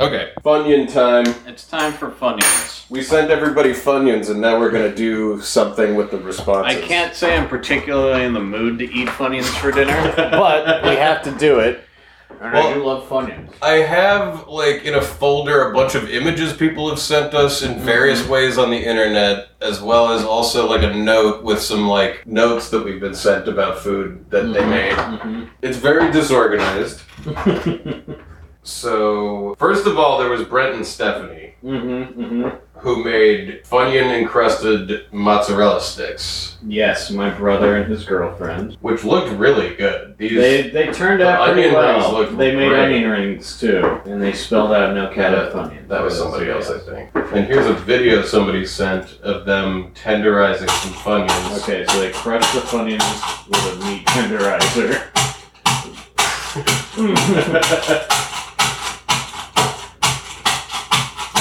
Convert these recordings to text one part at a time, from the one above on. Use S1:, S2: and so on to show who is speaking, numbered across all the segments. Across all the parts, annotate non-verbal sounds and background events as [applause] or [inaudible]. S1: Okay.
S2: Funyun time.
S3: It's time for Funyuns.
S2: We sent everybody Funyuns, and now we're gonna do something with the responses.
S3: I can't say I'm particularly in the mood to eat Funyuns for
S2: [laughs]
S3: dinner.
S4: But we have to do it.
S1: I
S2: Well-
S1: do love Funyuns.
S2: I have like in a folder a bunch of images people have sent us in various ways on the internet, as well as also like a note with some like notes that we've been sent about food that they made.
S4: Mm-hmm.
S2: It's very disorganized.
S3: [laughs]
S2: So first of all, there was Brent and Stephanie
S3: Mm-hmm,
S2: who made funyun encrusted mozzarella sticks,
S1: Yes, my brother and his girlfriend.
S2: which looked really good. These
S1: They they turned
S2: The
S1: out pretty
S2: onion rings
S1: well.
S2: look
S1: They made
S2: great.
S1: onion rings too, and they spelled out no cat of Funyuns.
S2: That was somebody else, I think. And here's a video somebody sent of them tenderizing some funyuns.
S1: Okay, so they crushed the Funyuns with a meat tenderizer. [laughs]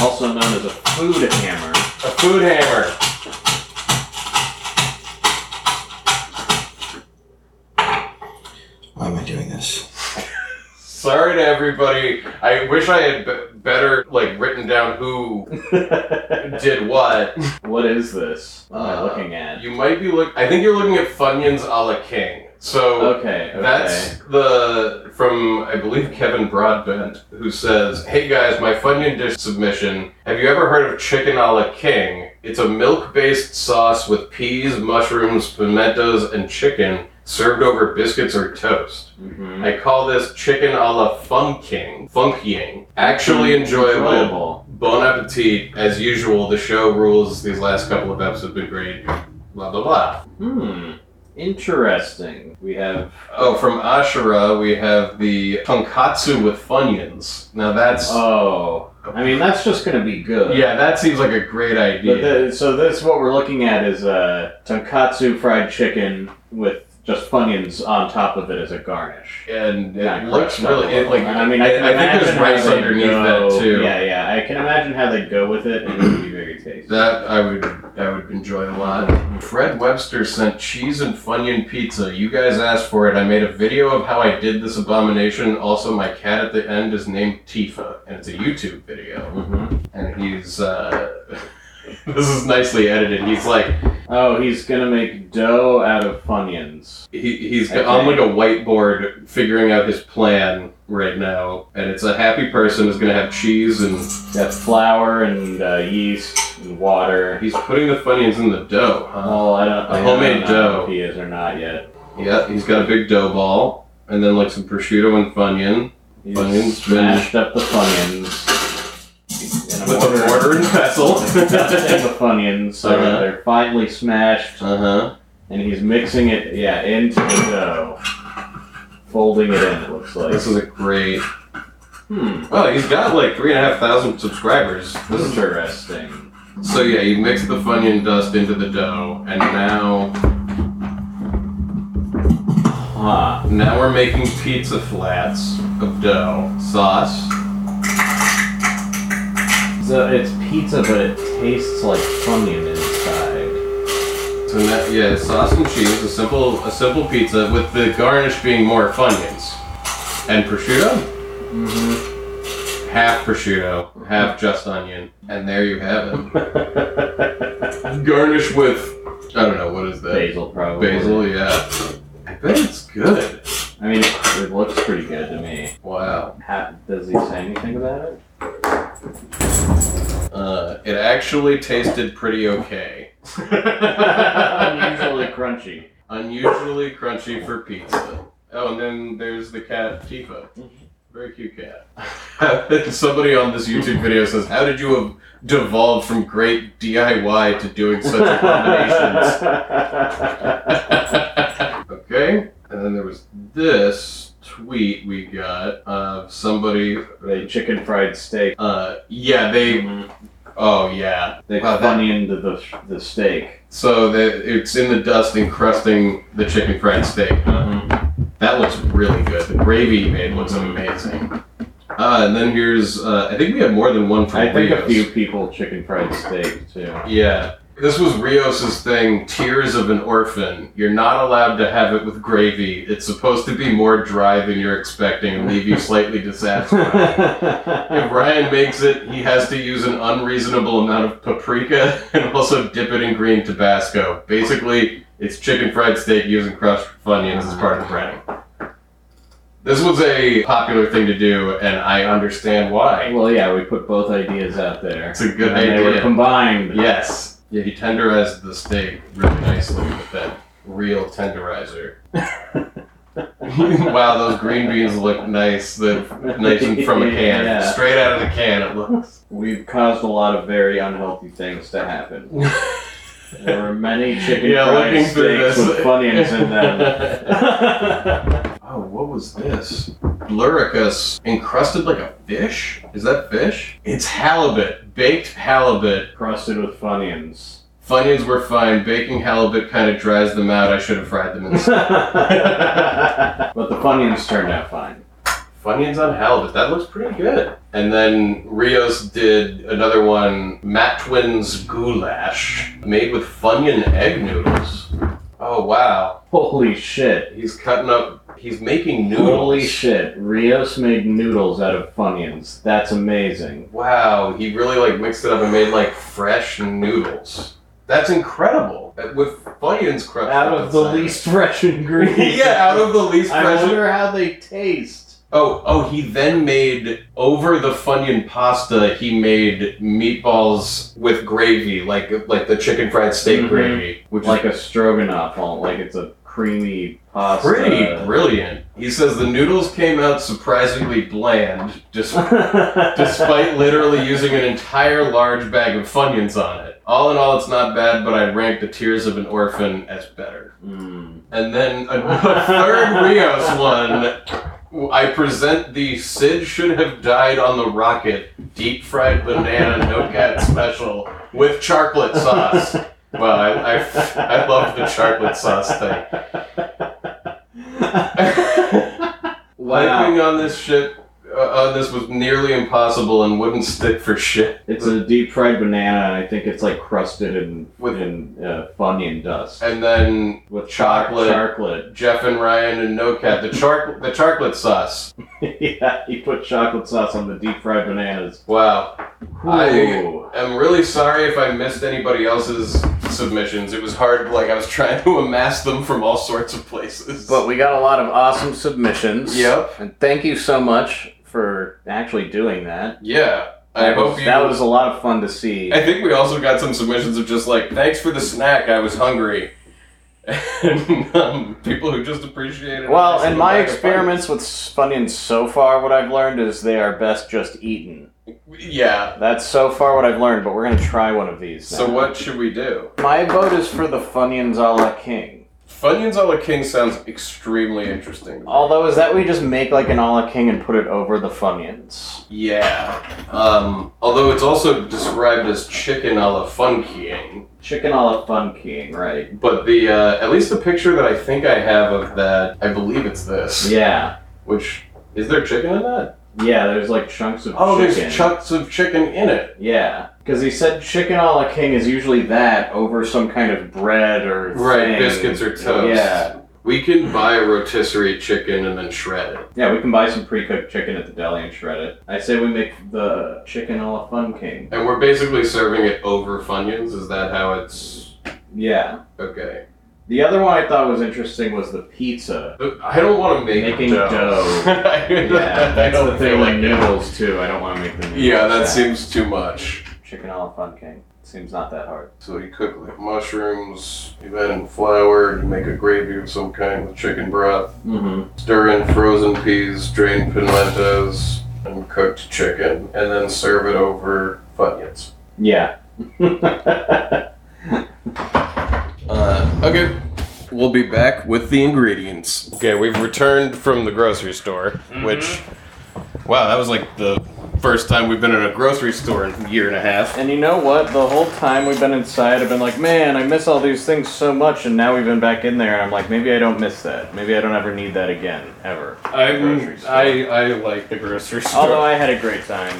S1: also known as a food hammer. [laughs]
S2: A food hammer.
S5: Why am I doing this?
S2: Sorry to everybody. I wish I had b- better like written down who did what.
S1: what is this? What am I
S2: Uh,
S1: looking at?
S2: You might be look. I think you're looking at funyuns a la King. So
S1: Okay, okay.
S2: That's the from I believe Kevin Broadbent who says, "Hey guys, my Funyun dish submission. Have you ever heard of chicken a la king? It's a milk-based sauce with peas, mushrooms, pimentos, and chicken served over biscuits or toast.
S1: Mhm.
S2: I call this chicken a la fun king, funkying. Actually enjoyable.
S1: Hmm. Enjoyable.
S2: Bon appetit. As usual, the show rules. These last couple of eps have been great. Blah blah blah."
S1: Hmm. Interesting. We have.
S2: Oh, from Ashura, we have the tonkatsu with funyuns. Now that's
S1: Oh, I mean that's just gonna be good.
S2: yeah, that seems like a great idea.
S1: But the, so this what we're looking at is uh, tonkatsu fried chicken with just funyuns on top of it as a garnish.
S2: and it
S1: Not
S2: looks
S1: crushed
S2: really
S1: up.
S2: it, like
S1: I mean I,
S2: think
S1: can
S2: there's
S1: imagine how
S2: rice
S1: they'd
S2: underneath
S1: go-
S2: that too.
S1: Yeah, yeah. I can imagine how they go with it and it would be very
S2: [coughs]
S1: tasty. Mm-hmm.
S2: That I would I would enjoy a lot. Fred Webster sent cheese and funyun pizza. You guys asked for it. I made a video of how I did this abomination. Also, my cat at the end is named Tifa, and it's a YouTube video.
S1: Mhm.
S2: And he's uh, [laughs] this is nicely edited. He's like
S1: Oh, he's gonna make dough out of funyuns.
S2: He, he's got on like a whiteboard figuring out his plan right now, and it's a happy person is going to have cheese, and
S1: Got flour and uh, yeast and water.
S2: he's putting the funyuns in the dough, huh?
S1: Oh, I don't.
S2: A
S1: I don't
S2: homemade
S1: know
S2: dough.
S1: If he is or not yet.
S2: Yeah, he's got a big dough ball, and then like some prosciutto and funyun.
S1: He's
S2: Funyuns,
S1: smashed up the funyuns. In
S2: With a mortar and
S1: [laughs]
S2: pestle.
S1: dusting the funyuns so
S2: Uh-huh.
S1: that they're finely smashed,
S2: Uh huh.
S1: and he's mixing it, yeah, into the dough, folding it in. It looks like.
S2: This is a great.
S1: hmm,
S2: Oh, he's got like three and a half thousand subscribers. This is
S1: interesting.
S2: So yeah, you mix the funyun dust into the dough, and now
S1: Huh.
S2: now we're making pizza flats of dough sauce.
S1: So it's pizza, but it tastes like funyun inside.
S2: So now, yeah, sauce and cheese, a simple a simple pizza with the garnish being more funyuns and prosciutto. Half prosciutto, half just onion, and there you
S1: [laughs]
S2: have it. [laughs] garnish with I don't know what is that
S1: Basil, probably.
S2: basil, yeah. I bet it's good.
S1: I mean, it, it looks pretty good to me.
S2: Wow.
S1: How, does he say anything about
S2: [laughs]
S1: it?
S2: Uh, it actually tasted pretty [laughs] okay.
S1: Unusually crunchy.
S2: Unusually crunchy for pizza. Oh, and then there's the cat Tifa. Very cute cat. [laughs] Somebody on this YouTube video says, "How did you have devolve from great DIY to doing such
S1: [laughs]
S2: abominations?" okay, and then there was this tweet we got of somebody.
S1: they chicken fried steak.
S2: Uh, yeah, they. Oh yeah,
S1: They
S2: Wow, that-
S1: funny into the the steak.
S2: So the, it's in the dust encrusting the chicken fried steak. That looks really good. The gravy you made looks amazing. Uh, and then here's, uh, I think we have more than one from
S1: I think a
S2: Leo's.
S1: few people chicken fried steak too.
S2: Yeah. This was Rios's thing, Tears of an Orphan. You're not allowed to have it with gravy. It's supposed to be more dry than you're expecting and leave you [laughs] slightly
S1: [laughs]
S2: dissatisfied. if Ryan makes it, he has to use an unreasonable amount of paprika [laughs] and also dip it in green Tabasco. Basically, it's chicken fried steak using crushed Funyuns as part of the breading. This was a popular thing to do, and I understand why.
S1: well, yeah, we put both ideas out there.
S2: It's a good
S1: and They were
S2: idea.
S1: combined.
S2: Yes. Yeah, [laughs] he tenderized the steak really nicely with that real tenderizer. [laughs] wow, those green beans look nice. They're [laughs] nice and
S1: [laughs]
S2: from a can.
S1: Yeah.
S2: Straight out of the can, it looks.
S1: We've caused a lot of very unhealthy things to happen.
S2: [laughs]
S1: There were many chicken
S2: yeah,
S1: fried
S2: looking
S1: steaks
S2: through this.
S1: with Funyuns in them.
S2: oh, what was this? Luricus encrusted like a fish? Is that fish? It's halibut. Baked halibut.
S1: Crusted with Funyuns. [laughs]
S2: Funyuns were fine. Baking halibut kind of dries them out. I should have fried them instead.
S1: but the Funyuns turned out fine.
S2: [laughs] Funyuns on halibut. That looks pretty good. And then Rios did another one, Matwin's goulash, made with Funyun egg noodles. Oh wow,
S1: Holy shit.
S2: he's cutting up. He's making noodles.
S1: Holy shit. Rios made noodles out of Funyuns. That's amazing.
S2: Wow, he really like mixed it up and made like fresh noodles. That's incredible. That- With Funyuns crushed
S1: Out
S2: up
S1: of the
S2: inside.
S1: least fresh
S2: [laughs]
S1: ingredient.
S2: yeah, out of the least
S1: I
S2: fresh.
S1: wonder how they taste.
S2: Oh, oh, he then made over the Funyun pasta. He made meatballs with gravy, like like the chicken fried steak
S1: Mhm.
S2: gravy, which
S1: Like
S2: is
S1: a stroganoff, all- like it's a creamy pasta.
S2: pretty brilliant. He says the noodles came out surprisingly bland, dis- [laughs] despite literally using an entire large bag of Funyuns on it. All in all, it's not bad, but I'd rank the Tears of an Orphan as better. [laughs]
S1: Mm.
S2: And then a, a third Rios one. I present the Sid should have died on the rocket deep fried banana no cat special with chocolate sauce. Well, I, I, I love the chocolate sauce thing.
S1: Wow.
S2: Lighting on this ship, uh, uh, this was nearly impossible and wouldn't stick for shit.
S1: It's a deep fried banana, and I think it's like crusted in,
S2: With-
S1: in uh, Funyun dust.
S2: And then
S1: With
S2: chocolate.
S1: Chocolate. [laughs]
S2: Jeff and Ryan and No Cat, the char- the chocolate sauce.
S1: yeah, he put chocolate sauce on the deep fried bananas.
S2: Wow. I-
S1: Ooh.
S2: I'm really sorry if I missed anybody else's submissions. It was hard, like I was trying to amass them from all sorts of places.
S4: But we got a lot of awesome submissions.
S2: Yep.
S4: And thank you so much for.
S1: actually doing that.
S2: yeah, I
S1: That
S2: hope
S1: was,
S2: you.
S1: that was a lot of fun to see.
S2: I think we also got some submissions of just like, thanks for the snack. I was hungry. [laughs] And um, people who just appreciated.
S4: Well,
S2: us
S4: in
S2: the
S4: my
S2: lack of
S4: experiments with Funyuns so far, what I've learned is they are best just eaten.
S2: fun. Yeah.
S4: That's so far what I've learned, but we're gonna try one of these.
S2: So
S4: now.
S2: what should we do?
S4: My vote is for the Funyuns a la King.
S2: Funyuns a la king sounds extremely interesting.
S4: Although, is that we just make like an a la King and put it over the Funyuns?
S2: Yeah. Um, although it's also described as chicken a la funkying.
S1: Chicken a la fun king, right?
S2: But the uh, at least the picture that I think I have of that, I believe it's this.
S1: Yeah.
S2: Which is there chicken in that?
S1: Yeah, there's like chunks of
S2: Oh,
S1: chicken.
S2: there's chunks of chicken in it.
S1: yeah. Because he said chicken a la king is usually that over some kind of bread or
S2: Right,
S1: thing.
S2: biscuits or toast.
S1: Yeah.
S2: We can buy a rotisserie chicken and then shred it.
S1: Yeah, we can buy some pre-cooked chicken at the deli and shred it. I say we make the chicken a la fun king.
S2: And we're basically serving it over funyuns. Is that how it's
S1: Yeah.
S2: okay?
S1: The other one I thought was interesting was the pizza.
S2: But I don't want to make
S1: Making
S2: dough.
S1: dough.
S2: [laughs] I
S1: Yeah, that's
S2: don't feel
S1: the thing
S2: like
S1: like
S2: it.
S1: noodles too. I don't want to make the noodles.
S2: Yeah, that seems too much.
S1: chicken a la fun king. Seems not that hard.
S2: So you cook like mushrooms, you add in flour, you make a gravy of some kind with chicken broth.
S1: Mm-hmm.
S2: Stir in frozen peas, drained pimentos, and cooked chicken, and then serve it over funyuns.
S1: [laughs] Yeah.
S2: Uh, okay. We'll be back with the ingredients. Mm-hmm. Okay, we've returned from the grocery store, which, wow, that was like the first time we've been in a grocery store in a year and a half.
S4: And you know what? The whole time we've been inside, I've been like, man, I miss all these things so much, and now we've been back in there, and I'm like, maybe I don't miss that. Maybe I don't ever need that again, ever.
S2: I'm,
S4: Grocery
S2: [laughs]
S4: store.
S2: I, I like the grocery store.
S4: Although I had a great time.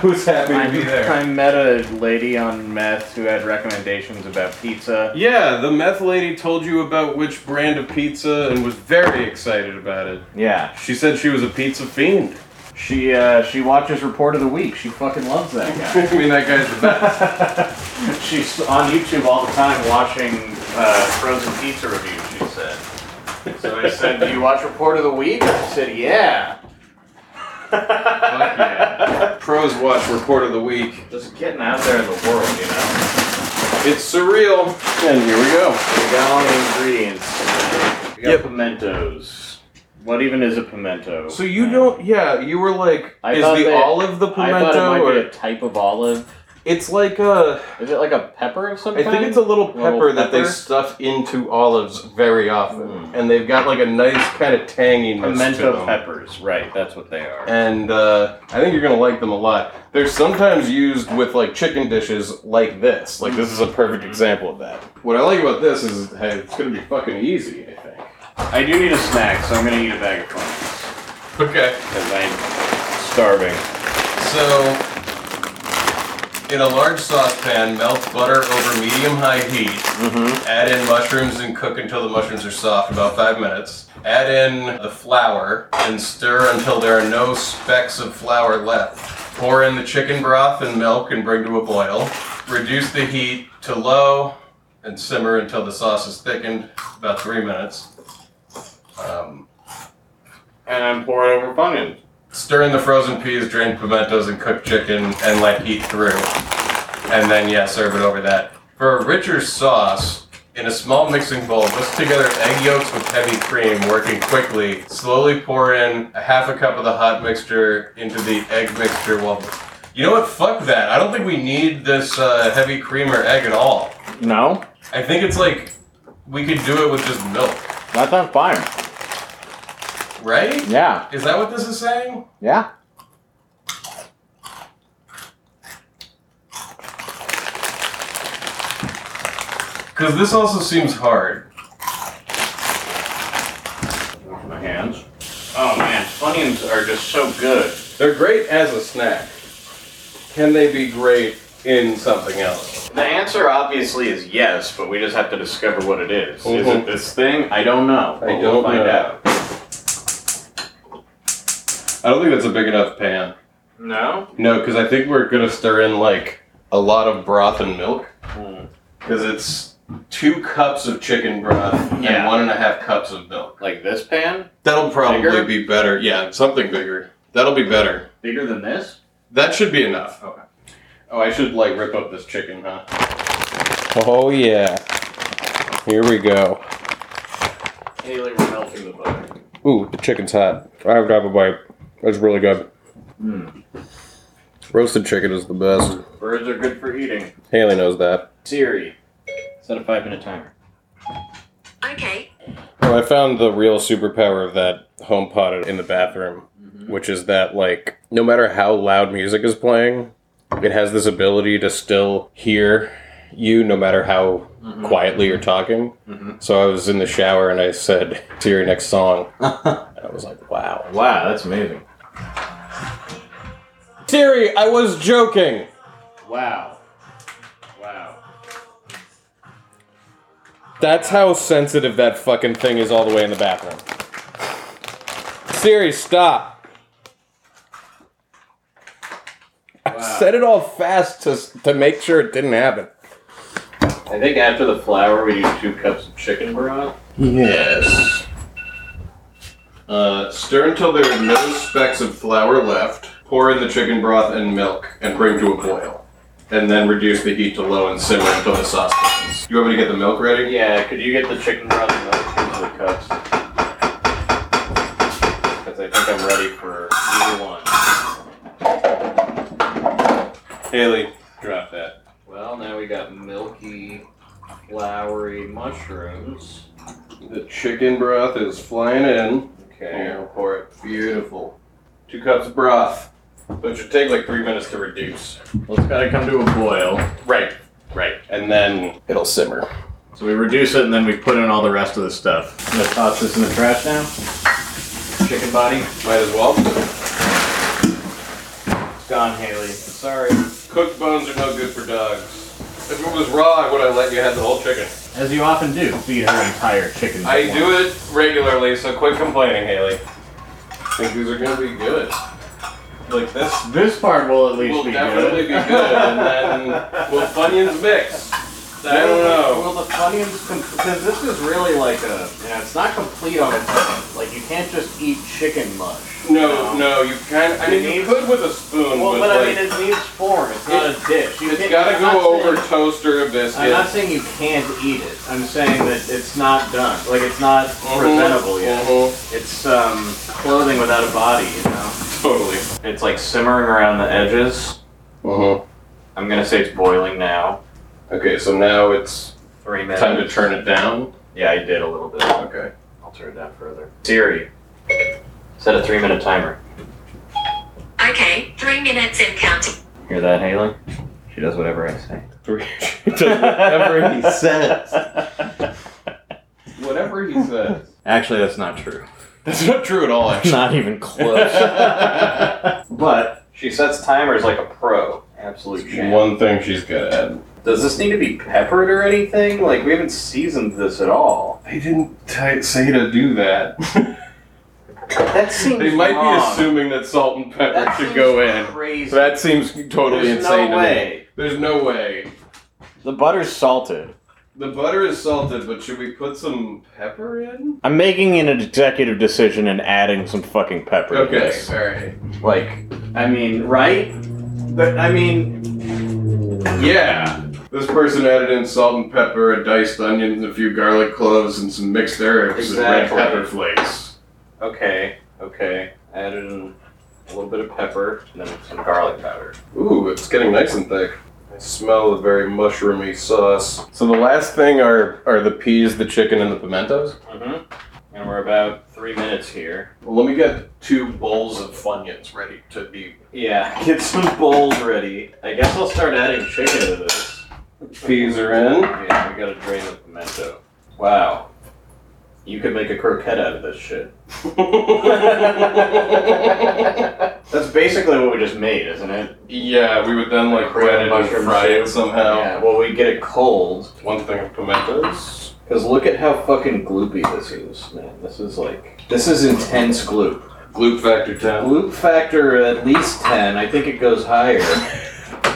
S6: Who's happy
S1: I,
S6: to be there?
S1: I met a lady on meth who had recommendations about pizza.
S2: Yeah, the meth lady told you about which brand of pizza and was very excited about it.
S1: Yeah.
S2: She said she was a pizza fiend. [laughs]
S1: She uh, she watches Report of the Week. She fucking loves that guy.
S2: I mean, that guy's the best.
S1: [laughs] She's on YouTube all the time watching uh, frozen pizza reviews, she said. So I said, Do you watch Report of the Week? She said, Yeah.
S2: Fuck yeah. Pros watch report of the week.
S1: Just getting out there in the world, you know.
S2: It's surreal. And here we go.
S1: We got all the ingredients. We got
S2: Yep.
S1: pimentos. What even is a pimento?
S2: So you don't? Yeah, you were like,
S1: I
S2: is
S1: thought
S2: the
S1: that-
S2: olive the
S1: I thought it
S2: pimento?
S1: might
S2: Or
S1: be a type of olive.
S2: it's like a.
S1: Is it like a pepper of some
S2: I
S1: kind?
S2: think it's a little pepper,
S1: Little
S2: that they
S1: pepper?
S2: stuff into olives very often,
S1: Mm.
S2: and they've got like a nice kind of tanginess to
S1: pimento
S2: them.
S1: peppers. Right, that's what they are.
S2: And uh, I think you're gonna like them a lot. They're sometimes used with like chicken dishes, like this. Like this is a perfect example of that. What I like about this is hey, it's gonna be fucking easy. I think.
S1: I do need a snack, so I'm gonna eat a bag of Funyuns
S2: Okay.
S1: because I'm starving.
S2: So, in a large saucepan, melt butter over medium high heat. Add in mushrooms and cook until the mushrooms are soft, about five minutes. Add in the flour and stir until there are no specks of flour left. Pour in the chicken broth and milk and bring to a boil. Reduce the heat to low and simmer until the sauce is thickened, about three minutes. Um,
S7: And I'm pouring over bunions.
S2: Stir in the frozen peas, drained pimentos, and cooked chicken, and let heat through. And then, yeah, serve it over that. For a richer sauce, in a small mixing bowl, whisk together egg yolks with heavy cream, working quickly. Slowly pour in a half a cup of the hot mixture into the egg mixture while. You know what? Fuck that. I don't think we need this uh, heavy cream or egg at all.
S1: No,
S2: I think it's like we could do it with just milk,
S1: that's on fire.
S2: right?
S1: Yeah,
S2: Is that what this is saying?
S1: [laughs] yeah.
S2: Because this also seems hard.
S7: Wash my hands. Oh man, bunions are just so good.
S2: They're great as a snack. Can they be great in something else?
S7: The answer obviously is yes, but we just have to discover what it is. Is
S2: Mhm.
S7: it this thing? I don't know. but
S2: I
S7: we'll
S2: don't
S7: find
S2: know.
S7: out.
S2: I don't think that's a big enough pan.
S1: No?
S2: No, because I think we're gonna stir in like a lot of broth and milk. Hmm.
S1: Mm.
S2: Because it's two cups of chicken broth and
S7: Yeah.
S2: one and a half cups of milk.
S7: Like this pan?
S2: That'll probably
S7: Bigger?
S2: be better. Yeah, something bigger. That'll be better.
S7: Bigger than this?
S2: That should be enough.
S7: Okay.
S2: Oh, I should like rip up this chicken, huh? Oh yeah. Here we go.
S7: Haley, we're melting the butter.
S2: Ooh, the chicken's hot. I have to have a bite. That's really good. Hmm. Roasted chicken is the best.
S7: Birds are good for eating.
S2: Haley knows that.
S7: Siri.
S1: Set a five minute timer.
S8: Okay,
S2: Oh, I found the real superpower of that home pod in the bathroom, which is that, like, no matter how loud music is playing, it has this ability to still hear you no matter how quietly you're talking. So I was in the shower and I said, to your next [laughs] song. I was like, wow.
S6: Wow, that's amazing.
S2: Siri, I was joking.
S7: Wow. Wow.
S2: That's how sensitive that fucking thing is all the way in the bathroom. Siri, stop. I said it all fast to, to make sure it didn't happen.
S7: I think after the flour, we do two cups of chicken broth.
S2: Yes. Uh, stir until there are no specks of flour left. Pour in the chicken broth and milk and bring to a boil. And then reduce the heat to low and simmer until the sauce thickens. You want me to get the milk ready?
S7: Yeah, could you get the chicken broth and milk into the cups? Because I think I'm ready for either one.
S2: Haley, drop that.
S7: Well, now we got milky, floury mushrooms.
S2: The chicken broth is flying in.
S7: Okay.
S2: Here, we'll pour it. Beautiful. Two cups of broth. Which should take like three minutes to reduce.
S6: Well, it's gotta come to a boil.
S2: Right, right. And then it'll simmer.
S6: So we reduce it and then we put in all the rest of the stuff.
S1: I'm gonna toss this in the trash now. Chicken body.
S2: Might as well.
S1: It's gone. Don Haley.
S9: Sorry.
S2: Cooked bones are no good for dogs. If it was raw, I would have let you have the whole chicken.
S4: As you often do, feed her entire chickens.
S2: I do it regularly, so quit complaining, Haley. I think these are gonna be good. Like this
S4: This part will at least
S2: will
S4: be
S2: definitely
S4: good.
S2: be good, and then will Funyuns mix? I don't know.
S1: Will the Funyuns, com- because this is really like a, you know, it's not complete on its own. Like you can't just eat chicken mush.
S2: No, no, you kind. I mean, you could with a spoon,
S1: Well,
S2: but,
S1: but I mean,
S2: like,
S1: it needs form. It's not a dish. You
S2: it's
S1: can't-
S2: gotta
S1: I'm not
S2: go over
S1: saying-
S2: toast or a biscuit.
S1: I'm not saying you can't eat it. I'm saying that it's not done. Like it's not
S2: Mhm,
S1: presentable yet.
S2: mhm,
S1: It's um, clothing without a body. You know.
S2: Totally.
S1: It's like simmering around the edges.
S2: Mhm.
S1: I'm gonna say it's boiling now.
S2: Okay, so now it's
S1: Three minutes.
S2: time to turn it down.
S1: Yeah, I did a little bit.
S2: Okay.
S1: I'll turn it down further. Siri, set a three minute timer.
S8: Okay, three minutes and counting.
S1: Hear that, Haley? She does whatever I [laughs] say.
S2: Three. Whatever
S4: [laughs]
S2: he says. [laughs] Whatever he says.
S4: Actually, that's not true.
S2: [laughs] That's not true at [laughs] all. Actually.
S4: Not
S1: [laughs]
S4: even close. but
S1: She sets timers like a pro.
S2: [laughs]
S1: Absolute champ.
S2: One thing she's good at.
S1: Does this need to be peppered or anything? Like we haven't seasoned this at all.
S2: They didn't t- say to do [laughs] that.
S1: That seems
S2: they might
S1: wrong.
S2: be assuming that salt and pepper
S1: that
S2: should
S1: seems
S2: go in.
S1: Crazy.
S2: So that seems totally
S1: There's
S2: insane to me.
S1: no way.
S2: There's no way.
S4: the butter's salted.
S2: The butter is salted, but should we put some pepper in?
S4: I'm making an executive decision and adding some fucking pepper. to
S2: Okay,
S4: this.
S2: alright.
S1: Like, I mean, right? But I mean,
S2: Yeah! This person added in salt and pepper, a diced onion, a few garlic cloves, and some mixed herbs
S1: Exactly.
S2: and red pepper flakes.
S1: okay, okay. Added in a little bit of pepper and then some garlic powder.
S2: Ooh, it's getting nice and thick. I smell the very mushroomy sauce. So the last thing are are the peas, the chicken, and the pimentos?
S1: Mm-hmm. And we're about three minutes here.
S2: Well, let me get two bowls of Funyuns ready to be.
S1: Yeah, [laughs] get some bowls ready. I guess I'll start adding chicken to this.
S2: Peas are in.
S1: Yeah, we gotta drain the pimento. Wow. You could make a croquette out of this shit. That's basically what we just made, isn't it?
S2: yeah, we would then like wet it and fry it somehow.
S1: Yeah, well, we get it cold.
S2: One thing of pimentos.
S1: Because look at how fucking gloopy this is, man. This is like. This is intense gloop.
S2: Glute factor 10.
S1: Gloop factor at least 10. I think it goes higher.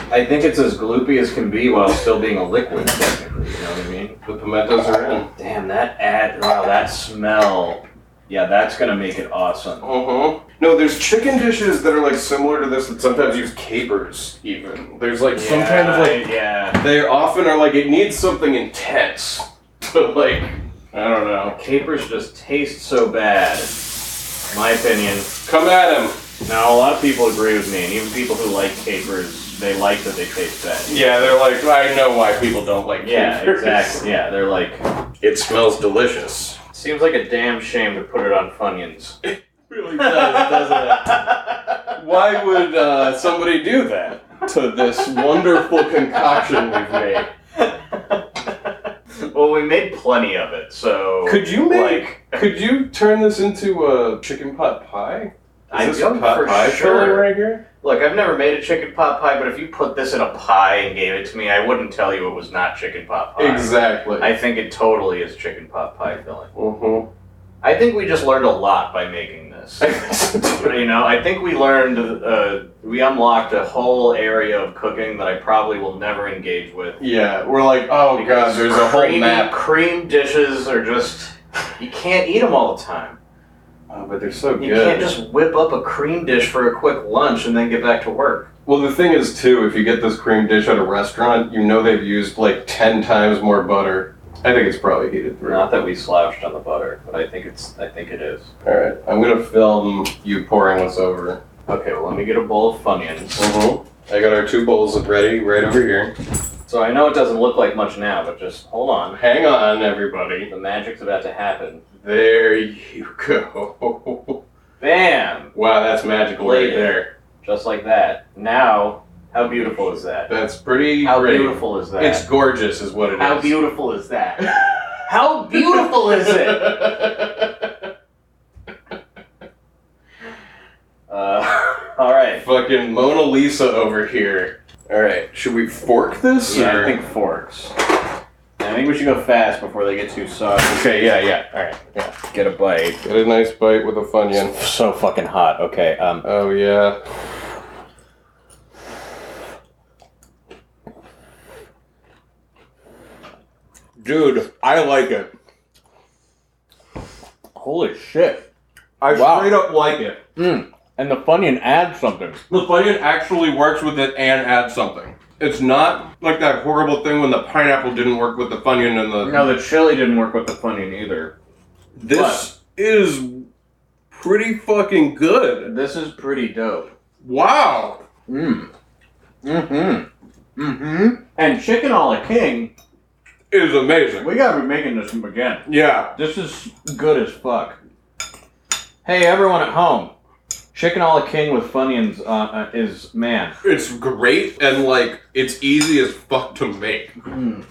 S1: I think it's as gloopy as can be while still being a liquid, technically. You know what I mean?
S2: The pimentos are in.
S1: Damn, that ad. Wow, that smell. Yeah, that's gonna make it awesome.
S2: Uh huh. No, there's chicken dishes that are like similar to this that sometimes use capers, even. There's like some kind of like.
S1: yeah.
S2: They often are like, it needs something intense. [laughs] But like, I don't know.
S1: Capers just taste so bad. My opinion.
S2: Come at him!
S1: Now a lot of people agree with me, and even people who like capers, they like that they taste bad.
S2: Yeah, they're like, I know why people don't like
S1: Yeah,
S2: capers.
S1: exactly. Yeah, they're like
S2: It smells delicious.
S1: seems like a damn shame to put it on
S2: [laughs]
S1: Funyuns.
S2: really does, doesn't it? Why would uh, somebody do that to this wonderful concoction we've made?
S1: [laughs] well, we made plenty of it, so
S2: Could you
S1: like
S2: make? could you turn this into a chicken pot pie?
S1: I
S2: Is this
S1: don't-
S2: pot
S1: for
S2: pie
S1: sure.
S2: filling right here?
S1: Look, I've never made a chicken pot pie, but if you put this in a pie and gave it to me, I wouldn't tell you it was not chicken pot pie.
S2: Exactly.
S1: I think it totally is chicken pot pie filling.
S2: Mhm.
S1: I think we just learned a lot by making this. you know, I think we learned, uh, we unlocked a whole area of cooking that I probably will never engage with.
S2: [laughs] yeah, we're like, oh god, there's a whole
S1: cream,
S2: map.
S1: Cream dishes are just, you can't eat them all the time.
S2: Oh, but they're so
S1: You
S2: good.
S1: can't just whip up a cream dish for a quick lunch and then get back to work.
S2: Well, the thing is, too, if you get this cream dish at a restaurant, you know they've used like 10 times more butter. I think it's probably heated through.
S1: Not that we slouched on the butter, but I think it's, I think it is.
S2: Alright, I'm gonna film you pouring this over.
S1: Okay, well, let me get a bowl of Funyuns.
S2: Mm-hmm. I got our two bowls of ready right over here.
S1: So I know it doesn't look like much now, but just hold on.
S2: Hang on, everybody.
S1: The magic's about to happen.
S2: There you go. [laughs]
S1: Bam!
S2: wow, that's magical right
S1: Later.
S2: there.
S1: Just like that. Now, how beautiful is that?
S2: That's pretty
S1: How
S2: great.
S1: beautiful is that?
S2: It's gorgeous, is what it is.
S1: How beautiful is that? How beautiful is it?
S2: it?
S1: [laughs] Uh, all right.
S2: [laughs] Fucking Mona Lisa over here. All right, should we fork this?
S10: Yeah, I
S2: or-
S10: think forks. And I think we should go fast before they get too soft.
S11: Okay, yeah, yeah. All right.
S10: Get a bite.
S2: Get a nice bite with a funyun.
S11: So fucking hot. Okay. Um.
S2: Oh yeah.
S11: Dude, I like it. Holy shit.
S2: I
S11: Wow.
S2: straight up like it.
S11: Mm. And the Funyun adds something.
S2: The funyun actually works with it and adds something. It's not like that horrible thing when the pineapple didn't work with the funyun and the.
S10: No, the chili didn't work with the funyun either.
S2: This is pretty fucking good.
S10: This is pretty dope.
S2: Wow.
S11: Mm. Mm-hmm. Mm-hmm. And chicken a la king,
S2: It is amazing.
S11: we gotta be making this again.
S2: Yeah.
S11: This is good as fuck. Hey, everyone at home. Chicken a la king with Funyuns uh, uh, is, man.
S2: It's great and like it's easy as fuck to make.
S11: Mm.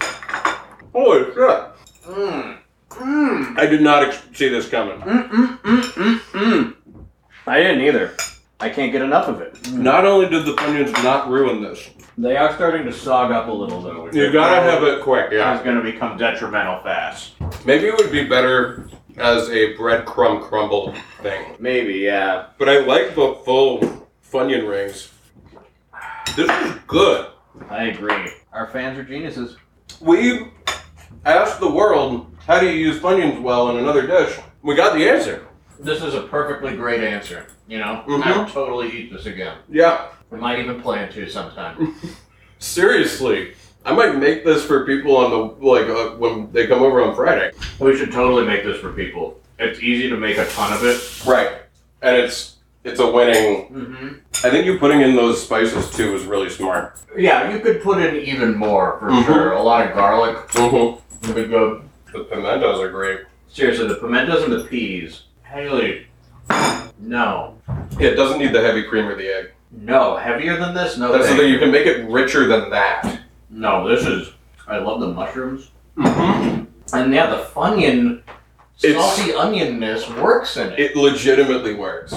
S2: Holy shit.
S11: Mm.
S2: I did not ex- see this coming.
S11: Mm-mm-mm-mm-mm. I didn't either. I can't get enough of it.
S2: Not only did the Funyuns not ruin this,
S11: They are starting to sog up a little, though. which
S2: you gotta have it quick, yeah.
S10: It's gonna become detrimental fast.
S2: Maybe it would be better as a breadcrumb crumble thing.
S10: Maybe, yeah.
S2: But I like the full Funyun rings. This is good.
S10: I agree.
S11: Our fans are geniuses.
S2: We asked the world, how do you use Funyuns well in another dish? We got the answer.
S1: This is a perfectly great answer. You know, I
S10: Mm-hmm.
S2: Mhm.
S1: would totally eat this again.
S2: Yeah.
S1: I might even plan to sometime.
S2: Seriously. I might make this for people on the, like, uh, when they come over on Friday.
S10: [laughs] We should totally make this for people. It's easy to make a ton of it.
S2: Right. And it's, it's a winning.
S1: mm-hmm.
S2: I think you putting in those spices too is really smart.
S1: Yeah, you could put in even more for
S2: Mhm.
S10: Mm-hmm.
S1: sure. A lot of garlic
S2: Mm-hmm.
S1: would go.
S2: The pimentos are great.
S1: Seriously, the pimentos and the peas. Haley, no,
S2: Yeah, it doesn't need the heavy cream or the egg.
S1: no, heavier than this. No,
S2: That's the
S1: thank
S2: thing,
S1: you.
S2: you can make it richer than that.
S1: no. This is. I love the mushrooms.
S2: Mm-hmm.
S1: And yeah, the funyun,
S2: It's-
S1: salty onionness works in it.
S2: It legitimately works.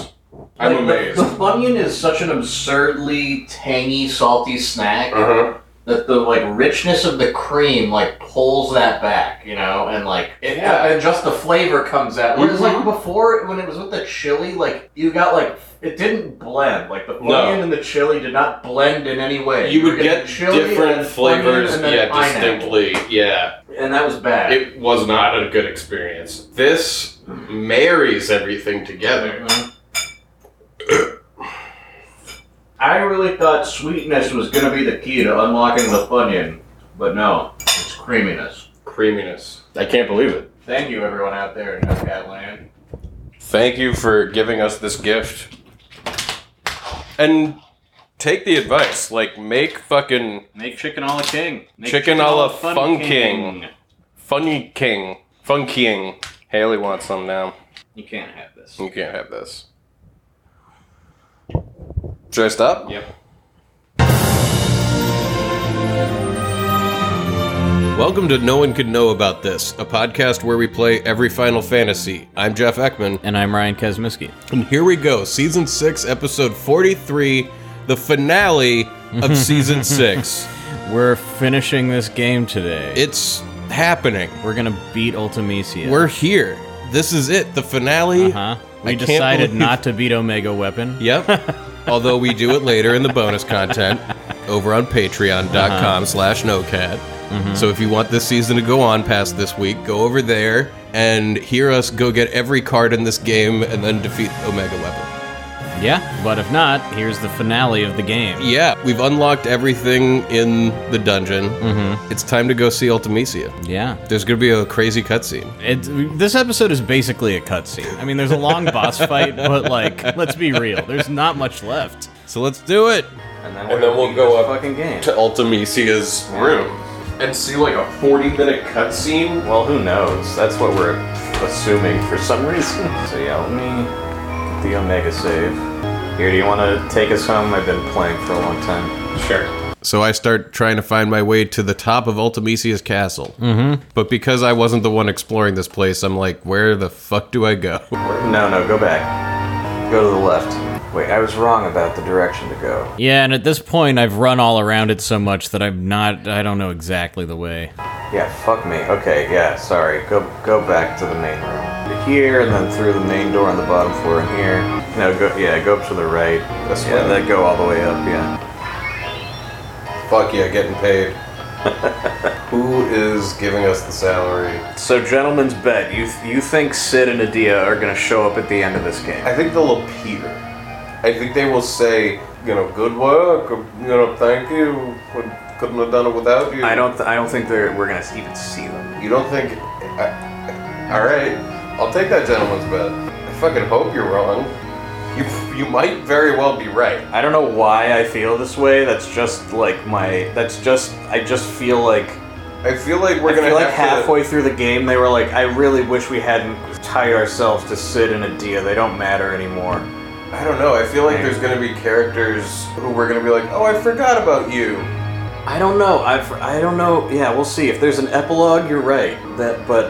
S2: I'm
S1: Like,
S2: amazed.
S1: [laughs] The, the funyun is such an absurdly tangy, salty snack
S2: Uh-huh.
S1: that the like richness of the cream like pulls that back, you know, and like it,
S2: Yeah.
S1: and just the flavor comes out. Whereas
S2: Mhm.
S1: like before, when it was with the chili, like you got like it didn't blend. Like the
S2: No.
S1: funyun and the chili did not blend in any way.
S2: You
S1: were
S2: would get
S1: getting chili and
S2: different
S1: then funyun
S2: flavors,
S1: and then
S2: yeah,
S1: pineapple,
S2: distinctly, yeah.
S1: and that was bad.
S2: It was not a good experience. This marries everything together.
S1: Mhm. [coughs] I really thought sweetness was going to be the key to unlocking the funyun, but no, it's creaminess.
S2: Creaminess.
S11: I can't believe it.
S1: Thank you, everyone out there in Cat Land.
S2: Thank you for giving us this gift. And take the advice. Like, make fucking
S11: Make chicken a la king. Make
S2: Chicken a la
S11: fun
S2: fun king. Funny King. Funkying. Haley wants some now.
S11: You can't have this.
S2: You can't have this. Should I stop?
S11: Yep.
S2: Welcome to No One Could Know About This, a podcast where we play every Final Fantasy. I'm Jeff Ekman.
S12: And I'm Ryan Kazmiski.
S2: And here we go, season six, episode 43, the finale [laughs] of season six.
S12: We're finishing this game today.
S2: It's happening.
S12: We're gonna beat Ultimisia.
S2: We're here. This is it, the finale.
S12: huh.
S2: I
S12: We
S2: can't
S12: decided
S2: believe-
S12: not to beat Omega Weapon.
S2: [laughs] Yep. Although we do it later in the bonus content over on patreon.com slash nocat. So if you want this season to go on past this week, go over there and hear us go get every card in this game and then defeat Omega Weapon.
S12: Yeah, but if not, here's the finale of the game.
S2: Yeah, we've unlocked everything in the dungeon. Mm-hmm. It's time to go see Ultimisia.
S12: Yeah.
S2: There's going to be a crazy cutscene.
S12: It's, this episode is basically a cutscene. I mean, there's a long boss fight, but like, let's be real. There's not much left.
S2: So let's do it
S11: And then,
S2: then we'll go up
S11: fucking game.
S2: to Ultimisia's room and see like a 40 minute cutscene.
S11: Well, who knows? That's what we're assuming for some reason. [laughs] So yeah, let me get the Omega save. Here, do you want to take us home? I've been playing for a long time.
S2: Sure. So I start trying to find my way to the top of Ultimisia's castle. Mm-hmm. But because I wasn't the one exploring this place, I'm like, where the fuck do I go? [laughs]
S11: No, no, go back. Go to the left. Wait, I was wrong about the direction to go.
S1: Yeah, and at this point, I've run all around it so much that I'm not. I don't know exactly the way.
S11: Yeah, fuck me. Okay, yeah, sorry. Go go back to the main room. To Here and then through the main door on the bottom floor and here. No, go yeah, go up to the right. That's yeah, that go all the way up, yeah.
S2: Fuck yeah, getting
S11: [laughs]
S2: paid. Who is giving us the salary?
S11: So gentlemen's bet, you th- you think Sid and Adia are gonna show up at the end of this game.
S2: I think they'll appear. I think they will say, you know, good work, or, you know, thank you. Could- Couldn't have done it without you.
S11: I don't th- I don't think they're we're gonna even see them.
S2: You don't think? I, I- all right, I'll take that gentleman's bet. I fucking hope you're wrong. You you might very well be right.
S11: I don't know why I feel this way. That's just like my that's just I just feel like
S2: I feel like we're
S11: I
S2: gonna
S11: feel like
S2: have to-
S11: halfway through the game, they were like, "I really wish we hadn't tied ourselves to Sid and Adia. They don't matter anymore."
S2: I don't know. I feel like there's gonna be characters who we're gonna be like, oh, I forgot about you.
S11: I don't know. I I don't know. Yeah, we'll see. If there's an epilogue, you're right. That, but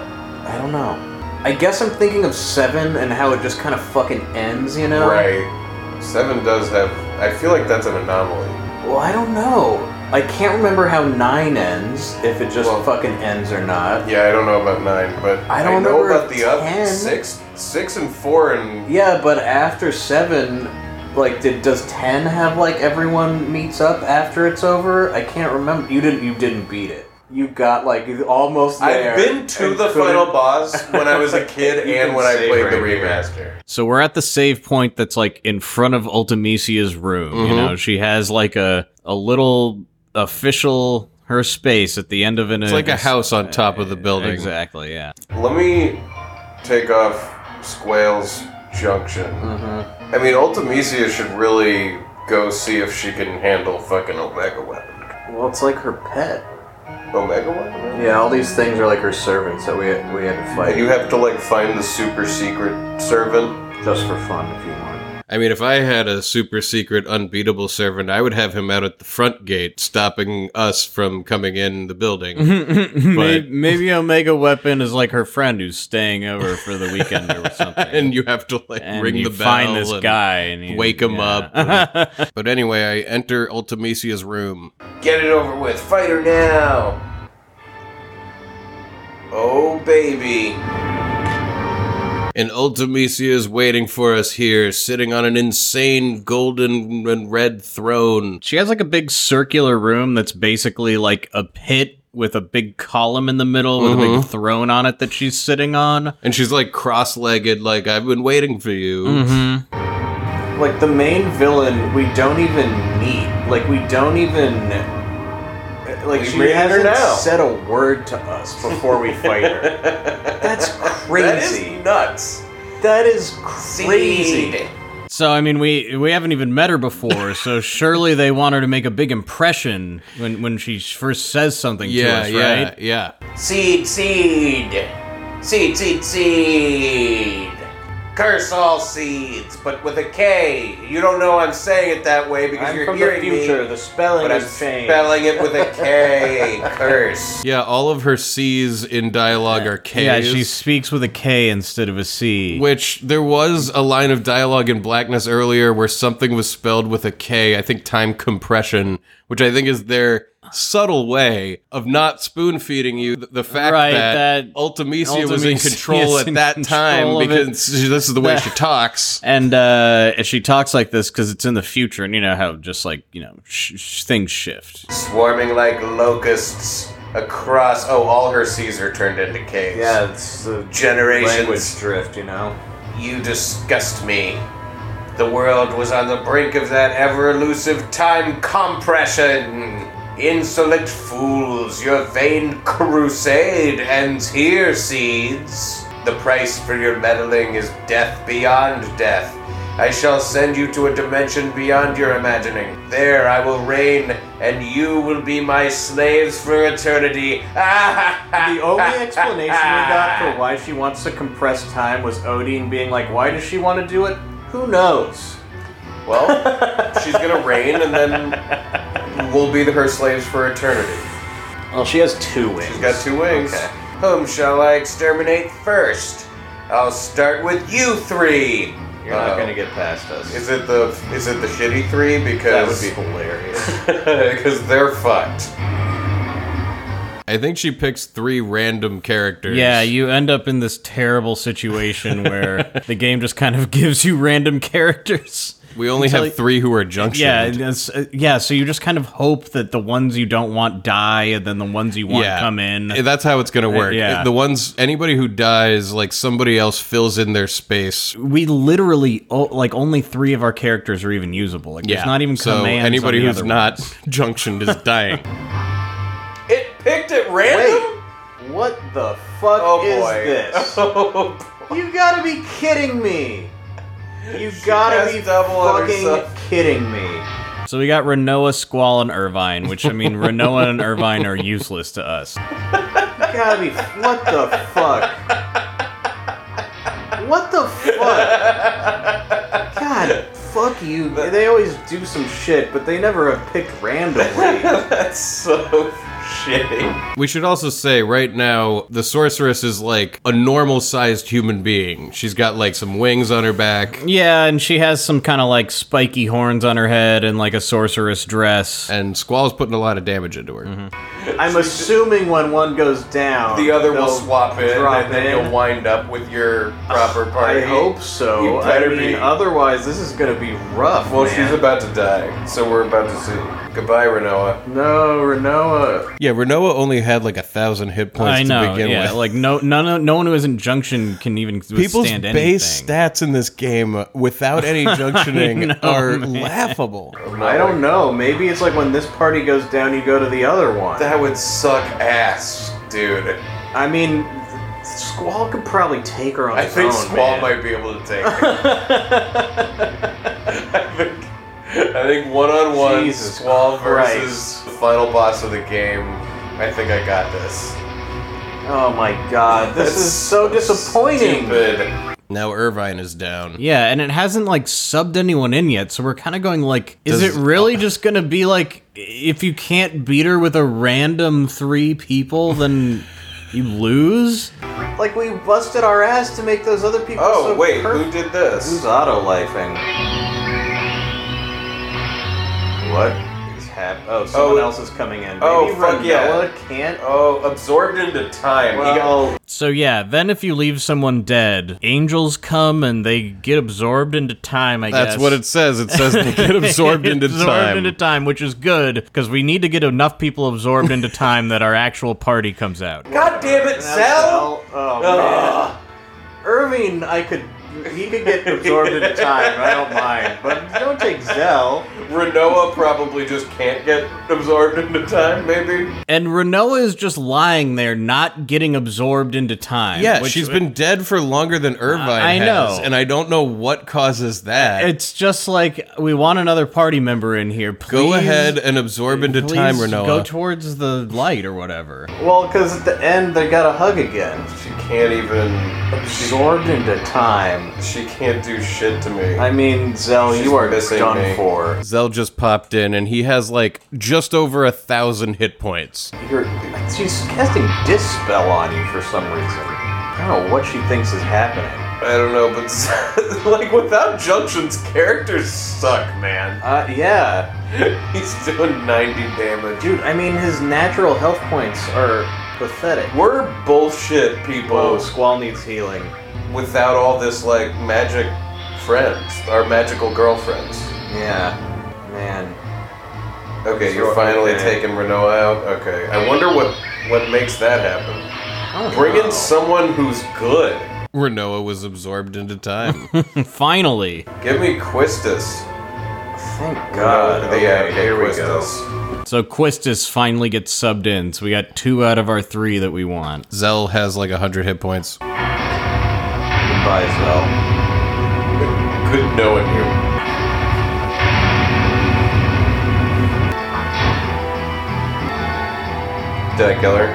S11: I don't know. I guess I'm thinking of Seven and how it just kind of fucking ends, you know?
S2: Right. Seven does have. I feel like that's an anomaly.
S11: Well, I don't know. I can't remember how Nine ends. If it just
S2: Well-
S11: fucking ends or not.
S2: Yeah, I don't know about nine, but
S11: I don't
S2: know
S11: remember
S2: about the
S11: ten.
S2: up six, six and four, and
S11: Yeah, but after seven, like, did does ten have like everyone meets up after it's over? I can't remember. You didn't. You didn't beat it. You got like almost there.
S2: I've been to
S11: and
S2: the
S11: couldn't-
S2: final boss when I
S11: [laughs]
S2: was a kid
S11: You
S2: and
S11: can
S2: when I
S11: save
S2: played
S11: right
S2: the
S11: here.
S2: remaster.
S1: So we're at the save point that's like in front of Ultimisia's room.
S13: Mm-hmm.
S1: You know, she has like a a little official her space at the end of an. Eh,
S13: It's like a house on top of the building.
S1: Exactly. Yeah.
S2: Let me take off Squale's Junction.
S13: Mm-hmm.
S2: I mean, Ultimisia should really go see if she can handle fucking Omega Weapon.
S11: Well, it's like her pet.
S2: Omega Weapon?
S11: Yeah, all these things are like her servants that we we had to
S2: And
S11: fight
S2: you have to, like, find the super secret servant.
S11: just for fun, if
S1: [laughs]
S11: you want.
S13: I mean, if I had a super secret, unbeatable servant, I would have him out at the front gate, stopping us from coming in the
S1: [laughs]
S13: building.
S1: maybe, maybe Omega Weapon is like her friend who's staying over for
S13: [laughs]
S1: the weekend or something.
S13: and you have to like
S1: And
S13: ring
S1: you
S13: the bell.
S1: find this
S13: and-
S1: guy and you-
S13: wake him
S1: yeah.
S13: up
S1: [laughs]
S13: and- but anyway, I enter Ultimisia's room.
S2: Get it over with. Fight her now. Oh, baby.
S13: And Ultimisia is waiting for us here, sitting on an insane golden and red throne.
S1: She has like a big circular room that's basically like a pit with a big column in the middle with a
S2: Mm-hmm.
S1: big throne on it that she's sitting on.
S13: And she's like cross legged, like, I've been waiting for you.
S1: Mm-hmm.
S2: Mm-hmm.
S11: Like the main villain, we don't even meet. Like we don't even. Like
S2: We
S11: she
S2: meet her
S11: hasn't
S2: now.
S11: said a word to us before we fight her.
S2: [laughs]
S11: That's crazy.
S2: That is nuts.
S11: That is crazy.
S1: So I mean we we haven't even met her before, so surely they want her to make a big impression when when she first says something to
S13: Yeah,
S1: us,
S13: yeah,
S1: right?
S13: yeah.
S2: Seed, seed. Seed, seed, seed. Curse all seeds, but with a K. You don't know I'm saying it that way because
S11: I'm
S2: you're
S11: from the
S2: hearing
S11: future.
S2: me.
S11: The spelling
S2: But I'm
S11: has changed.
S2: spelling it with a K.
S11: [laughs]
S2: Curse.
S13: Yeah, all of her C's in dialogue are K's.
S1: Yeah, she speaks with a K instead of a C.
S13: Which there was a line of dialogue in Blackness earlier where something was spelled with a K, I think time compression, which I think is their subtle way of not spoon feeding you th- the fact
S1: Right,
S13: that,
S1: that
S13: Ultimisia was in
S1: Ultimisia's
S13: control at
S1: in
S13: that time
S1: control of it.
S13: because she- this is the way
S1: [laughs]
S13: she talks.
S1: And uh, she talks like this because it's in the future, and you know how just like you know sh- sh- things shift.
S2: Swarming like locusts across. Oh, all her C's are turned into K's.
S11: Yeah, it's the language
S2: Generations.
S11: drift, you know.
S2: You disgust me. The world was on the brink of that ever elusive time compression. Insolent fools, your vain crusade ends here, seeds. The price for your meddling is death beyond death. I shall send you to a dimension beyond your imagining. There I will reign, and you will be my slaves for eternity. [laughs]
S11: The only explanation we got for why she wants to compress time was Odin being like, why does she want to do it? Who knows?
S2: Well, she's gonna reign, and then we'll be her slaves for eternity.
S11: Well, Oh, she has two wings.
S2: She's got two wings.
S11: Okay.
S2: Whom shall I exterminate first? I'll start with you three.
S11: You're not
S2: Uh,
S11: gonna get past us.
S2: Is it the is it the shitty three?
S11: that would
S2: Because
S11: be hilarious.
S2: [laughs]
S11: [laughs]
S2: because they're fucked.
S14: I think she picks three random characters.
S1: Yeah, you end up in this terrible
S2: [laughs]
S1: situation where the game just kind of gives you random characters.
S14: we only have
S1: Until-
S14: three who are junctioned.
S1: [laughs] Yeah, and it's, uh, yeah. So you just kind of hope that the ones you don't want die, and then the ones you want come in.
S14: Eh, That's how it's going to work.
S1: yeah.
S14: The ones anybody who dies, like somebody else fills in their space.
S1: we literally o like only three of our characters are even usable. Like,
S14: Yeah.
S1: there's not even
S14: so
S1: commands. on
S14: anybody
S1: the
S14: who's
S1: other
S14: not
S1: ones.
S14: [laughs] junctioned is dying.
S2: [laughs] It picked at
S11: Wait,
S2: random.
S11: what the fuck
S2: Oh
S11: is
S2: boy!
S11: this?
S2: [laughs] Oh,
S11: You gotta be kidding me! You
S2: She
S11: gotta
S2: cast
S11: be
S2: double on
S11: fucking
S2: herself.
S11: kidding me!
S1: So we got Renoa, Squall, and Irvine. Which I mean, Renoa and Irvine are useless to us.
S11: You gotta be. What the fuck? What the fuck? God, fuck you. They always do some shit, but they never have picked randomly.
S2: [laughs] that's so shitty.
S14: We should also say right now the sorceress is like a normal sized human being. She's got like some wings on her back
S1: Yeah, and she has some kind of like spiky horns on her head and like a sorceress dress.
S14: and Squall's putting a lot of damage into
S1: Mm-hmm.
S14: her.
S11: I'm assuming when one goes down,
S2: The other will
S11: Um, they'll
S2: swap in,
S11: drop
S2: and then
S11: in.
S2: you'll wind up with your proper party.
S11: I hope
S2: You
S11: so. I
S2: better
S11: mean,
S2: be.
S11: otherwise this is gonna be rough.
S2: Well,
S11: man.
S2: she's about to die, so we're about to see. Goodbye, Renoa.
S11: no Renoa.
S14: Yeah, Oh, Renoa only had like a thousand hit points
S1: I know.
S14: to begin
S1: yeah,
S14: with.
S1: like no, no, no, no one who is in Junction can even withstand
S14: People's base
S1: anything.
S14: stats in this game uh, without
S1: [laughs]
S14: any junctioning
S1: know,
S14: are
S1: man.
S14: laughable.
S11: I don't know. Maybe it's like when this party goes down, you go to the other one.
S2: That would suck ass, dude.
S11: I mean, Squall could probably take her on
S2: I
S11: his
S2: think
S11: own,
S2: Squall
S11: man.
S2: might be able to take it. [laughs] I think, I think one on one,
S11: Jesus
S2: Squall
S11: Christ.
S2: versus the final boss of the game. I think I got this.
S11: Oh my god, this
S2: That's
S11: is so disappointing.
S2: Stupid.
S14: Now Irvine is down.
S1: Yeah, and it hasn't like subbed anyone in yet, so we're kind of going like, is
S14: Does- uh,
S1: it really just gonna be like, if you can't beat her with a random three people, then you lose?
S11: Like we busted our ass to make those other people
S2: Oh
S11: so
S2: wait,
S11: perfect.
S2: who did this?
S11: Who's auto lifing? What is happening? Oh, someone else is coming in. Maybe
S2: Oh, fuck
S11: Renoa
S2: yeah.
S11: can't.
S2: Oh, absorbed into time. He got-
S11: Well,
S1: So yeah, then if you leave someone dead, angels come and they get absorbed into time. I
S14: That's
S1: guess
S14: what it says. It says they
S1: [laughs]
S14: get absorbed into
S1: absorbed
S14: time.
S1: into time, which is good because we need to get enough people absorbed into time that our actual party comes out.
S2: God damn it,
S11: now
S2: Zell!
S11: Zell- Oh man, Irving, I could. He could get absorbed into time. I don't mind, but don't take Zell.
S2: Renoa probably just can't get absorbed into time, maybe?
S1: And Renoa is just lying there, not getting absorbed into time.
S14: Yeah,
S1: which-
S14: she's been dead for longer than Irvine
S1: I
S14: has,
S1: know.
S14: and I don't know what causes that.
S1: It's just like we want another party member in here. Please,
S14: Go ahead and absorb into
S1: please
S14: time, Renoa.
S1: Go towards the light or whatever.
S11: Well, because at the end they got a hug again.
S2: She can't even. She,
S11: Absorbed into time.
S2: she can't do shit to me.
S11: I mean, Zell,
S2: She's
S11: you are
S2: missing
S11: done
S2: me.
S11: for.
S14: Zell just popped in, and he has like just over a thousand hit points.
S11: You're, she's casting dispel on you for some reason. I don't know what she thinks is happening.
S2: I don't know, but [laughs] like without junctions, characters suck, man. [laughs]
S11: Uh, yeah,
S2: He's doing 90 damage.
S11: dude. I mean, his natural health points are pathetic.
S2: We're bullshit
S11: Whoa,
S2: people
S11: oh, Squall needs healing.
S2: without all this like magic friends, our magical girlfriends.
S11: Yeah, man.
S2: Okay, you're finally
S11: Okay.
S2: taking Renoa out. Okay, I wonder what what makes that happen.
S11: Oh,
S2: Bring in someone who's good.
S14: Renoa was absorbed into time.
S1: Finally.
S2: [laughs] Give me Quistis.
S11: Thank God.
S2: Uh,
S11: Okay,
S2: yeah, okay,
S11: here we go.
S2: Quistis.
S1: So Quistis finally gets subbed in, so we got two out of our three that we want.
S14: Zell has like a hundred hit points.
S11: Goodbye, Zell.
S2: Good knowing you. Did I kill her?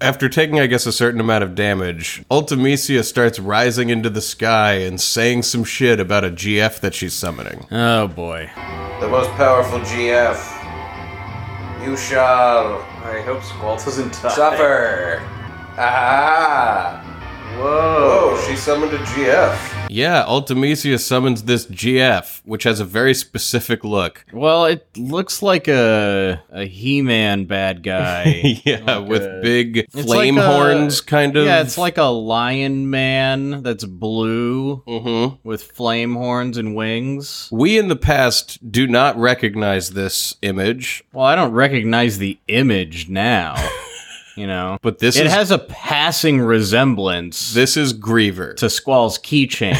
S14: After taking, I guess, a certain amount of damage, Ultimisia starts rising into the sky and saying some shit about a GF that she's summoning.
S1: Oh boy.
S2: The most powerful GF. You shall
S11: I hope Squall doesn't die.
S2: suffer. Ah!
S11: Whoa.
S2: Oh, she summoned a GF. Yeah, Ultimisia summons this GF, which has a very specific
S1: [laughs]
S2: look.
S1: Well, it looks like a a He-Man bad guy.
S2: [laughs] yeah, with big
S1: oh, like
S2: flame
S1: a-
S2: horns, kind of.
S1: yeah, it's like a lion man that's blue
S2: hmm
S1: with flame horns and wings.
S2: We in the past do not recognize this image,
S1: Well, I don't recognize the
S2: [laughs]
S1: image now. you know,
S2: but this
S1: it
S2: is
S1: has a passing resemblance
S2: this is Griever.
S1: to Squall's keychain,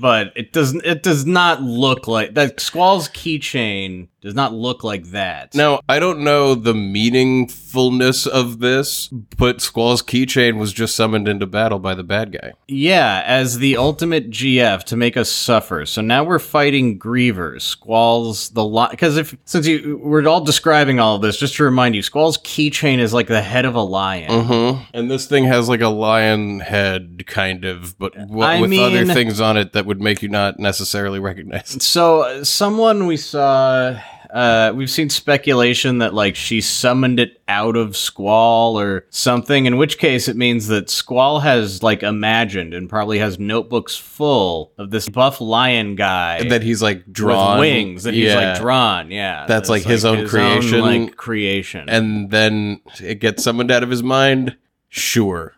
S1: but it doesn't. It does not look like that. Squall's keychain does not look like that.
S2: Now, I don't know the meaningfulness of this, but Squall's keychain was just summoned into battle by the bad guy.
S1: Yeah, as the ultimate GF to make us suffer. So now we're fighting Grievers, Squall's the lot. Because if since you we're all describing all of this, just to remind you, Squall's keychain is like the head of a lion.
S2: Mm-hmm. And this thing has like a lion head, kind of, but w-
S1: I
S2: with other
S1: mean-
S2: things on it that would make you not necessarily
S1: [laughs]
S2: recognize it.
S1: So uh, someone we saw. Uh, we've seen speculation that like she summoned it out of Squall or something, in which case it means that Squall has like imagined and probably has notebooks full of this buff lion guy
S2: That he's like drawn
S1: with wings that he's
S2: Yeah.
S1: like drawn. Yeah,
S2: That's, like, his own creation.
S1: like creation.
S2: and then it gets summoned out of his mind. Sure,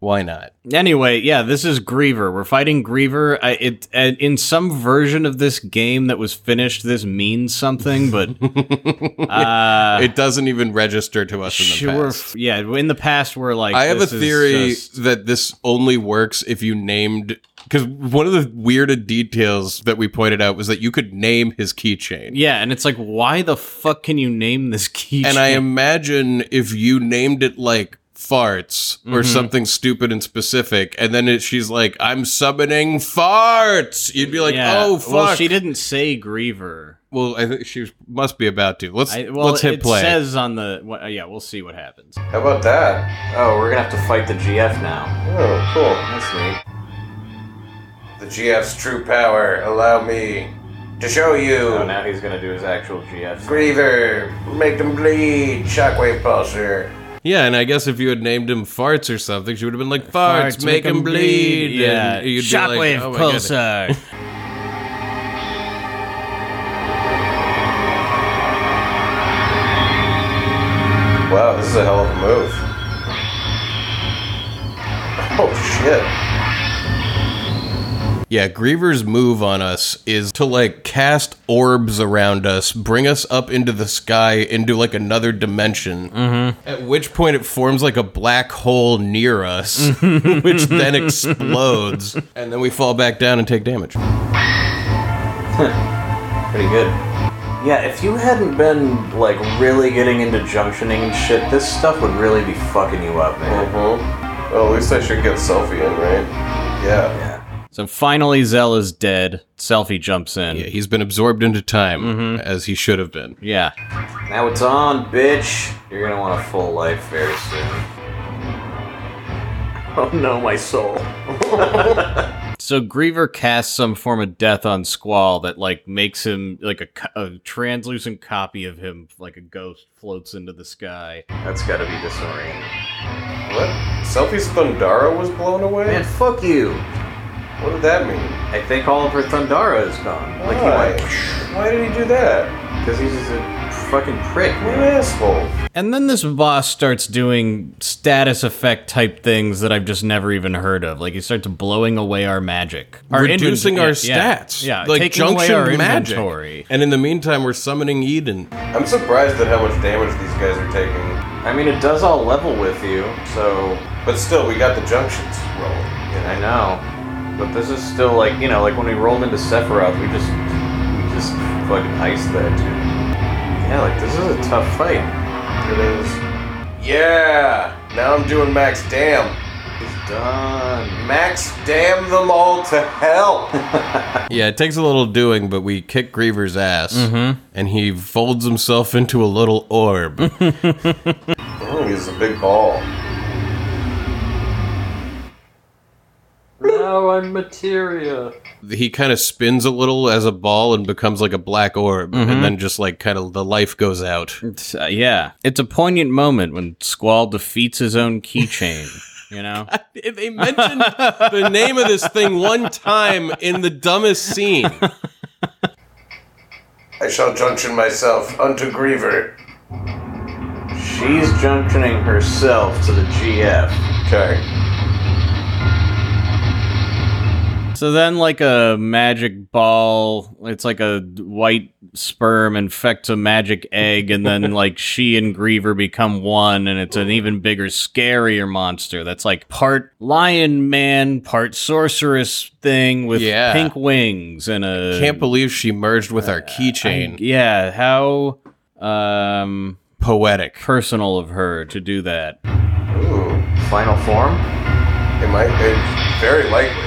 S2: why not?
S1: anyway, yeah, this is Griever. We're fighting Griever. I, it and in some version of this game that was finished, this means
S2: [laughs]
S1: something, but uh,
S2: it doesn't even register to us in the
S1: sure,
S2: past.
S1: yeah. In the past, we're like,
S2: I have a
S1: this is
S2: theory
S1: just-
S2: that this only works if you named because one of the weirded details that we pointed out was that you could name his keychain.
S1: yeah, and it's like, why the fuck can you name this [laughs] keychain?
S2: And I imagine if you named it like farts or
S1: Mhm.
S2: something stupid and specific, and then it, she's like, "I'm summoning farts," you'd be like,
S1: Yeah.
S2: "Oh fuck!"
S1: Well, she didn't say Griever.
S2: Well, I think she must be about to. Let's
S1: I, well,
S2: let's hit
S1: it
S2: play.
S1: says on the. Well, yeah, we'll see what happens.
S4: How about that?
S3: Oh, we're gonna have to fight the GF now.
S4: Oh, cool.
S3: That's neat.
S4: The GF's true power. Allow me to show you.
S3: So now he's gonna do his actual GF.
S4: Griever, make them bleed. Shockwave pulser.
S2: Yeah, and I guess if you had named him Farts or something, she would have been like, Farts, make, him bleed.
S1: Yeah,
S2: And you'd be like,
S1: shockwave
S2: "Oh my God."
S1: pulsar. [laughs]
S4: Wow, this is a hell of a move. Oh shit.
S2: Yeah, Griever's move on us is to like cast orbs around us, bring us up into the sky, into like another dimension. Mm-hmm. At which point it forms like a black hole near us, which then explodes, and then we fall back down and take damage.
S3: Pretty good.
S4: Yeah, if you hadn't been like really getting into junctioning and shit, this stuff would really be fucking you up, man. Mm-hmm. Well, at least I should get selfie in, right? Yeah.
S1: So finally, Zell is dead. Selfie jumps in.
S2: Yeah, he's been absorbed into time as he should have been.
S1: Yeah.
S4: Now it's on, bitch. You're gonna want a full life very soon.
S3: [laughs] Oh no, my
S4: [laughs]
S3: soul.
S1: So Griever casts some form of death on Squall that like makes him like a, co- a translucent copy of him, like a ghost floats into the sky.
S4: That's gotta be disorienting.
S15: What? Selfie's Thundara was blown away?
S4: Man, fuck you.
S15: What did that mean?
S4: I think all of her Thundara is gone. Like he
S15: Why?
S4: went
S15: Why did he do that?
S4: because he's just a fucking prick,
S15: What an
S4: man.
S15: asshole.
S1: And then this boss starts doing status effect type things that I've just never even heard of. Like he starts blowing away our magic, our
S2: reducing
S1: inven-
S2: our
S1: yeah,
S2: stats.
S1: Yeah, yeah,
S2: like
S1: taking away
S2: junction
S1: our
S2: magic.
S1: inventory.
S2: And in the meantime, we're summoning Eden.
S15: I'm surprised at how much damage these guys are taking.
S4: I mean, it does all level with you, so
S15: But still, we got the junctions rolling.
S4: I know. But this is still like you know, like when we rolled into Sephiroth, we just we just fucking iced that dude. Yeah, like this is a tough fight. It is.
S15: Yeah! Now I'm doing max damn.
S4: He's done.
S15: Max damn them all to hell!
S2: Yeah, it takes a little doing, but we kick Griever's ass, and he folds himself into a little [laughs] orb.
S15: oh, he's a big ball.
S3: now I'm materia.
S2: he kind of spins a little as a ball and becomes like a black orb, and then just like kind of the life goes out.
S4: [laughs]
S1: It's, uh, yeah, it's a poignant moment when Squall defeats his own keychain. you know?
S2: They [laughs] mentioned the name of this thing one time in the dumbest scene.
S11: I shall junction myself unto Griever. She's junctioning herself to the GF. Okay.
S1: So then, like a magic ball, it's like a white sperm infects a magic egg, and
S2: [laughs]
S1: then like she and Griever become one, and it's an even bigger, scarier monster that's like part lion man, part sorceress thing with
S2: Yeah.
S1: pink wings and a
S2: Can't believe she merged with our keychain.
S1: yeah. How um
S2: Poetic.
S1: personal of her to do that.
S11: Ooh, final form? It might it's very likely.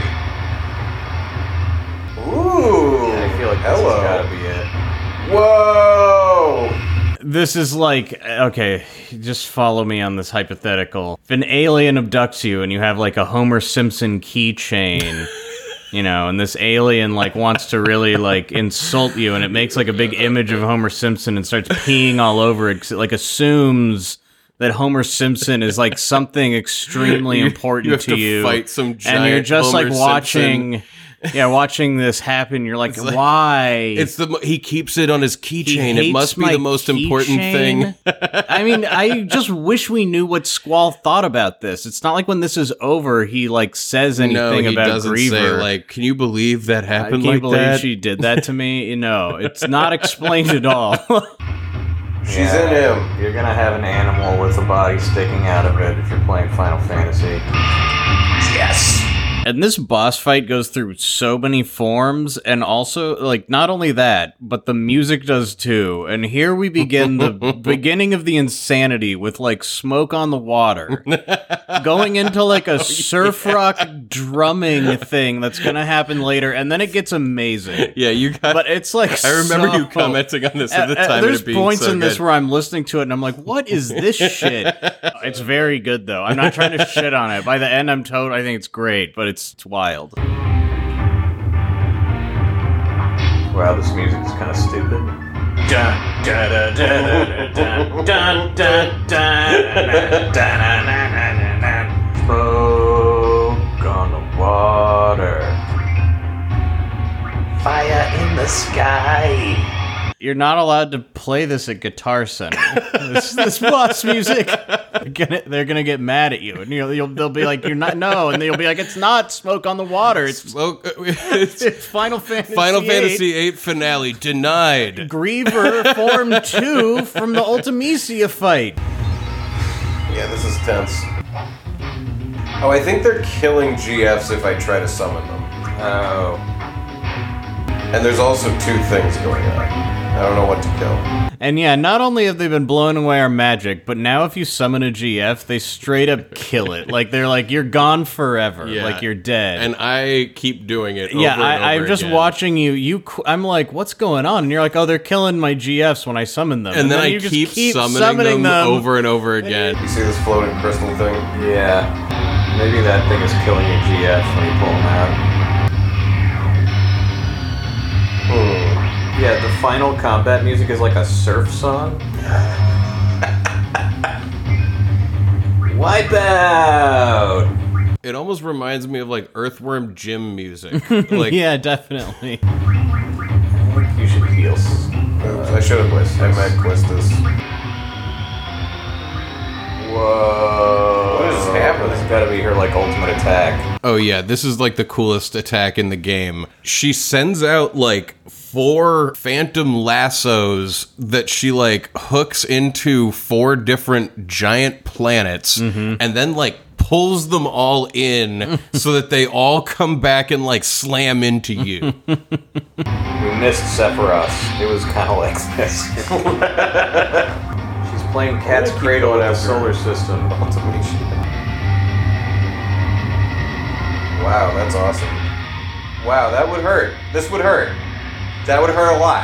S11: Ooh. I feel like hello. this has gotta be it. Whoa!
S1: This is like okay, just follow me on this hypothetical. If an alien abducts you and you have like a Homer
S2: [laughs]
S1: Simpson keychain, you know, and this alien like wants to really like insult you and it makes like a big image of Homer Simpson and starts peeing all over it 'cause it like assumes that Homer Simpson is like something extremely important
S2: you have
S1: to,
S2: to
S1: you.
S2: fight some
S1: and you're
S2: giant
S1: just
S2: Homer
S1: like watching yeah, watching this happen, you're like,
S2: like-
S1: why?
S2: It's the mo- he keeps it on his
S1: He
S2: keychain. It
S1: hates
S2: must be
S1: my
S2: the most important
S1: keychain. [laughs]
S2: thing.
S1: I mean, I just wish we knew what Squall thought about this. It's not like when this is over, he like says anything
S2: no, he
S1: about
S2: doesn't
S1: Griever.
S2: say like, "Can you believe that
S1: I
S2: happened
S1: can't
S2: like
S1: believe
S2: that?"
S1: she did that to me. No, it's not explained
S2: [laughs]
S1: at all.
S11: She's in him. You're gonna have an animal with a body sticking out of it if you're playing Final Fantasy.
S1: and this boss fight goes through so many forms, and also like not only that, but the music does too. And here we begin
S2: [laughs]
S1: the beginning of the insanity with like smoke on
S2: [laughs]
S1: the water. going into like a surf rock drumming thing that's gonna happen later, and then it gets amazing.
S2: [laughs] yeah, you got.
S1: But it's like
S2: I remember
S1: so-
S2: you commenting on this at the
S1: Uh, uh,
S2: time. and
S1: there's
S2: it being
S1: points
S2: so
S1: in this
S2: good.
S1: where I'm listening to it and I'm like, "What is
S2: [laughs]
S1: this shit?" it's very good though. I'm not trying to shit on it. By the end, I'm told I think it's great, but it's, it's wild.
S11: Wow, this music is kind of stupid.
S16: Dun, da, da, da, da, da, dun, dun, dun, dun, dun, dun, dun, dun, dun, dun.
S11: Smoke on the water. Fire in the sky.
S1: You're not allowed to play this at Guitar Center. this, this boss music, they're gonna, they're gonna get mad at you, and you'll, you'll they'll be like, "You're not no," and you'll be like, "It's not smoke on the water. It's
S2: Well, [laughs] it's
S1: it's Final Fantasy." [laughs]
S2: Final
S1: VIII.
S2: Fantasy VIII finale denied.
S1: Griever Form 2 from the Ultimisia fight.
S11: Yeah, this is tense. Oh, I think they're killing GFs if I try to summon them. Oh. And there's also two things going on. I don't know what to kill.
S1: And yeah, not only have they been blowing away our magic, but now if you summon a GF, they straight up kill it. Like they're like, you're gone forever.
S2: Yeah.
S1: Like you're dead.
S2: And I keep doing it.
S1: yeah,
S2: over and
S1: I, I'm
S2: over
S1: just
S2: again.
S1: watching you. You, qu- I'm like, what's going on? And you're like, oh, they're killing my GFs when I summon them.
S2: And, then,
S1: you
S2: I
S1: just
S2: keep, summoning, them, over and over again.
S11: You see this floating crystal thing? Yeah. Maybe that thing is killing your GF when you pull him out. Hmm. Yeah, the final combat music is like a surf [laughs] song. Wipe out!
S2: It almost reminds me of like Earthworm Jim music. Like
S1: yeah, definitely.
S11: You should heal. Oops, I should have quest. I might quest this. Whoa. What is happening? This has gotta be her like ultimate attack.
S2: Oh yeah, this is like the coolest attack in the game. She sends out like four phantom lassos that she like hooks into four different giant planets
S11: Mm-hmm.
S2: and then like pulls them all
S11: [laughs]
S2: in so that they all come back and like slam into
S11: [laughs]
S2: you.
S11: We missed Sephiroth. It was kinda [laughs] like this. She's playing Cat's Cradle in the solar system. [laughs] Wow, that's awesome. Wow, that would hurt. This would hurt. That would hurt a lot.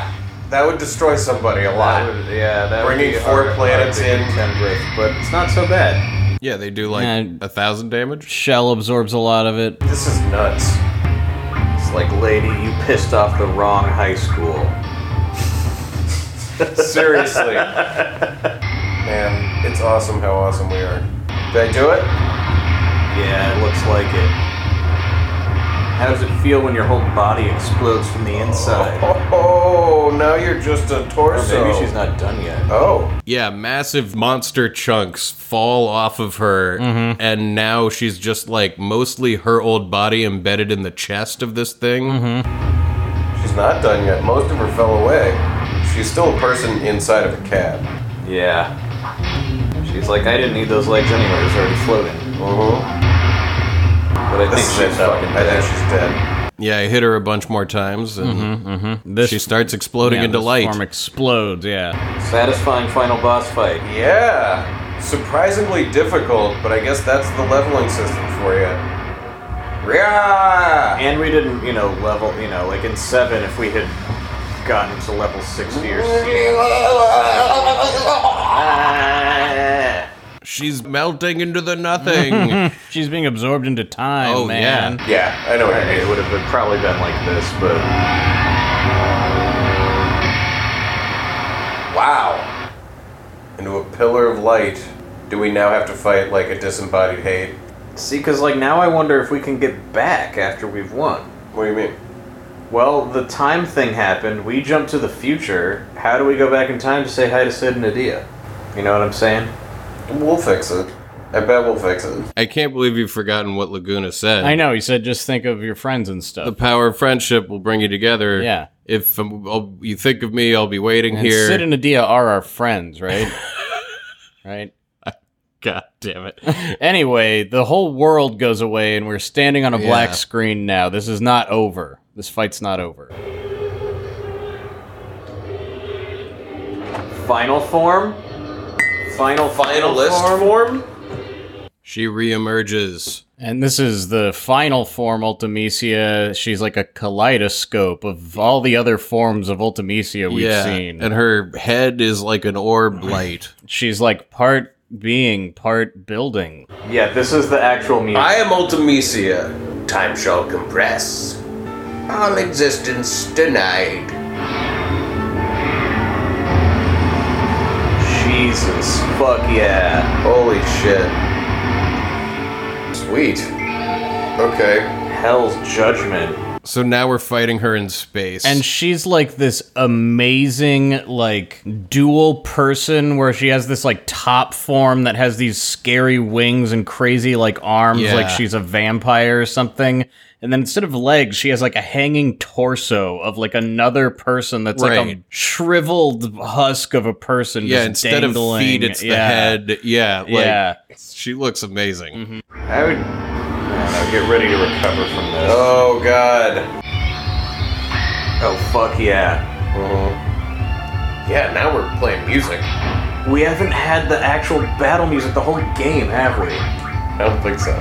S11: That would destroy somebody a lot. yeah, that
S17: would
S11: Bringing
S17: be
S11: four
S17: hard-
S11: planets
S17: hard to
S11: in, but it's not so bad.
S2: yeah, they do like
S1: Yeah.
S2: a thousand damage.
S1: Shell absorbs a lot of it.
S11: This is nuts. It's like, lady, you pissed off the wrong high school.
S2: [laughs]
S11: Seriously. Man, it's awesome how awesome we are. Did I do it? Yeah, it looks like it. How does it feel when your whole body explodes from the inside?
S4: Oh, now you're just a
S11: Or
S4: torso.
S11: Oh, maybe she's not done yet.
S4: Oh,
S2: Yeah, massive monster chunks fall off of her,
S4: Mm-hmm.
S2: and now she's just like mostly her old body embedded in the chest of this thing.
S4: Mm-hmm. she's not done yet. Most of her fell away. She's still a person inside of a
S2: [laughs]
S4: cab.
S11: Yeah. She's like, I didn't need those legs anyway. It was already floating.
S4: Mm-hmm.
S11: But I think
S4: This
S11: she's
S4: shit's fucking.
S11: Uh-huh. fucking
S4: I think
S11: dead.
S4: she's dead. Mm-hmm,
S2: Yeah, I hit her a bunch more times, and
S1: This
S2: she starts exploding
S1: yeah,
S2: into
S1: this
S2: light.
S1: Form explodes. Yeah.
S11: Satisfying final boss fight.
S4: Yeah, surprisingly difficult, but I guess that's the leveling system for you. Yeah.
S11: And we didn't, you know, level, you know, like in 7, if we had gotten to level 60 or
S2: [laughs] She's melting into the
S1: [laughs]
S2: nothing.
S1: She's being absorbed into time.
S2: Oh,
S1: man.
S4: Yeah, I know what you
S11: It
S4: mean.
S11: would have been, probably been like this, but
S4: Wow. Into a pillar of light. Do we now have to fight like a disembodied hate?
S11: see, because like now I wonder if we can get back after we've won.
S4: What do you mean?
S11: Well, the time thing happened. We jumped to the future. How do we go back in time to say hi to Sid and Adia? You know what I'm saying?
S4: We'll fix it. I bet we'll fix it.
S2: I can't believe you've forgotten what Laguna said.
S1: I know. He said, just think of your friends and stuff.
S2: The power of friendship will bring you together.
S1: Yeah.
S2: If um, I'll, you think of me, I'll be waiting
S1: and
S2: here.
S1: Sid and Adia are our
S2: [laughs]
S1: friends, right? right.
S2: God damn it.
S1: [laughs] Anyway, the whole world goes away, and we're standing on a
S2: Yeah.
S1: black screen now. This is not over. This fight's not over.
S11: Final form? Final, final
S4: Finalist
S11: form?
S4: form?
S2: She reemerges.
S1: And this is the final form Ultimisia. She's like a kaleidoscope of all the other forms of Ultimisia we've
S2: yeah.
S1: seen.
S2: And her head is like an orb light.
S1: She's like part being, part building.
S11: Yeah, this is the actual music.
S4: I am Ultimisia. Time shall compress. All existence denied.
S11: Jesus, fuck yeah.
S4: Holy shit. Sweet. Okay.
S11: Hell's judgment.
S2: So now we're fighting her in space.
S1: And she's like this amazing, like, dual person where she has this, like, top form that has these scary wings and crazy, like, arms,
S2: Yeah.
S1: like she's a vampire or something. And then instead of legs, she has, like, a hanging torso of, like, another person that's, like,
S2: Right.
S1: a shriveled husk of a person.
S2: yeah,
S1: just
S2: instead
S1: dangling.
S2: of feet, it's
S1: Yeah.
S2: the head. Yeah, like
S1: yeah. Mm-hmm.
S2: she looks amazing.
S11: I would I get ready to recover from this. Oh,
S4: Oh god.
S11: fuck yeah.
S4: Mhm. Yeah, now we're playing music.
S11: Mm-hmm. We haven't had the actual battle music the whole game, have we?
S4: I don't think so.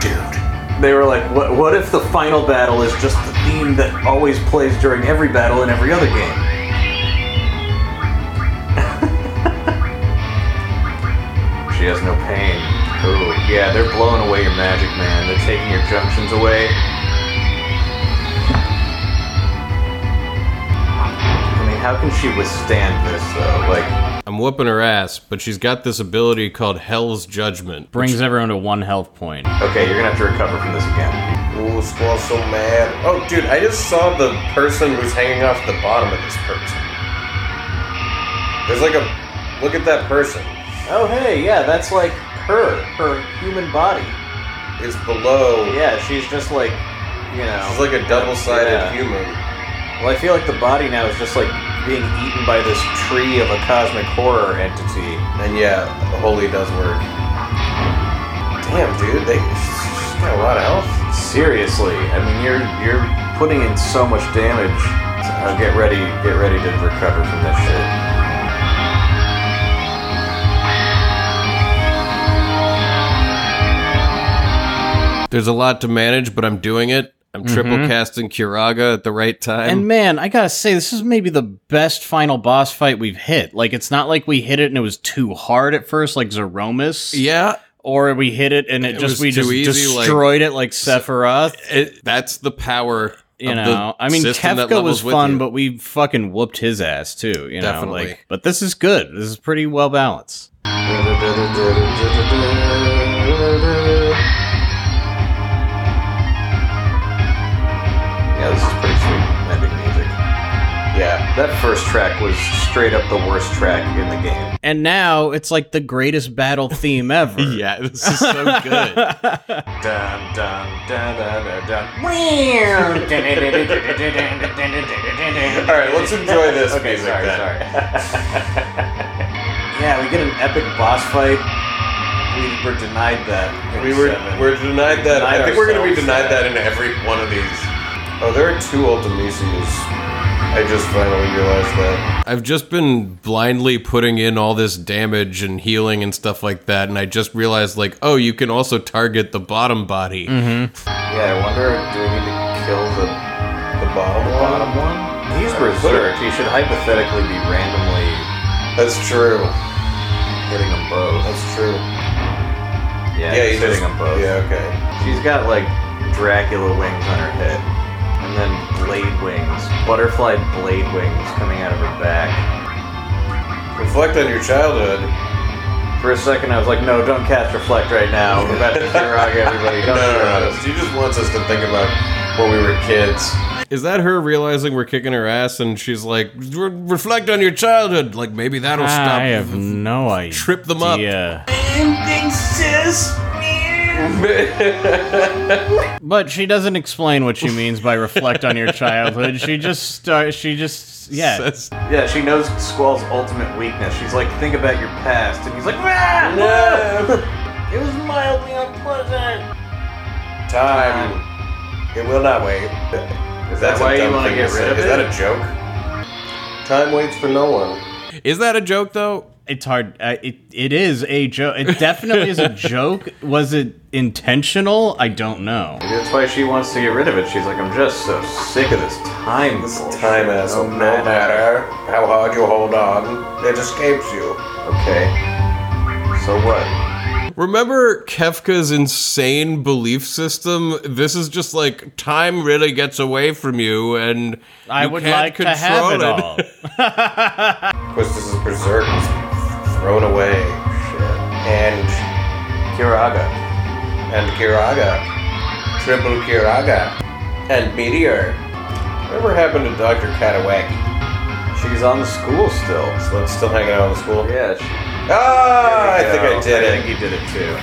S4: Dude.
S11: They were like, what, what if the final battle is just the theme that always plays during every battle in every other game? she has no pain. Ooh, yeah, they're blowing away your magic, man. They're taking your junctions away. I mean, how can she withstand this, though? Like,
S2: I'm whooping her ass, but she's got this ability called Hell's Judgment.
S1: Brings everyone to one health point.
S11: okay, you're gonna have to recover from this again.
S4: Ooh, Squall's so mad. Oh, dude, I just saw the person who's hanging off the bottom of this person. There's like a. Look at that person.
S11: Oh, hey, yeah, that's like her, her human body.
S4: It's below.
S11: Yeah, she's just like, you
S4: She's
S11: know.
S4: like a double sided
S11: Yeah.
S4: human.
S11: Well, I feel like the body now is just like being eaten by this tree of a cosmic horror entity.
S4: And yeah, holy does work. Damn, dude, they she's got a lot of health.
S11: Seriously, I mean, you're you're putting in so much damage. Uh, get ready, get ready to recover from this shit.
S2: There's a lot to manage, but I'm doing it. I'm triple casting Kiraga at the right time.
S1: Mm-hmm. And man, I gotta say, this is maybe the best final boss fight we've hit. Like, it's not like we hit it and it was too hard at first, like Zeromus,
S2: yeah,
S1: or we hit it and it,
S2: It was
S1: just we
S2: too
S1: just
S2: easy, like-
S1: destroyed it like Sephiroth.
S2: it, that's the power.
S1: You
S2: of the
S1: know, I mean,
S2: system that
S1: Kefka
S2: levels
S1: was
S2: with
S1: fun,
S2: you.
S1: but we fucking whooped his ass too. You know,
S2: Definitely.
S1: like, but this is good. This is pretty well balanced.
S4: Yeah, this is pretty sweet.
S11: ending music.
S4: Yeah,
S11: That first track was straight up the worst track in the game.
S1: And now it's like the greatest battle theme ever.
S2: [laughs] [laughs] Yeah, this is so good.
S1: [laughs]
S4: dun dun dun dun dun. dun.
S1: Mm-hmm.
S4: All right, let's enjoy this music
S11: sorry,
S4: then.
S11: [laughs] Yeah, we get an epic boss fight. We were denied that. in
S4: We were
S11: seven.
S4: we're denied that. I
S11: Denied
S4: think we're going to be
S11: ourselves
S4: denied
S11: that.
S4: that in every one of these. Oh, there are two Ultimismus. I just finally realized that.
S2: I've just been blindly putting in all this damage and healing and stuff like that, and I just realized, like, oh, you can also target the bottom body.
S11: Yeah, I wonder, do we need to kill the
S4: The bottom
S11: the
S4: one.
S11: bottom one? He's berserk. He should hypothetically be randomly
S4: That's true.
S11: hitting them both.
S4: That's true.
S11: Yeah,
S4: yeah, you
S11: he's
S4: just,
S11: hitting them both.
S4: Yeah, okay.
S11: She's got like Dracula wings on her head, and then blade wings, butterfly blade wings coming out of her back.
S4: Reflect on your childhood.
S11: For a second, I was like, no, don't cast reflect right now. We're about to Kirog everybody.
S4: No,
S11: Don't
S4: no, no.
S11: Kirog.
S4: She just wants us to think about when we were kids.
S2: Is that her realizing we're kicking her ass and she's like, "Re- reflect on your childhood? Like, maybe that'll
S11: Ah,
S2: stop.
S1: I have no idea.
S2: Trip them up.
S1: But she doesn't explain what she means by reflect on your childhood. She just starts. She just yeah.
S2: Says-
S11: [laughs] Yeah, she knows Squall's ultimate weakness. She's like, think about your past, and he's like, ah, it was mildly unpleasant.
S4: Time. It will not wait.
S11: Is
S4: That's
S11: that why
S4: a
S11: you
S4: dumb
S11: want to
S4: thing
S11: get
S4: say.
S11: rid of
S4: Is
S11: it?
S4: that a joke? Time waits for no one.
S2: Is that a joke, though?
S1: It's hard. Uh, it it is a joke. It definitely is a joke. Was it intentional? I don't know.
S11: That's why she wants to get rid of it. She's like, I'm just so sick of this time.
S4: This
S11: bullshit.
S4: time has no matter how hard you hold on, it escapes you.
S11: Okay. So what?
S2: Remember Kefka's insane belief system? This is just like time really gets away from you, and
S1: I
S2: you
S1: would
S2: can't
S1: like to
S2: control
S1: have it
S2: [laughs]
S1: all. [laughs]
S4: Of course, this is Berserk was thrown away. And
S11: Kiraga.
S4: and Kiraga, triple Kiraga, and Meteor. Whatever happened to Doctor Katawaki?
S11: She's on the school still.
S4: So it's still hanging out in school.
S11: Yeah, she,
S4: Ah, I think I
S11: No,
S4: did
S11: I
S4: it.
S11: think you did it too.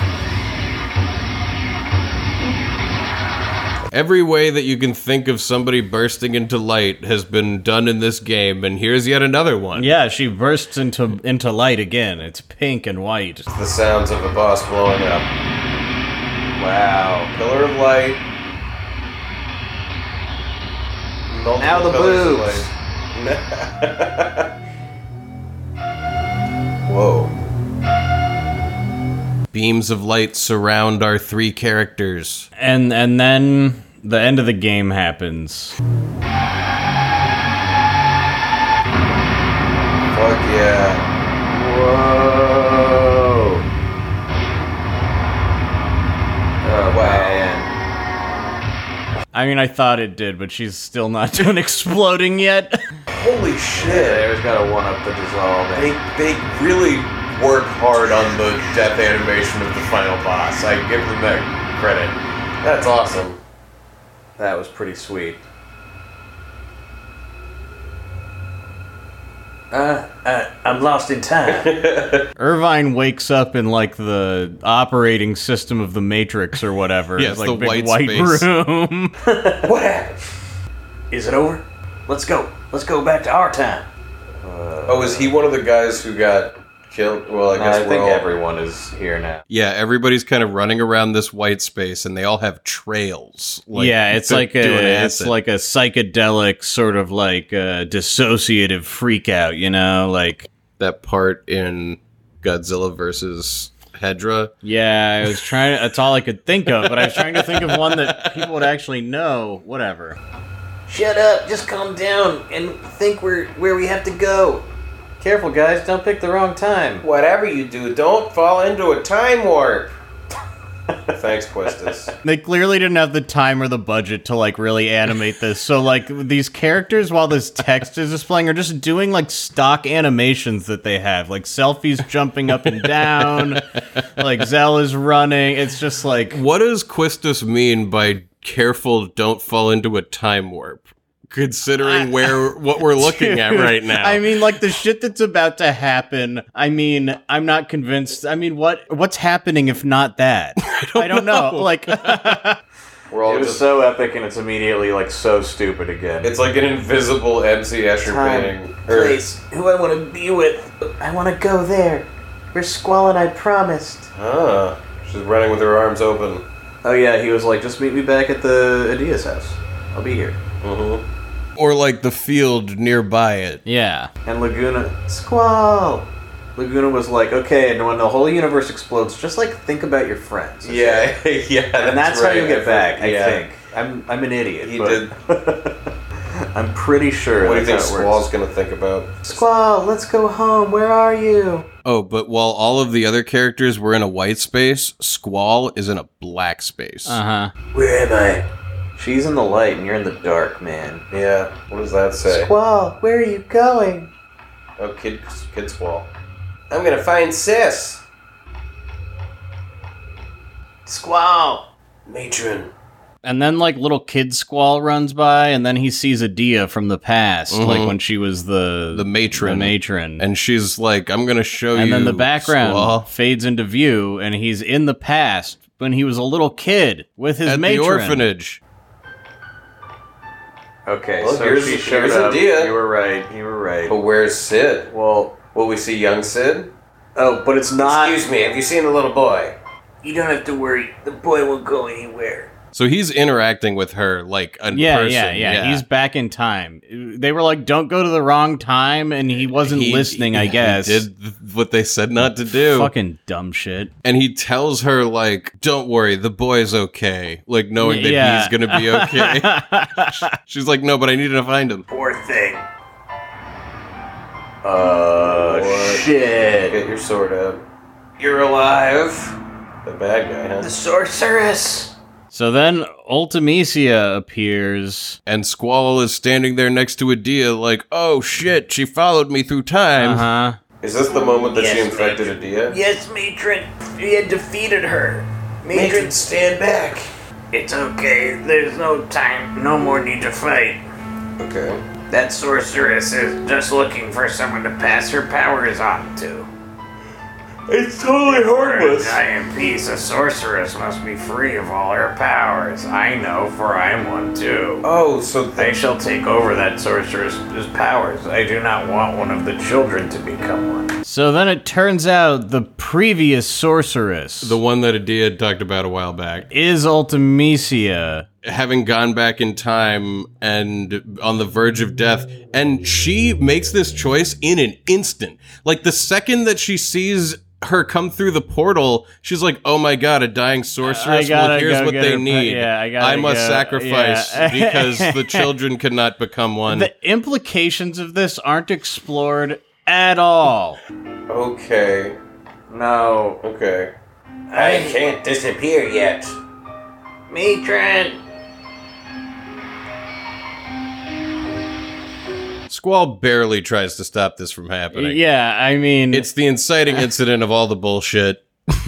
S2: Every way that you can think of somebody bursting into light has been done in this game, and here's yet another one.
S1: Yeah, she bursts into into light again. It's pink and white.
S4: The sounds of a boss blowing up. Wow. Pillar of light. Multiple
S11: Now the
S4: pillars of
S11: boobs.
S4: light. [laughs] Whoa.
S2: Beams of light surround our three characters.
S1: And and then the end of the game happens.
S4: Fuck yeah.
S11: Whoa. Oh,
S4: Wow.
S11: man.
S1: I mean, I thought it did, but she's still not [laughs] done exploding yet.
S4: Holy shit.
S11: There's got to one up the dissolve.
S4: They, they really work hard on the death animation of the final boss. I give them that credit. That's awesome.
S11: That was pretty sweet. Uh, uh, I'm lost in time.
S1: Irvine wakes up in like the operating system of the Matrix or
S2: [laughs]
S1: whatever.
S2: Yeah,
S1: It's
S2: it's
S1: like
S2: the
S1: a big
S2: white
S1: white
S2: space. [laughs]
S1: room.
S11: what happened? Is it over? Let's go. Let's go back to our time.
S4: Oh, is he one of the guys who got killed? Well, I guess
S11: I
S4: we're
S11: think
S4: all...
S11: everyone is here now.
S2: Yeah, everybody's kind of running around this white space, and they all have trails.
S1: yeah, it's
S2: they're
S1: like
S2: doing
S1: a it's
S2: acid.
S1: like a psychedelic sort of like uh dissociative freak out, you know, like
S2: that part in Godzilla versus Hedra.
S1: yeah, I was trying that's all I could think of, but I was trying to think of one that people would actually know, whatever.
S11: Shut up. Just calm down and think where where we have to go. Careful, guys. Don't pick the wrong time.
S4: Whatever you do, don't fall into a time
S11: [laughs]
S4: warp. Thanks, Questus.
S1: They clearly didn't have the time or the budget to like really animate this. So like these characters while this text is displaying are just doing like stock animations that they have, like selfies jumping up and [laughs] down, like Zell is running. It's just like
S2: What does Quistus mean by careful don't fall into a time warp considering where what we're looking at
S1: [laughs]
S11: [laughs]
S1: Dude,
S2: right now.
S1: I mean, like the shit that's about to happen. I mean, I'm not convinced. I mean, what what's happening if
S2: [laughs]
S1: not that? I don't, know. Like, [laughs]
S4: We're all
S11: It was
S4: just.
S11: so epic, and it's immediately like so stupid again.
S4: it's like an invisible MC Escher painting. Or-
S11: who I want to be with. I want to go there, where Squall and I promised.
S4: Ah, she's running with her arms open.
S11: Oh yeah, he was like, just meet me back at the Adidas house. I'll be here.
S4: Mm-hmm.
S2: or like the field nearby it.
S1: yeah,
S11: And Laguna, Squall. Laguna was like, okay, and when the whole universe explodes, just like think about your friends.
S4: Yeah, [laughs] yeah. That's
S11: and that's
S4: right.
S11: how you get back. I
S4: yeah.
S11: think. I'm I'm an idiot.
S4: He
S11: but
S4: did.
S11: [laughs] I'm pretty sure.
S4: What do you
S11: that's
S4: think
S11: how it works.
S4: Squall's gonna think about?
S11: Squall, let's go home. Where are you?
S2: Oh, but while all of the other characters were in a white space, Squall is in a black space.
S1: uh huh.
S11: Where am I? She's in the light and you're in the dark, man.
S4: Yeah. What does that say?
S11: Squall, where are you going?
S4: Oh, kid, kid Squall. I'm gonna find Sis,
S11: Squall.
S4: matron.
S1: And then like little kid squall runs by, and then he sees Adia from the past, like when she was the
S2: Mm-hmm. The matron.
S1: the matron.
S2: and she's like, "I'm gonna show you."
S1: And then the background
S2: Squall,
S1: fades into view, and he's in the past when he was a little kid with his
S2: at
S1: matron.
S2: the orphanage.
S11: Okay,
S4: Well,
S11: so
S4: here's-
S11: she showed
S4: here's
S11: up.
S4: Adia.
S11: You were right. You were right.
S4: But where's Sid?
S11: Well,
S4: Will we see young Sid?
S11: oh, but it's not.
S4: Excuse me. Have you seen the little boy?
S11: You don't have to worry. The boy won't go anywhere.
S2: So he's interacting with her like a
S1: Yeah,
S2: person.
S1: yeah, yeah, He's back in time. They were like, "Don't go to the wrong time," and he wasn't
S2: He-
S1: listening. I
S2: he
S1: guess.
S2: did th- what they said not to do.
S1: Fucking dumb shit.
S2: and he tells her like, "Don't worry, the boy's okay." Like knowing that
S1: Yeah.
S2: he's gonna be
S1: [laughs]
S2: okay. She's like, "No, but I need to find him."
S11: Poor thing. Uh,
S4: What?
S11: shit.
S4: Get your sword out. You're alive. The bad guy, huh?
S11: sorceress.
S1: so then Ultimisia appears.
S2: And Squall is standing there next to Adia, like, "Oh shit, she followed me through time."
S1: Uh huh.
S4: Uh-huh. Is this the moment that she
S11: Yes,
S4: infected Adia?
S11: Yes, matron. We had defeated her. Matron,
S4: stand back.
S11: it's okay. There's no time. No more need to fight.
S4: Okay.
S11: That sorceress is just looking for someone to pass her powers on to.
S4: It's totally
S11: Her giant piece of sorceress must be free of all her powers. I know, for I am one too.
S4: Oh, so
S11: I shall take over that sorceress's powers. I do not want one of the children to become one.
S1: So then it turns out the previous sorceress
S2: The one that Adia had talked about a while back.
S1: is Ultimisia.
S2: having gone back in time and on the verge of death and she makes this choice in an instant like the second that she sees her come through the portal she's like oh my god a dying sorceress well
S1: gotta
S2: here's
S1: go
S2: what
S1: get
S2: they
S1: her pre-
S2: need
S1: yeah, I gotta
S2: must
S1: go-
S2: sacrifice
S1: yeah." [laughs]
S2: because the children could not become one
S1: The implications of this aren't explored at all.
S4: okay,
S11: No.
S4: okay. I can't disappear yet.
S11: Matron!
S2: squall barely tries to stop this from happening
S1: Yeah, I mean,
S2: it's the inciting incident of all the bullshit
S1: [laughs]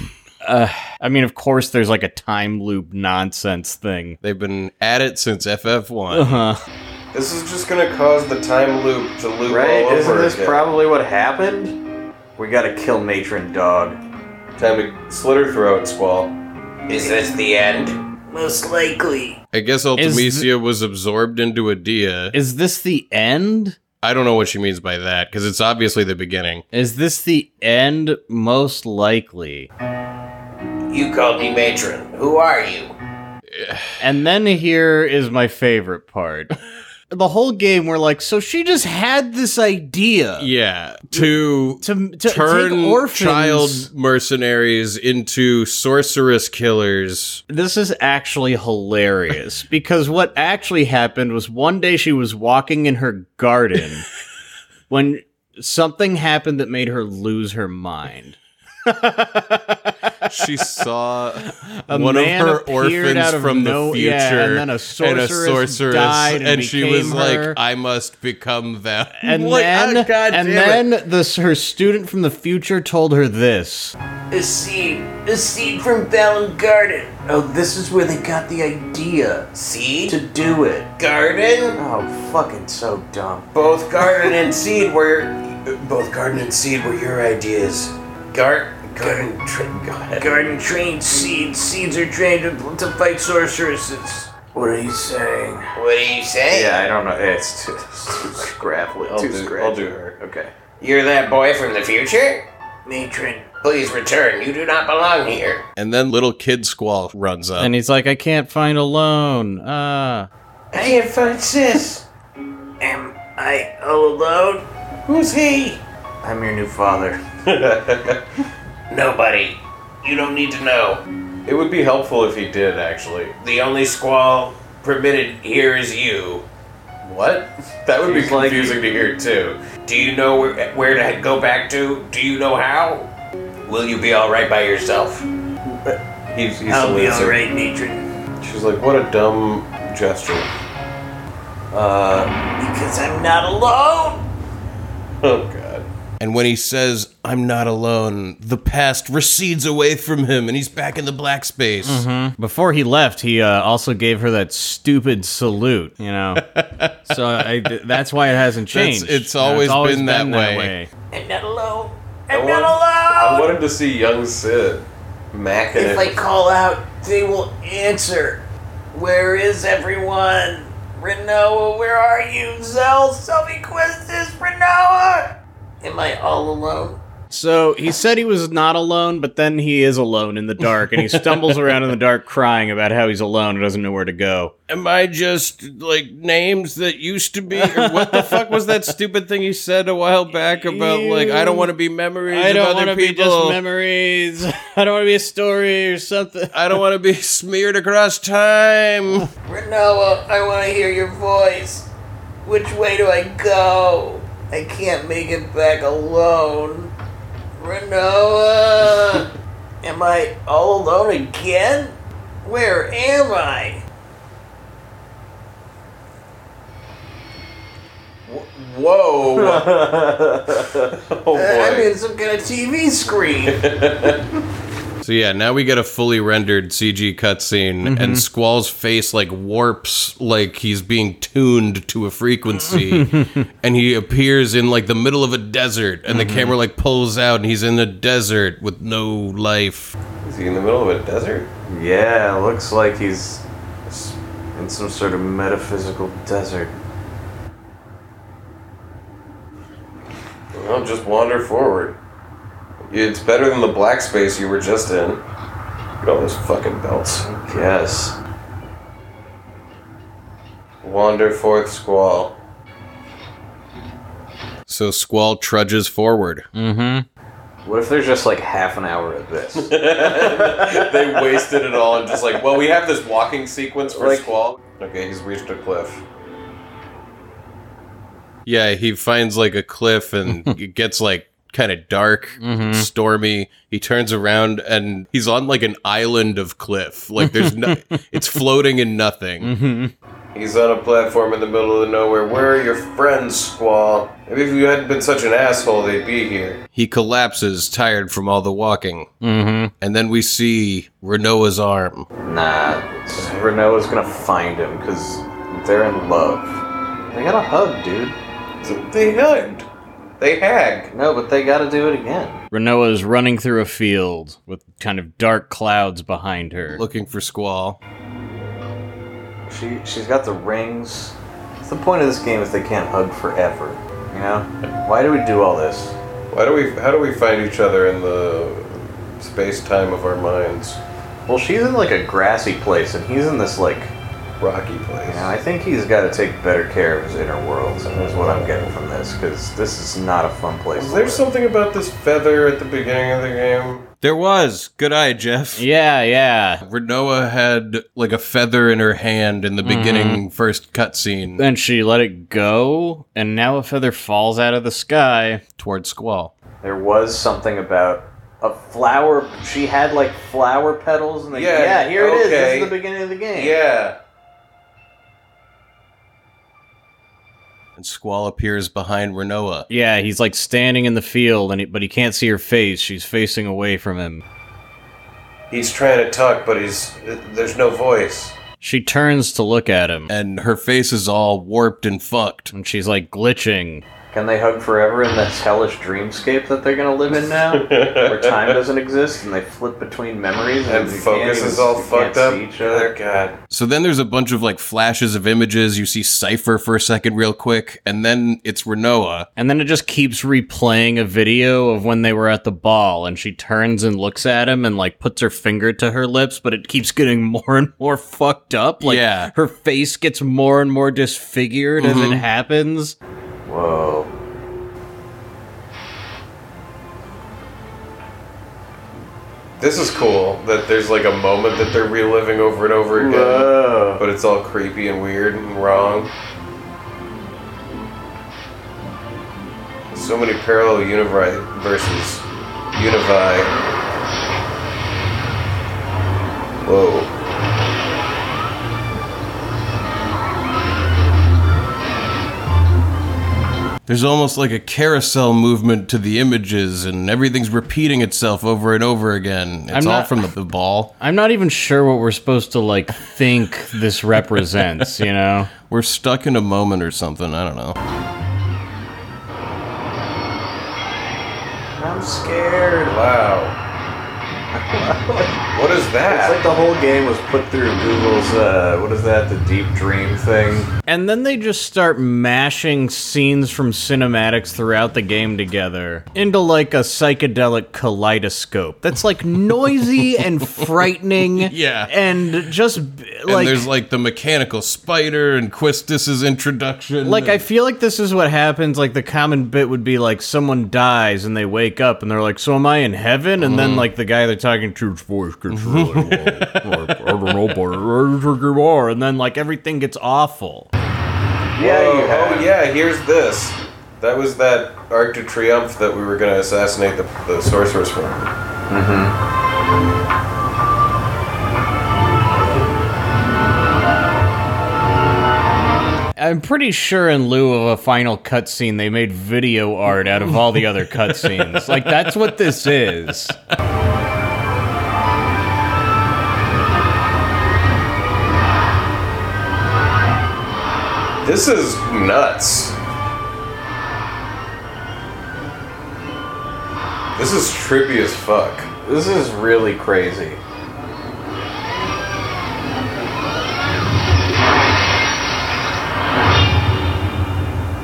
S1: Uh, I mean, of course, there's like a time loop nonsense thing.
S2: they've been at it since ff1
S1: Uh huh.
S4: This is just gonna cause the time loop to loop all
S11: Right?
S4: over
S11: Isn't this
S4: again.
S11: probably what happened? We gotta kill Matron Dog.
S4: Time to slit her throat, Squall. Is this the end?
S11: Most likely.
S2: i guess ultimisia was absorbed into adia
S1: Is this the end? Uh,
S2: I don't know what she means by that because it's obviously the beginning.
S1: Is this the end? Most likely.
S4: You called me matron. Who are you?
S1: And then here is my favorite part. The whole game, we're like, so she just had this idea
S2: Yeah, to,
S1: to, to
S2: turn
S1: take orphans.
S2: child mercenaries into sorceress killers.
S1: This is actually hilarious [laughs] because what actually happened was one day she was walking in her
S2: [laughs]
S1: garden when something happened that made her lose her mind.
S2: She saw
S1: A
S2: one of
S1: man
S2: her
S1: appeared
S2: orphans
S1: out of
S2: from
S1: no-
S2: the future,
S1: yeah, and then a sorceress died and
S2: she
S1: became
S2: was
S1: her.
S2: like, "I must become them." [laughs]
S1: And
S2: Like,
S1: then,
S2: ah, God
S1: and
S2: damn it.
S1: then the, her student from the future told her this
S18: A seed. A seed from Valen Garden.
S11: Oh, this is where they got the idea
S18: Seed?
S11: to do it.
S18: Garden?
S11: Oh, fucking so dumb.
S18: Both garden and seed were. Both garden and seed were your ideas. Gar. Garden trained. Garden trained seeds. Seeds are trained to, to fight sorceresses.
S11: What are you saying?
S18: What do you say?
S11: Yeah, I don't know. It's too, it's too [laughs] scrapply.
S4: I'll
S11: too
S4: do-
S11: scrappy.
S4: I'll do her.
S11: Okay.
S18: You're that boy from the future? Matron. Please return. You do not belong here.
S2: And then little kid squall runs up.
S1: And he's like, I can't find a loan. Ah.
S18: I can't find sis. Am I all alone? Who's he?
S11: I'm your new [laughs] father.
S18: Nobody. You don't need to know.
S4: It would be helpful if he did, actually.
S18: The only squall permitted here is you.
S4: What? That would be
S11: She's like-
S4: confusing to hear too.
S18: Do you know where, where to go back to? Do you know how? Will you be alright by yourself?
S4: He's, he's a loser.
S18: matron.
S4: She's like, what a dumb gesture.
S11: Uh,
S18: Because I'm not alone!
S4: Oh god.
S2: And when he says, I'm not alone, the past recedes away from him and he's back in the black space.
S4: Mm-hmm.
S1: Before he left, he uh, also gave her that stupid salute,
S2: [laughs]
S1: you know. so I, that's why it hasn't
S2: That's-
S1: changed.
S2: it's
S1: You know,
S2: always been that way.
S18: I'm not alone!
S4: I
S18: I'm
S4: want-
S18: not
S4: I
S18: alone!
S4: wanted to see young Sid macking
S18: If
S4: it.
S18: I call out, they will answer. Where is everyone? Renoa, where are you? Zell, Selfiequist is Renoa! Am I all alone?
S1: So he said he was not alone, but then he is alone in the
S2: [laughs]
S1: dark, and he stumbles around in the dark crying about how he's alone and doesn't know where to go.
S2: Am I just like names that used to be? Or what the fuck was that stupid thing he said a while back about like I don't want to be memories
S1: I don't
S2: of
S1: want
S2: other
S1: to be just
S2: people?
S1: memories. [laughs] I don't want to be a story or something.
S2: I don't want to be smeared across
S1: [laughs]
S2: time.
S18: Renoa, I want to hear your voice. Which way do I go? I can't make it back alone. Renoa! am I all alone again? Where am I?
S4: Whoa! oh
S18: [laughs] I'm
S4: boy.
S18: in some kind of TV screen.
S2: [laughs] So yeah, now we get a fully rendered CG cutscene,
S1: Mm-hmm.
S2: and Squall's face like warps, like he's being tuned to a
S1: [laughs]
S2: frequency, and he appears in like the middle of a desert, and
S1: Mm-hmm.
S2: the camera like pulls out, and he's in a desert with no life.
S4: Is he in the middle of a desert?
S11: yeah, looks like he's s- in some sort of metaphysical desert.
S4: Well, just wander forward. It's better than the black space you were just in. Look at all those fucking belts.
S11: Yes.
S4: Wander forth, squall.
S2: So Squall trudges forward.
S1: Mm-hmm.
S11: What if there's just like half an hour of this?
S4: [laughs] they wasted it all and just like, well, we have this walking sequence for
S11: Like-
S4: squall. Okay, he's reached a cliff.
S2: Yeah, he finds like a cliff, and it gets like kind of dark, stormy. He turns around, and he's on like an island of cliff. Like there's no, it's floating in nothing.
S4: He's on a platform in the middle of nowhere. Where are your friends, Squall? Maybe if you hadn't been such an asshole, they'd be here.
S2: He collapses, tired from all the walking.
S1: Mm-hmm.
S2: And then we see Renoa's arm.
S11: [laughs] Nah, Renault is gonna find him because they're in love. They gotta hug, dude.
S4: So They hugged. They hag.
S11: No, but they gotta do it again.
S1: Renoa is running through a field with kind of dark clouds behind her.
S2: Looking for Squall.
S11: She she's got the rings. What's the point of this game if they can't hug forever? You know? Why do we do all this?
S4: Why do we? How do we find each other in the space time of our minds?
S11: Well, she's in like a grassy place, and he's in this like.
S4: Rocky
S11: You
S4: place.
S11: know, I think he's got to take better care of his inner worlds, and that's what I'm getting from this, because this is not a fun place.
S4: Was
S11: to
S4: there
S11: live.
S4: something about this feather at the beginning of the game?
S2: There was. Good eye, Jeff.
S1: Yeah, yeah.
S2: Renoa had like a feather in her hand in the beginning first cutscene
S1: Then she let it go, and now a feather falls out of the sky.
S2: towards Squall.
S11: There was something about a flower. She had like flower petals, and they,
S4: Yeah,
S11: yeah, here it is. This
S4: okay.
S11: is the beginning of the game.
S4: Yeah.
S2: And and Squall appears behind Renoa.
S1: Yeah, he's like standing in the field, and he, but he can't see her face. She's facing away from him.
S4: He's trying to talk, but he's there's no voice.
S1: She turns to look at him,
S2: And her face is all warped and fucked.
S1: and she's like glitching.
S11: Can they hug forever in this hellish dreamscape that they're gonna live in now, where time doesn't exist and they flip between memories
S4: And
S11: and, you can't
S4: focus
S11: even-
S4: is all
S11: you
S4: fucked
S11: can't
S4: up. Oh,
S11: See each other.
S4: God.
S2: So then there's a bunch of like flashes of images. You see Cypher for a second, real quick, and then it's Renoa.
S1: And then it just keeps replaying a video of when they were at the ball, and she turns and looks at him and like puts her finger to her lips, but it keeps getting [laughs] more and more fucked up. Like
S2: Yeah.
S1: her face gets more and more disfigured as it happens.
S11: Whoa.
S4: This is cool that there's like a moment that they're reliving over and over again,
S11: Whoa.
S4: but it's all creepy and weird and wrong. So many parallel universes. Univi. Whoa.
S2: There's almost like a carousel movement to the images, and everything's repeating itself over and over again.
S1: I'm
S2: It's all
S1: not-
S2: from the, the ball.
S1: I'm not even sure what we're supposed to like think this represents, you know?
S2: We're stuck in a moment or something. I don't know.
S11: I'm scared.
S4: Wow. What is
S11: It's like
S4: that?
S11: the whole game was put through Google's uh, what is that? The deep dream thing.
S1: And then they just start mashing scenes from cinematics throughout the game together into like a psychedelic kaleidoscope that's like noisy and frightening.
S2: Yeah.
S1: And just b-
S2: and
S1: like.
S2: there's like the mechanical spider and Quistis's introduction.
S1: like I
S2: and-
S1: feel like this is what happens. Like the common bit would be like someone dies and they wake up and they're like, "So am I in heaven?" And then like the guy they're talking to, his voice gets really low, or, I don't know, but I think you are," and then like everything gets awful.
S11: Yeah,
S4: Whoa,
S11: you have.
S4: Oh yeah, here's this. That was that Arc de Triomphe that we were gonna assassinate the, the sorceress from.
S1: I'm pretty sure in lieu of a final cutscene, they made video art out of all the other cutscenes. like that's what this is.
S4: This is nuts. This is trippy as fuck.
S11: This is really crazy.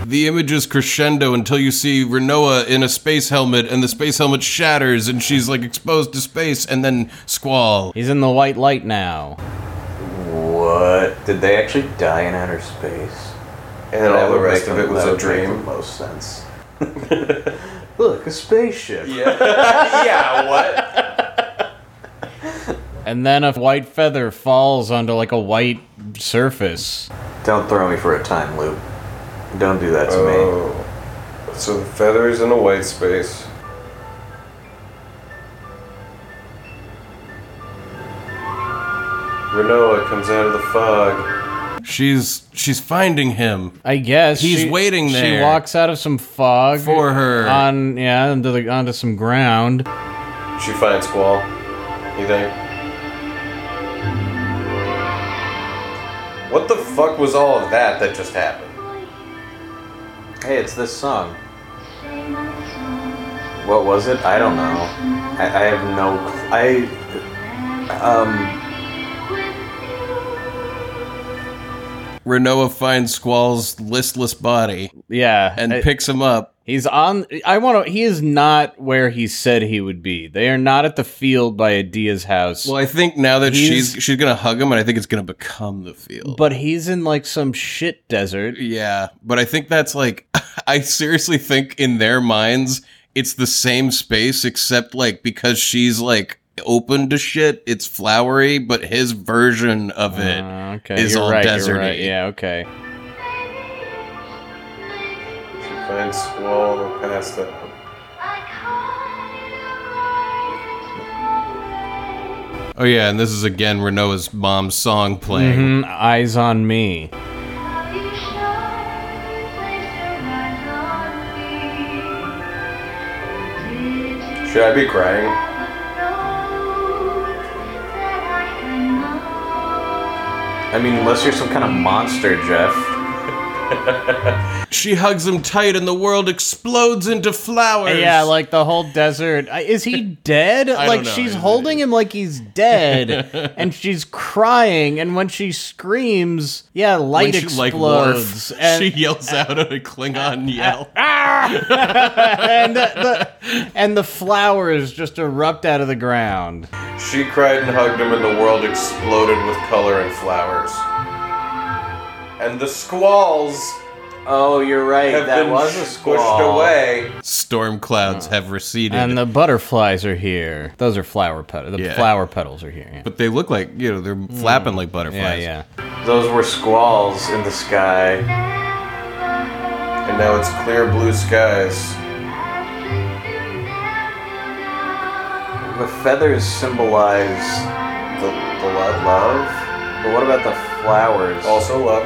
S2: the images crescendo until you see Renoa in a space helmet, and the space helmet shatters, and she's like exposed to space, and then Squall.
S1: He's in the white light now.
S11: What? Did they actually die in outer space?
S4: And
S11: That
S4: all the
S11: would
S4: rest
S11: make
S4: of
S11: the-
S4: it was
S11: that
S4: a
S11: would make
S4: dream.
S11: the most sense. [laughs] Look, a spaceship.
S4: yeah, what?
S1: And then a white feather falls onto like a white surface.
S11: Don't throw me for a time loop. Don't do that to me.
S4: Oh. So the feathers in a white space. Renoa comes out of the fog.
S2: She's she's finding him.
S1: I guess
S2: He's
S1: she-
S2: waiting
S1: She
S2: there.
S1: walks out of some fog
S2: For her.
S18: [laughs]
S1: on yeah onto the onto some ground.
S4: She finds Squall. You think? What the fuck was all of that that just happened?
S11: Hey, it's this song. What was it? I don't know. I, I have no. cl- I. Um.
S2: Renoa finds Squall's listless body
S1: Yeah,
S2: and
S1: I-
S2: picks him up.
S1: he's on. I want to. He is not where he said he would be. They are not at the field by Adia's house.
S2: Well, I think now that
S1: He's-
S2: she's she's gonna hug him, and I think it's gonna become the field.
S1: but he's in like some shit desert.
S2: yeah, but I think that's like [laughs] I seriously think in their minds it's the same space except like because she's like open to shit, it's flowery, but his version of it.
S1: Uh, okay,
S2: is
S1: you're
S2: all
S1: right,
S2: deserty.
S1: You're right. Yeah, okay.
S4: She finds Squall and past that.
S2: Oh yeah, and this is again Renoa's mom's song playing.
S1: Mhm, Eyes on me.
S8: How you shine,
S1: Mm-hmm.
S4: Should I be crying?
S11: I mean, unless you're some kind of monster, Jeff.
S2: She hugs him tight, and the world explodes into flowers.
S1: Yeah, like the whole desert. I- Is he dead?
S2: don't
S1: like
S2: know.
S1: she's holding him like he's dead, and she's crying. And when she screams, yeah,
S2: When
S1: light
S2: she, like, Worf,
S1: explodes. and,
S2: she yells out a Klingon yell.
S1: [laughs] and the, the and the flowers just erupt out of the ground.
S4: She cried and hugged him, and the world exploded with color and flowers. And the squalls
S11: Oh, you're right.
S4: have
S11: that
S4: been
S11: was a
S4: pushed
S11: squall.
S4: away.
S2: Storm clouds have receded,
S1: And the butterflies are here. Those are flower petals. The
S2: Yeah.
S1: flower petals are here. yeah.
S2: but they look like you know they're flapping like
S1: Yeah,
S2: butterflies.
S1: yeah.
S11: Those were squalls in the sky.
S4: And now it's clear blue skies.
S11: The feathers symbolize the, the lo- love. But what about the flowers?
S4: Also uh, love.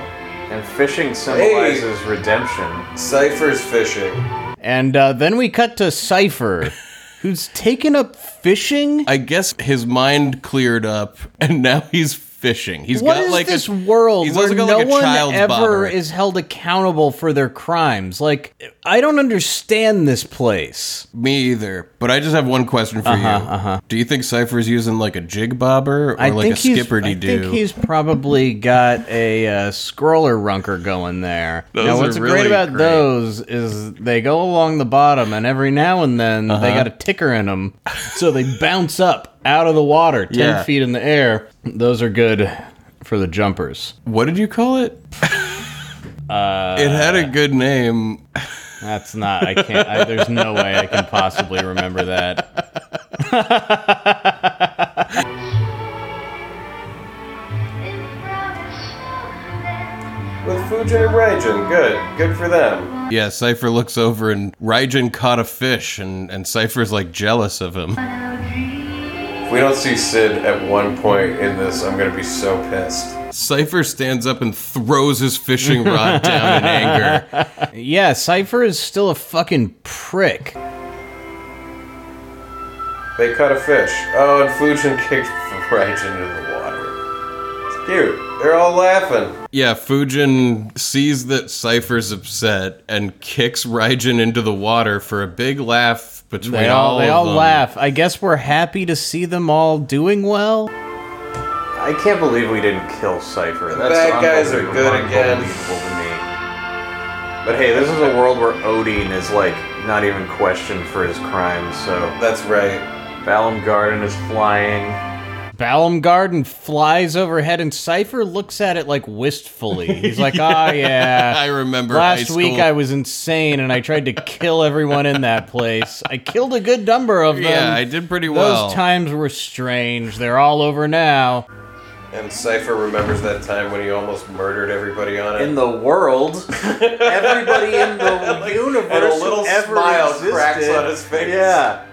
S11: And fishing symbolizes redemption.
S4: Cypher's fishing.
S1: And uh, then we cut to Cipher, [laughs] who's taken up fishing.
S2: I guess his mind cleared up, [laughs] and now he's fishing. He's
S1: What
S2: got
S1: is
S2: like
S1: this
S2: a,
S1: world
S2: he's
S1: where
S2: also got
S1: no
S2: like a
S1: one
S2: child's
S1: ever
S2: bobber.
S1: is held accountable for their crimes? Like, I don't understand this place.
S2: me either. But I just have one question for you. Do you think Cypher's using like a jig bobber or
S1: Uh-huh, I
S2: like
S1: think
S2: a
S1: he's.
S2: skipper
S1: I
S2: dee
S1: think
S2: doo?
S1: he's probably got a uh, scroller runker going there.
S2: Those
S1: now,
S2: are
S1: what's
S2: really
S1: great about
S2: great.
S1: those is they go along the bottom, and every now and then
S2: Uh-huh.
S1: they got a ticker in them, so they bounce up out of the water, ten
S2: Yeah.
S1: feet in the air. Those are good for the jumpers.
S2: What did you call
S1: [laughs]
S2: it?
S1: Uh,
S2: it had a good name.
S1: That's not. I can't. I, there's no way I can possibly remember that.
S4: With Fujai Raijin. Good. Good for them.
S2: Yeah, Cypher looks over and Raijin caught a fish, and, and Cypher's like jealous of him.
S4: If we don't see Sid at one point in this, I'm gonna be so pissed.
S2: Cypher stands up and throws his fishing rod down in
S4: [laughs]
S2: anger.
S1: Yeah, Cipher is still a fucking prick.
S4: They caught a fish. Oh, and Fujin kicked [laughs] Raijin into the water. It's cute. They're all laughing.
S2: Yeah, Fujin sees that Cypher's upset and kicks Raijin into the water for a big laugh between
S1: They all, they
S2: of
S1: all
S2: them.
S1: laugh. I guess we're happy to see them all doing well.
S11: I can't believe we didn't kill Cypher. That's
S4: bad guys are good
S11: unbelievable-
S4: again.
S11: unbelievable to me. But hey, this is a world where Odin is like not even questioned for his crimes, so
S4: That's right.
S11: Balam Garden is flying.
S1: Balam Garden flies overhead, and Cipher looks at it like wistfully. He's like,
S2: [laughs]
S1: "Ah,
S2: I
S1: yeah."
S2: remember
S1: Last
S2: high
S1: week
S2: school.
S1: I was insane and I tried to kill everyone in that place. I killed a good number of them.
S2: yeah, I did pretty
S1: Those
S2: well.
S1: times were strange. They're all over now.
S4: And Cypher remembers that time when he almost murdered everybody on it.
S11: In
S4: [laughs]
S11: the world, everybody in the universe
S4: and a little
S11: who ever
S4: smile
S11: existed,
S4: cracks on his face.
S11: Yeah.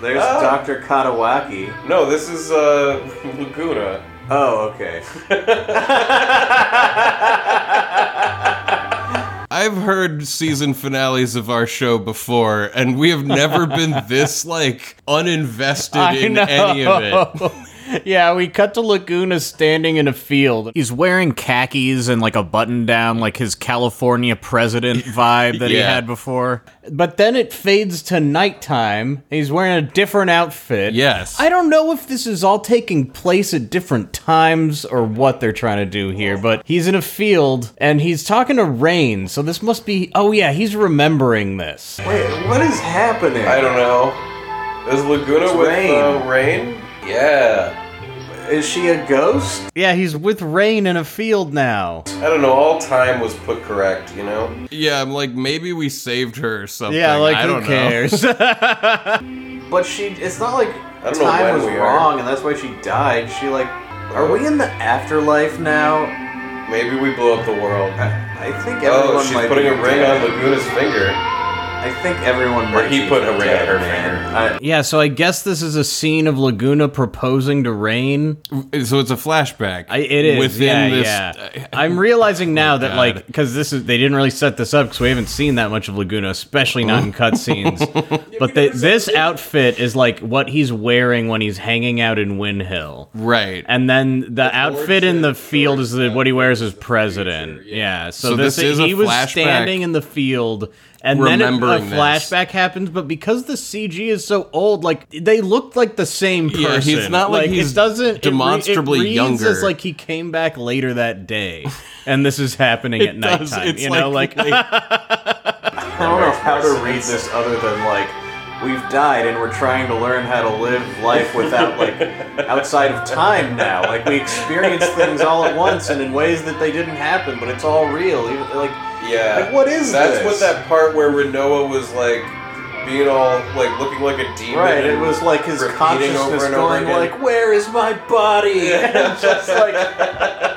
S11: There's
S4: Oh.
S11: Dr. Katawaki.
S4: No, this is uh, [laughs] Laguna.
S11: Oh, okay.
S2: I've heard season finales of our show before, and we have never been this like uninvested in any of it.
S1: [laughs] yeah, we cut to Laguna standing in a field. He's wearing khakis and like a button down, like his California [laughs] president vibe that he
S2: Yeah.
S1: had before. But then it fades to nighttime. He's wearing a different outfit.
S2: Yes.
S1: I don't know if this is all taking place at different times or what they're trying to do here, but he's in a field and he's talking to Rain. So this must be. Oh, yeah, he's remembering this.
S11: Wait, what is happening?
S4: I don't know. Is Laguna
S11: It's
S4: with
S11: Rain.
S4: Uh, rain? Yeah.
S11: Is she a ghost?
S1: Yeah, he's with Rain in a field now.
S4: I don't know. All time was put correct, you know?
S2: yeah, I'm like maybe we saved her or something.
S1: Yeah, like
S2: I
S1: who
S2: don't know.
S1: cares? [laughs]
S11: But she, it's not like
S4: don't know
S11: time
S4: when
S11: was
S4: we are.
S11: wrong and that's why she died. She, like, are we in the afterlife now?
S4: Maybe we blew up the world.
S11: I think Uh, everyone
S4: Oh, she's
S11: might
S4: putting
S11: be
S4: a ring
S11: dead.
S4: on Laguna's finger.
S11: I think everyone.
S4: Where he
S11: knows
S4: put
S11: he's
S4: Haran
S11: dead,
S4: in her
S11: man.
S4: finger.
S11: I-
S1: Yeah, so I guess this is a scene of Laguna proposing to Rain.
S2: So it's a flashback.
S1: I, it is
S2: within
S1: yeah,
S2: this.
S1: yeah. I'm
S2: [laughs]
S1: realizing now that
S2: Oh, God.
S1: like because this is they didn't really set this up because we haven't seen that much of Laguna, especially not
S2: Oh. [laughs]
S1: in cutscenes. but the, this outfit is like what he's wearing when he's hanging out in Win Hill.
S2: Right.
S1: And then the outfit in the field is the, what he wears as president. yeah. So,
S2: So
S1: this,
S2: this is a
S1: he was
S2: flashback.
S1: standing in the field, and then it- a
S2: Remembering this.
S1: flashback happens. But because the CG is so old, like they look like the same person.
S2: Yeah, he's not like he's
S1: it doesn't it re-
S2: demonstrably
S1: it reads
S2: younger.
S1: As like he came back later that day, and this is
S4: [laughs]
S1: happening at nighttime.
S2: does. It's
S1: you know,
S2: like-
S1: like,
S11: [laughs] I don't know how to read this other than like we've died and we're trying to learn how to live life
S1: [laughs]
S11: without like outside of time now. Like we experience things all at once and in ways that they didn't happen, but it's all real. Even like
S4: Yeah.
S11: Like, what is
S4: That's
S11: this?
S4: what that part where Renoa was like being all like looking like a demon.
S11: right, it
S4: and-
S11: was like his
S4: repeating
S11: consciousness
S4: over and over
S11: going
S4: again.
S11: like, "Where is my body?" And
S4: [laughs]
S11: just like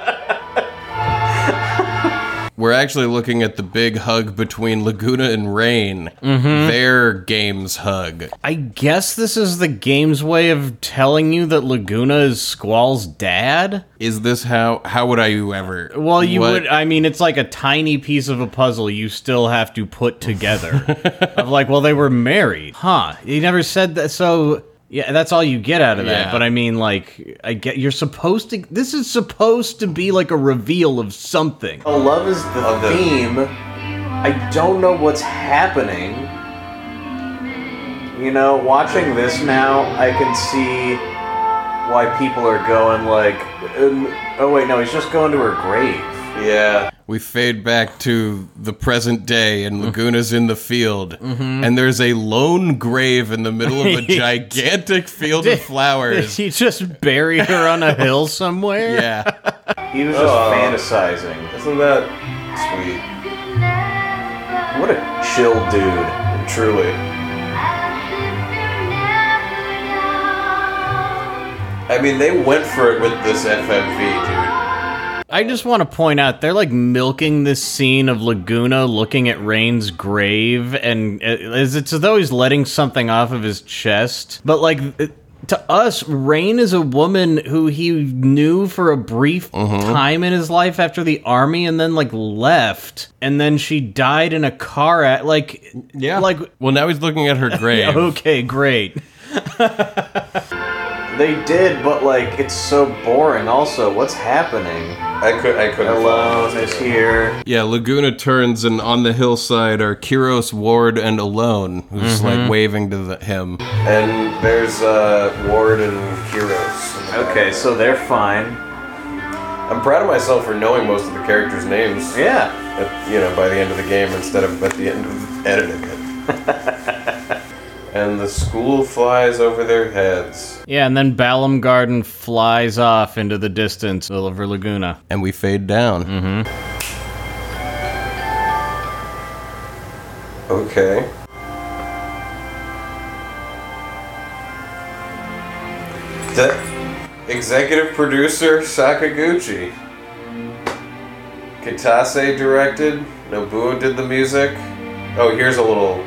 S2: We're actually looking at the big hug between Laguna and Rain.
S1: Mm-hmm.
S2: Their games hug.
S1: I guess this is the game's way of telling you that Laguna is Squall's dad.
S2: Is this how? How would I ever?
S1: Well, you
S2: What-
S1: would. uh, I mean, it's like a tiny piece of a puzzle you still have to put together. of like, well, they were married, huh? He never said that. So yeah, that's all you get out of
S2: Yeah.
S1: that. But I mean, like, I get you're supposed to. This is supposed to be like a reveal of something.
S11: Well, love is the
S4: Of the-
S11: theme. I don't know what's happening. You know, watching this now, I can see why people are going like, um, oh wait, no, he's just going to her grave.
S4: Yeah.
S2: We fade back to the present day,
S1: Mm-hmm.
S2: and Laguna's in the field, and there's a lone grave in the middle of
S1: [laughs]
S2: a gigantic field of
S1: Did
S2: flowers.
S1: [laughs] he just bury her on a hill somewhere?
S2: Yeah.
S11: He was just
S4: Oh.
S11: fantasizing.
S4: Isn't that
S11: What a chill
S4: sweet?
S11: dude.
S4: Truly. I mean, they went for it with this FMV,
S1: I just want to point out they're like milking this scene of Laguna looking at Rain's grave, and as it's as though he's letting something off of his chest. But like it- to us, Rain is a woman who he knew for a brief
S11: Uh-huh.
S1: time in his life after the army, and then like left, and then she died in a car at like
S2: Yeah.
S1: like
S2: well, now he's looking at her [laughs] grave.
S1: okay,
S11: [laughs]
S1: great.
S11: They did, but like, it's so boring. Also, what's happening?
S4: dude. I could, I couldn't.
S11: Alone is here.
S2: Yeah, Laguna turns, and on the hillside are Kiros, Ward, and Alone, who's like waving to the, him.
S4: And there's uh, Ward and Heroes.
S11: Okay, so they're fine.
S4: I'm proud of myself for knowing most of the characters' names.
S11: Yeah.
S4: At, you know, by the end of the game instead of at the end of editing it. and the school flies over their heads.
S1: Yeah, and then Balam Garden flies off into the distance over Laguna.
S2: And we fade down.
S4: Mm-hmm. Okay. The executive producer Sakaguchi. Kitase directed. Nobuo did the music. Oh, here's a little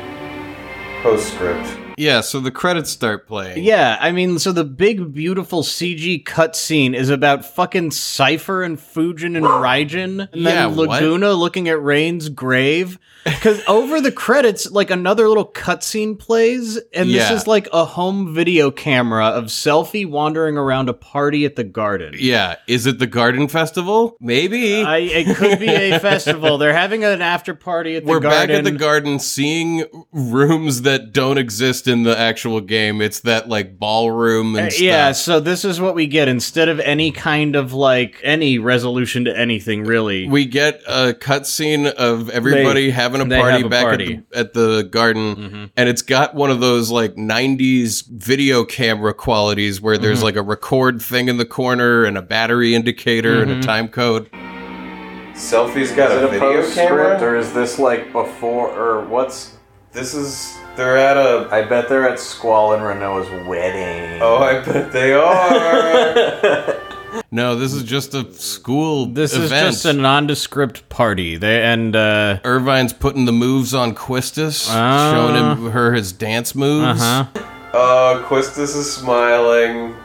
S4: postscript.
S2: Yeah, so the credits start playing.
S1: Yeah, I mean, so the big, beautiful CG cutscene is about fucking Cypher and Fujin and Raijin, and
S2: Yeah,
S1: then
S2: what?
S1: Laguna looking at Rain's grave. Because over the credits, like another little cutscene plays, and
S2: Yeah.
S1: this is like a home video camera of selfie wandering around a party at the garden.
S2: Yeah, is it the garden festival? Maybe.
S1: I, it could
S2: [laughs]
S1: be a festival. They're having an after party at the
S2: We're
S1: garden.
S2: back at the garden seeing rooms that don't exist in the actual game. It's that like ballroom and
S1: Uh,
S2: stuff.
S1: Yeah, so this is what we get instead of any kind of like any resolution to anything, really.
S2: We get a cutscene of everybody having a
S1: they
S2: party
S1: have a
S2: back
S1: party. Mm-hmm.
S2: At, the, at the garden, and it's got one of those like '90s video camera qualities where there's
S1: Mm-hmm.
S2: like a record thing in the corner and a battery indicator
S1: Mm-hmm.
S2: and a time code.
S4: Selfie's got
S11: Is
S4: a
S11: it a
S4: video
S11: postscript
S4: camera.
S11: or is this like before or what's
S4: This is they're at a.
S11: I bet they're [laughs] at Squall and Renoa's wedding. [laughs]
S4: Oh, I bet they are.
S2: No, this is just a school
S1: This
S2: event.
S1: is just a nondescript party. They and uh
S2: Irvine's putting the moves on Quistis,
S1: Ah.
S2: showing him her his dance moves.
S1: uh-huh.
S4: Oh, Quistis is smiling.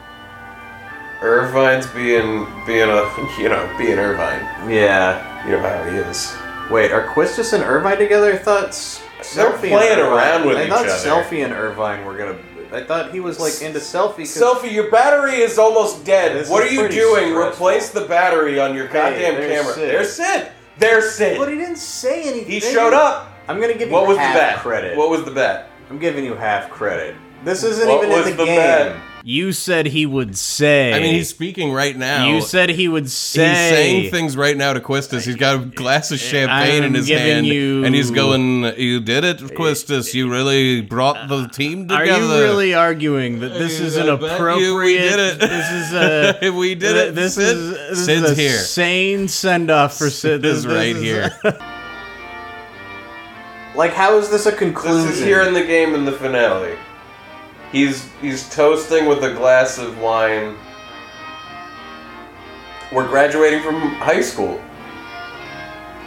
S4: Irvine's being being a [laughs] you know being Irvine.
S11: Yeah.
S4: You know how he is.
S11: Wait, are Quistis and Irvine together? I thought S-
S4: They're
S11: Selfie
S4: playing
S11: and Irvine-
S4: around with
S11: I
S4: each
S11: thought
S4: other.
S11: Selfie and Irvine were gonna. I thought he was like into Selfie. 'cause-
S4: Selfie, your battery is almost dead.
S11: This
S4: what are
S11: is
S4: you
S11: pretty
S4: doing?
S11: stressful.
S4: Replace the battery on your goddamn
S11: there's
S4: camera.
S11: Sid.
S4: There's Sid. There's Sid.
S11: But he didn't say anything.
S4: he showed up.
S11: I'm gonna give
S4: What
S11: you
S4: was the
S11: half
S4: bet?
S11: credit.
S4: What was the bet?
S11: I'm giving you half credit. This isn't
S4: What
S11: even in
S4: was
S11: the,
S4: the
S11: game.
S4: bet?
S1: You said he would say
S2: I mean, he's speaking right now.
S1: You said he would say
S2: He's saying things right now to Quistis. He's got a glass of champagne in his
S1: giving
S2: hand,
S1: you-
S2: and he's going, "You did it, Quistis. You really brought the team
S1: Are
S2: together."
S1: you really arguing that this
S2: I-
S1: is an
S2: I bet you we
S1: appropriate?
S2: did it.
S1: This is a.
S2: [laughs] We did it.
S1: This
S2: Sid-
S1: is this
S2: Sid's
S1: is a
S2: here.
S1: sane send off for Sid.
S2: Sid is right here.
S11: Like, how is this a
S4: This
S11: conclusion?
S4: is here in the game in the finale. He's he's toasting with a glass of wine. We're graduating from high school.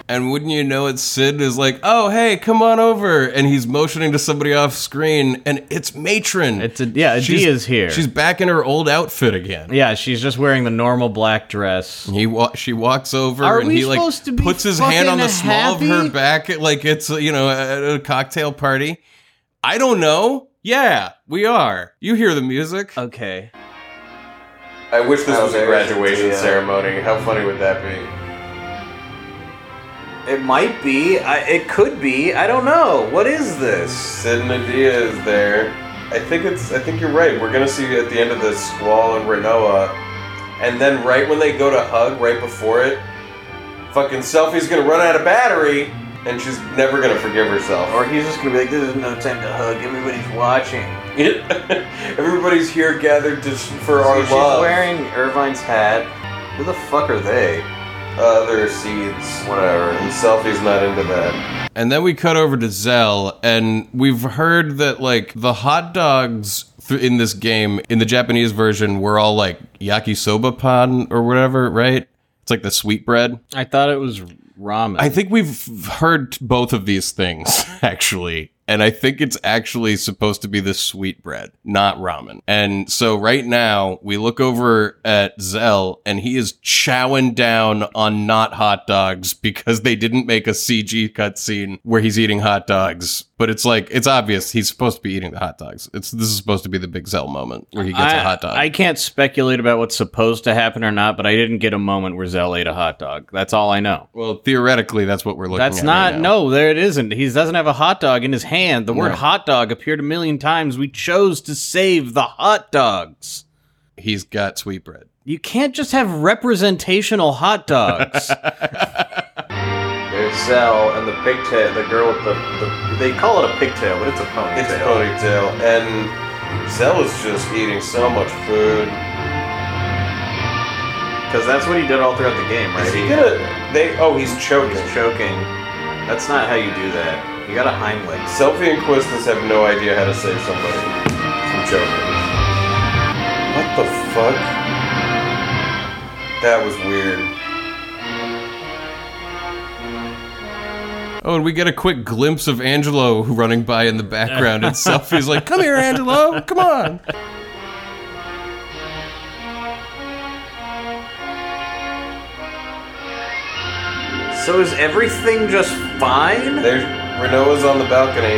S2: And wouldn't you know it, Sid is like, "Oh, hey, come on over," and he's motioning to somebody off screen, and it's Matron.
S1: [laughs] It's a yeah.
S2: She's-
S1: D is here.
S2: She's back in her old outfit again.
S1: yeah. She's just wearing the normal black dress.
S2: He wa- she walks over
S1: Are
S2: and
S1: we
S2: he like
S1: supposed to be
S2: puts his hand on the
S1: fucking
S2: small of her
S1: happy?
S2: back like it's you know at a cocktail party. I don't know. Yeah, we are. You hear the music?
S1: Okay.
S4: I wish this
S11: Oh,
S4: was a
S11: there's
S4: graduation
S11: the, uh,
S4: ceremony. How funny would that be?
S11: It might be. I, it could be. I don't know. What is this?
S4: Sid Nadia is there. I think it's. I think you're right. We're gonna see at the end of this Squall and Renoa, and then right when they go to hug, right before it, fucking selfie's gonna run out of battery, and she's never gonna forgive herself.
S11: Or he's just gonna be like, "This is no time to hug. Everybody's watching."
S4: [laughs] Everybody's here gathered to, for our
S11: She's
S4: love.
S11: wearing Irvine's hat. Who the fuck are they?
S4: other seeds, whatever. And selfie's not into that.
S2: And then we cut over to Zell, and we've heard that like the hot dogs th- in this game in the Japanese version were all like yakisoba pan or whatever, right? It's like the sweet bread.
S1: I thought it was ramen.
S2: I think we've heard both of these things [laughs] actually. And I think it's actually supposed to be the sweet bread, not ramen. And so right now we look over at Zell and he is chowing down on not hot dogs [laughs] because they didn't make a CG cutscene where he's eating hot dogs. But it's like it's obvious he's supposed to be eating the hot dogs. It's this is supposed to be the big Zell moment where he gets
S1: I
S2: a hot dog.
S1: I can't speculate about what's supposed to happen or not, but I didn't get a moment where Zell ate a hot dog. That's all I know.
S2: well, theoretically, that's what we're looking
S1: That's
S2: at.
S1: not
S2: right now.
S1: no. There it isn't. He doesn't have a hot dog in his hand. The word
S2: No.
S1: hot dog appeared a million times. We chose to save the hot dogs.
S2: He's got sweet bread.
S1: You can't just have representational hot dogs.
S11: There's Zell and the pigtail. The girl with the, the they call it a pigtail, but it's a ponytail.
S4: It's ponytail, and Zell is just eating so much food.
S11: because that's what he did all throughout the game, right?
S4: Is he
S11: He-
S4: gonna? They? Oh, he's choking.
S11: He's choking. That's not how you do that. You got a Heimlich.
S4: Selfie and Quistis have no idea how to save somebody from choking. What the fuck? That was weird.
S2: Oh, and we get a quick glimpse of Angelo running by in the background, and Selfie's like, "Come here, Angelo! Come on!"
S11: So is everything just fine?
S4: There's Renoa's on the balcony.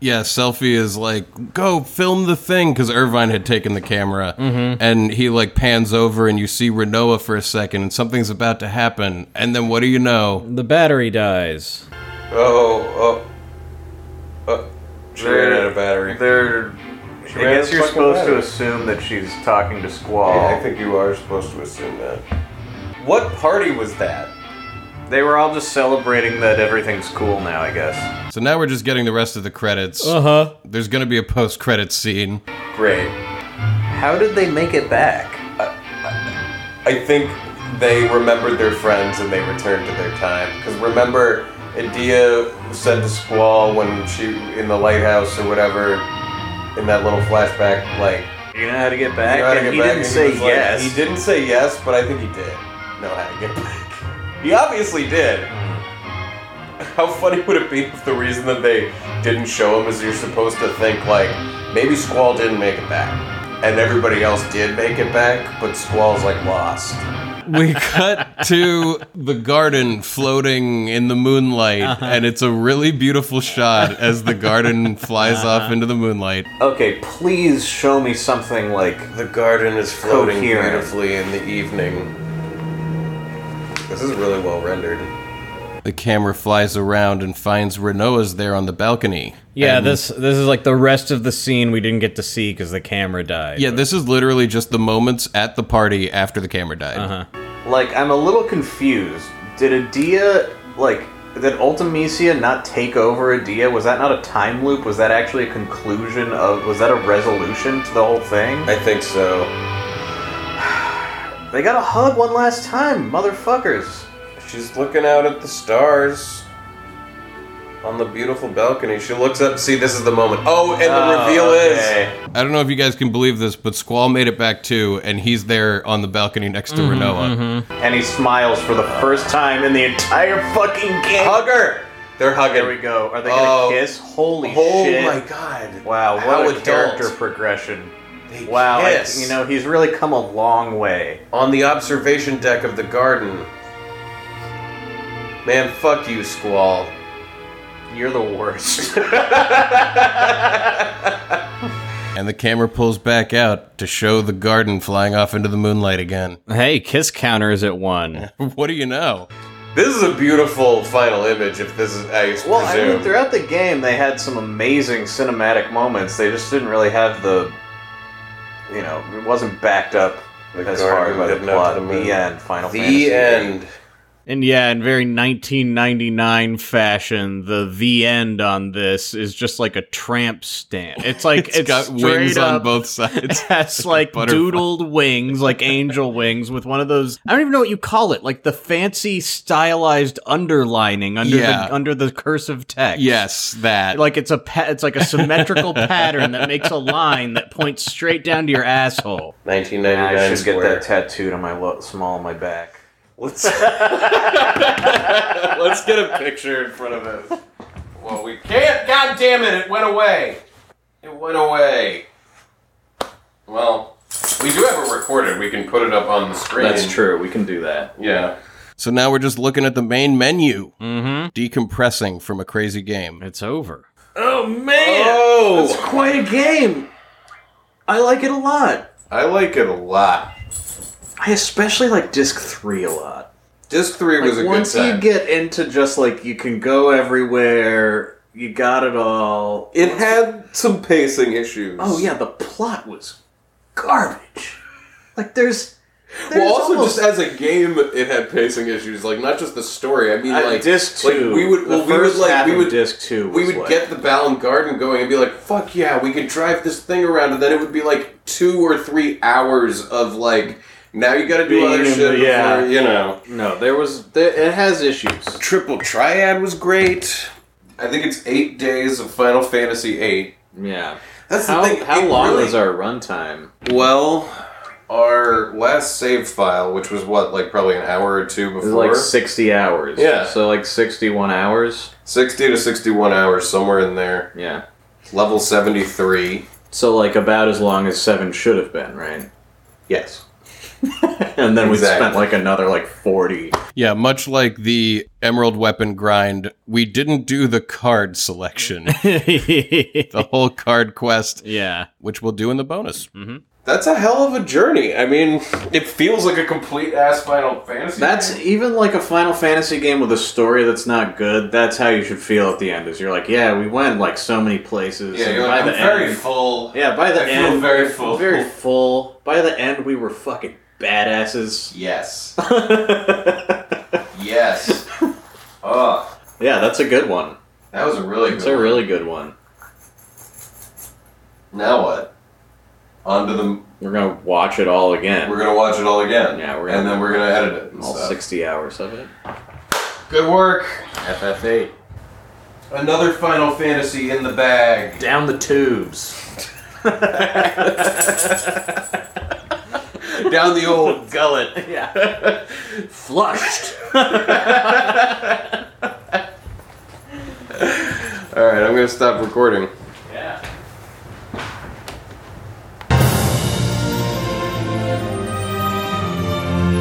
S2: Yeah, Selfie is like, "Go film the thing," because Irvine had taken the camera, and he like pans over, and you see Renoa for a second, and something's about to happen, and then what do you know?
S1: the battery dies.
S4: Oh, oh, oh. She ran out of battery.
S19: They're.
S4: She
S19: I
S4: ran out
S19: guess
S4: of
S19: you're
S4: fucking
S19: supposed
S4: battery.
S19: to assume that she's talking to Squall.
S4: Yeah, I think you are supposed to assume that. What party was that?
S19: They were all just celebrating that everything's cool now, I guess.
S2: So now we're just getting the rest of the credits.
S1: huh.
S2: There's gonna be a post-credit scene.
S4: Great.
S11: How did they make it back?
S4: I think they remembered their friends and they returned to their time. Because remember, Adia said to Squall when she in the lighthouse or whatever, in that little flashback, like,
S11: You know how to get back?
S2: You know how to
S11: And
S2: get
S11: he
S2: back,
S11: didn't
S2: and
S11: say
S2: was like-
S11: yes.
S2: he didn't say yes, but I think he did know how to get back. [laughs] He obviously did.
S11: Hmm.
S2: How funny would it be if the reason that they didn't show him is you're supposed to think like maybe Squall didn't make it back, and everybody else did make it back, but Squall's like lost.
S1: we cut to the garden floating in the moonlight, and it's a really beautiful shot as the garden flies off into the moonlight.
S11: Okay, please show me something like
S2: The garden is floating
S11: Coherent.
S2: beautifully in the evening. This is really well rendered.
S1: The camera flies around and finds Renoa's there on the balcony.
S19: Yeah, this this is like the rest of the scene we didn't get to see because the camera died.
S1: Yeah, this is literally just the moments at the party after the camera died.
S11: like I'm a little confused. Did Adia like did Ultimisia not take over Adia? Was that not a time loop? Was that actually a conclusion of was that a resolution to the whole thing?
S2: I think so.
S11: They got a hug one last time, motherfuckers.
S2: She's looking out at the stars on the beautiful balcony. She looks up. See, this is the moment. Oh, and the reveal is
S1: I don't know if you guys can believe this, but Squall made it back too, and he's there on the balcony next to
S11: Mm-hmm,
S1: Renoa.
S11: And he smiles for the first time in the entire fucking game.
S2: hug her. They're hugging.
S11: There we go. Are they gonna
S2: Oh.
S11: kiss? Holy
S2: oh
S11: shit!
S2: my god!
S11: Wow, what
S2: How
S11: a
S2: adult.
S11: character progression.
S2: They
S11: Wow, I-
S2: kiss.
S11: you know he's really come a long way.
S2: on the observation deck of the garden. Man, fuck you, Squall.
S11: You're the worst.
S1: And the camera pulls back out to show the garden flying off into the moonlight again.
S19: Hey,
S11: [laughs]
S19: kiss counter is at one.
S1: [laughs] what do you know?
S2: This is a beautiful final image. If this is, I
S11: well, I
S2: presume.
S11: mean, throughout the game they had some amazing cinematic moments. They just didn't really have the, you know, it wasn't backed up
S2: The
S11: as
S2: garden
S11: hard by the
S2: getting up
S11: plot.
S2: to the moon.
S11: the end. Final Fantasy.
S2: the end.
S19: And yeah, in very 1999 fashion, the the end on this is just like a tramp stamp. It's like it's,
S1: it's got wings
S19: up,
S1: on both sides.
S19: [laughs] It has like
S1: butterfly.
S19: doodled
S1: [laughs]
S19: wings, like angel wings, with one of those. I don't even know what you call it, like the fancy stylized underlining under
S1: Yeah.
S19: the under the cursive text.
S1: yes, that.
S19: like it's a pa- it's like a
S2: [laughs]
S19: symmetrical pattern that makes a line that points straight down to your asshole.
S2: 1999
S11: I should get
S2: square.
S11: that tattooed on my lo- small on my back.
S2: Let's let's get a picture in front of us.
S20: Well, we can't. God damn it! It went away. It went away. Well, we do have it recorded. We can put it up on the screen.
S21: That's true. We can do that.
S20: Yeah.
S1: so now we're just looking at the main menu, decompressing from a crazy game.
S19: Mm-hmm. It's over.
S2: Oh,
S11: quite a game. I like it a lot.
S20: I like it a lot.
S11: I especially like Disc Three a lot.
S2: disc three was a
S11: Like,
S2: good
S11: once you
S2: time.
S11: get into just like you can go everywhere, you got it all.
S2: it had some pacing issues.
S11: Oh yeah, the plot was garbage. Like there's, there's
S2: Well, also
S11: almost,
S2: just as a game, it had pacing issues. Like not just the story. I mean,
S11: I-
S2: like
S11: disc
S2: like,
S11: two.
S2: we would, well,
S11: the
S2: we would
S11: first
S2: like
S11: half
S2: we
S11: of
S2: would
S11: disc two. Was
S2: we would
S11: like,
S2: get the Ballon Garden going and be like, "Fuck yeah, we could drive this thing around," and then it would be like two or three hours of like. Now you got to do
S11: Being
S2: other
S11: in
S2: shit.
S11: the- yeah.
S2: before, you know.
S11: no. There was there, it has issues.
S2: Triple Triad was great. I think it's eight days of Final Fantasy VIII.
S11: Yeah.
S2: That's the
S11: How,
S2: thing.
S11: how
S2: it
S11: long
S2: really-
S11: was our runtime?
S2: Well, our last save file, which was what, like probably an hour or two
S11: It was
S2: before,
S11: like sixty hours.
S2: Yeah.
S11: So like sixty-one hours.
S2: sixty to sixty-one hours, somewhere in there.
S11: Yeah.
S2: Level seventy-three.
S11: So like about as long as seven should have been, right?
S2: Yes.
S11: [laughs] And then
S2: Exactly.
S11: we spent like another
S2: [laughs]
S11: like forty.
S1: Yeah, much like the Emerald Weapon grind, we didn't do the card selection, the whole card quest,
S19: yeah.
S1: which we'll do in the bonus.
S2: That's a hell of a journey. I mean, it feels like a complete ass Final Fantasy.
S11: That's even like a Final Fantasy game with a story that's not good. That's how you should feel at the end. Is you're like, yeah, we went like so many places.
S2: yeah.
S11: and
S2: You're
S11: by
S2: like, I'm
S11: the
S2: very
S11: end,
S2: full.
S11: yeah, by the
S2: I feel
S11: end,
S2: very full.
S11: very full. By the end, we were fucking badasses.
S20: Yes.
S11: [laughs] yeah, [laughs]
S20: Yes. oh,
S11: that's a good one.
S20: that was a really
S11: It's
S20: good.
S11: a
S20: one.
S11: really good one.
S20: Now what? On to the.
S11: We're gonna watch it all again.
S20: We're gonna watch it all again.
S11: Yeah, we're
S20: and
S11: gonna-
S20: then we're gonna edit it. And
S11: all
S20: stuff.
S11: sixty hours of it.
S20: Good work.
S11: FF8
S20: Another Final Fantasy in the bag.
S2: [laughs]
S11: down the tubes.
S1: Down the old gullet.
S22: Yeah.
S1: Flushed. All right, I'm gonna stop recording.
S22: yeah.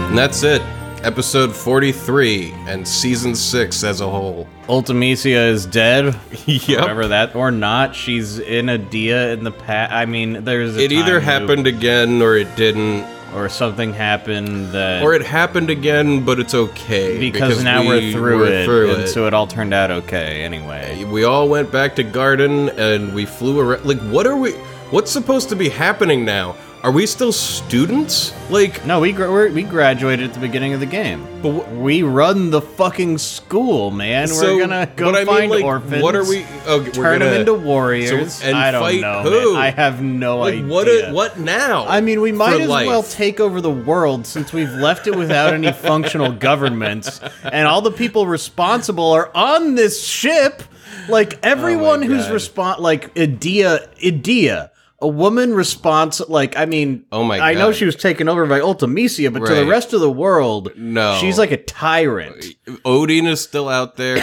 S2: And that's it. Episode 43 and season 6 as a whole.
S19: Ultimisia
S11: [laughs]
S19: is dead.
S2: Yep.
S19: Whatever that or not, she's in a dia in the past. I mean, there's a
S2: It either
S19: time loop
S2: happened again or it didn't.
S19: or something happened that
S2: Or it happened again, but it's okay.
S19: because, now
S2: we
S19: are through
S2: were
S19: it,
S2: through
S19: and
S2: it.
S19: so it all turned out okay anyway.
S2: we all went back to garden and we flew around. Like, what are we? What's supposed to be happening now? Are we still students? Like,
S19: No, we gra- we're- we graduated at the beginning of the game.
S2: But wh-
S19: we run the fucking school, man.
S2: so-
S19: we're gonna go
S2: but I mean,
S19: find
S2: like,
S19: orphans.
S2: What are we? Oh, we're
S19: turn
S2: gonna-
S19: them into warriors?
S2: so- and
S19: I don't
S2: fight
S19: know.
S2: who?
S19: man. I have no
S2: Like,
S19: idea.
S2: what? a- what now?
S19: I mean, we might
S2: for
S19: as
S2: life?
S19: well take over the world since we've left it
S2: [laughs]
S19: without any functional governments, and all the people responsible are on this ship. Like everyone who's
S2: Oh God.
S19: respond, like Idia, Idia, a woman response. Like I mean,
S2: Oh my
S19: I know
S2: God.
S19: she was taken over by Ultimisia, but to the
S2: Right.
S19: rest of the world,
S2: No.
S19: she's like a tyrant. Um,
S2: Odin is still out
S19: [coughs]
S2: there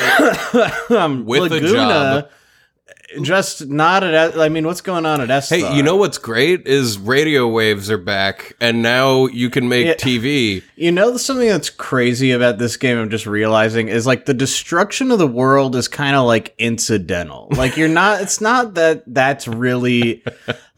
S2: with a job.
S19: Laguna, just not at. I mean, what's going on at Esthar?
S2: Hey, you know what's great is radio waves are back, and now you can make
S19: Yeah. [laughs]
S2: TV.
S19: You know something that's crazy about this game I'm just realizing is like the destruction of the world is kind of like incidental. Like you're not [laughs] it's not that that's really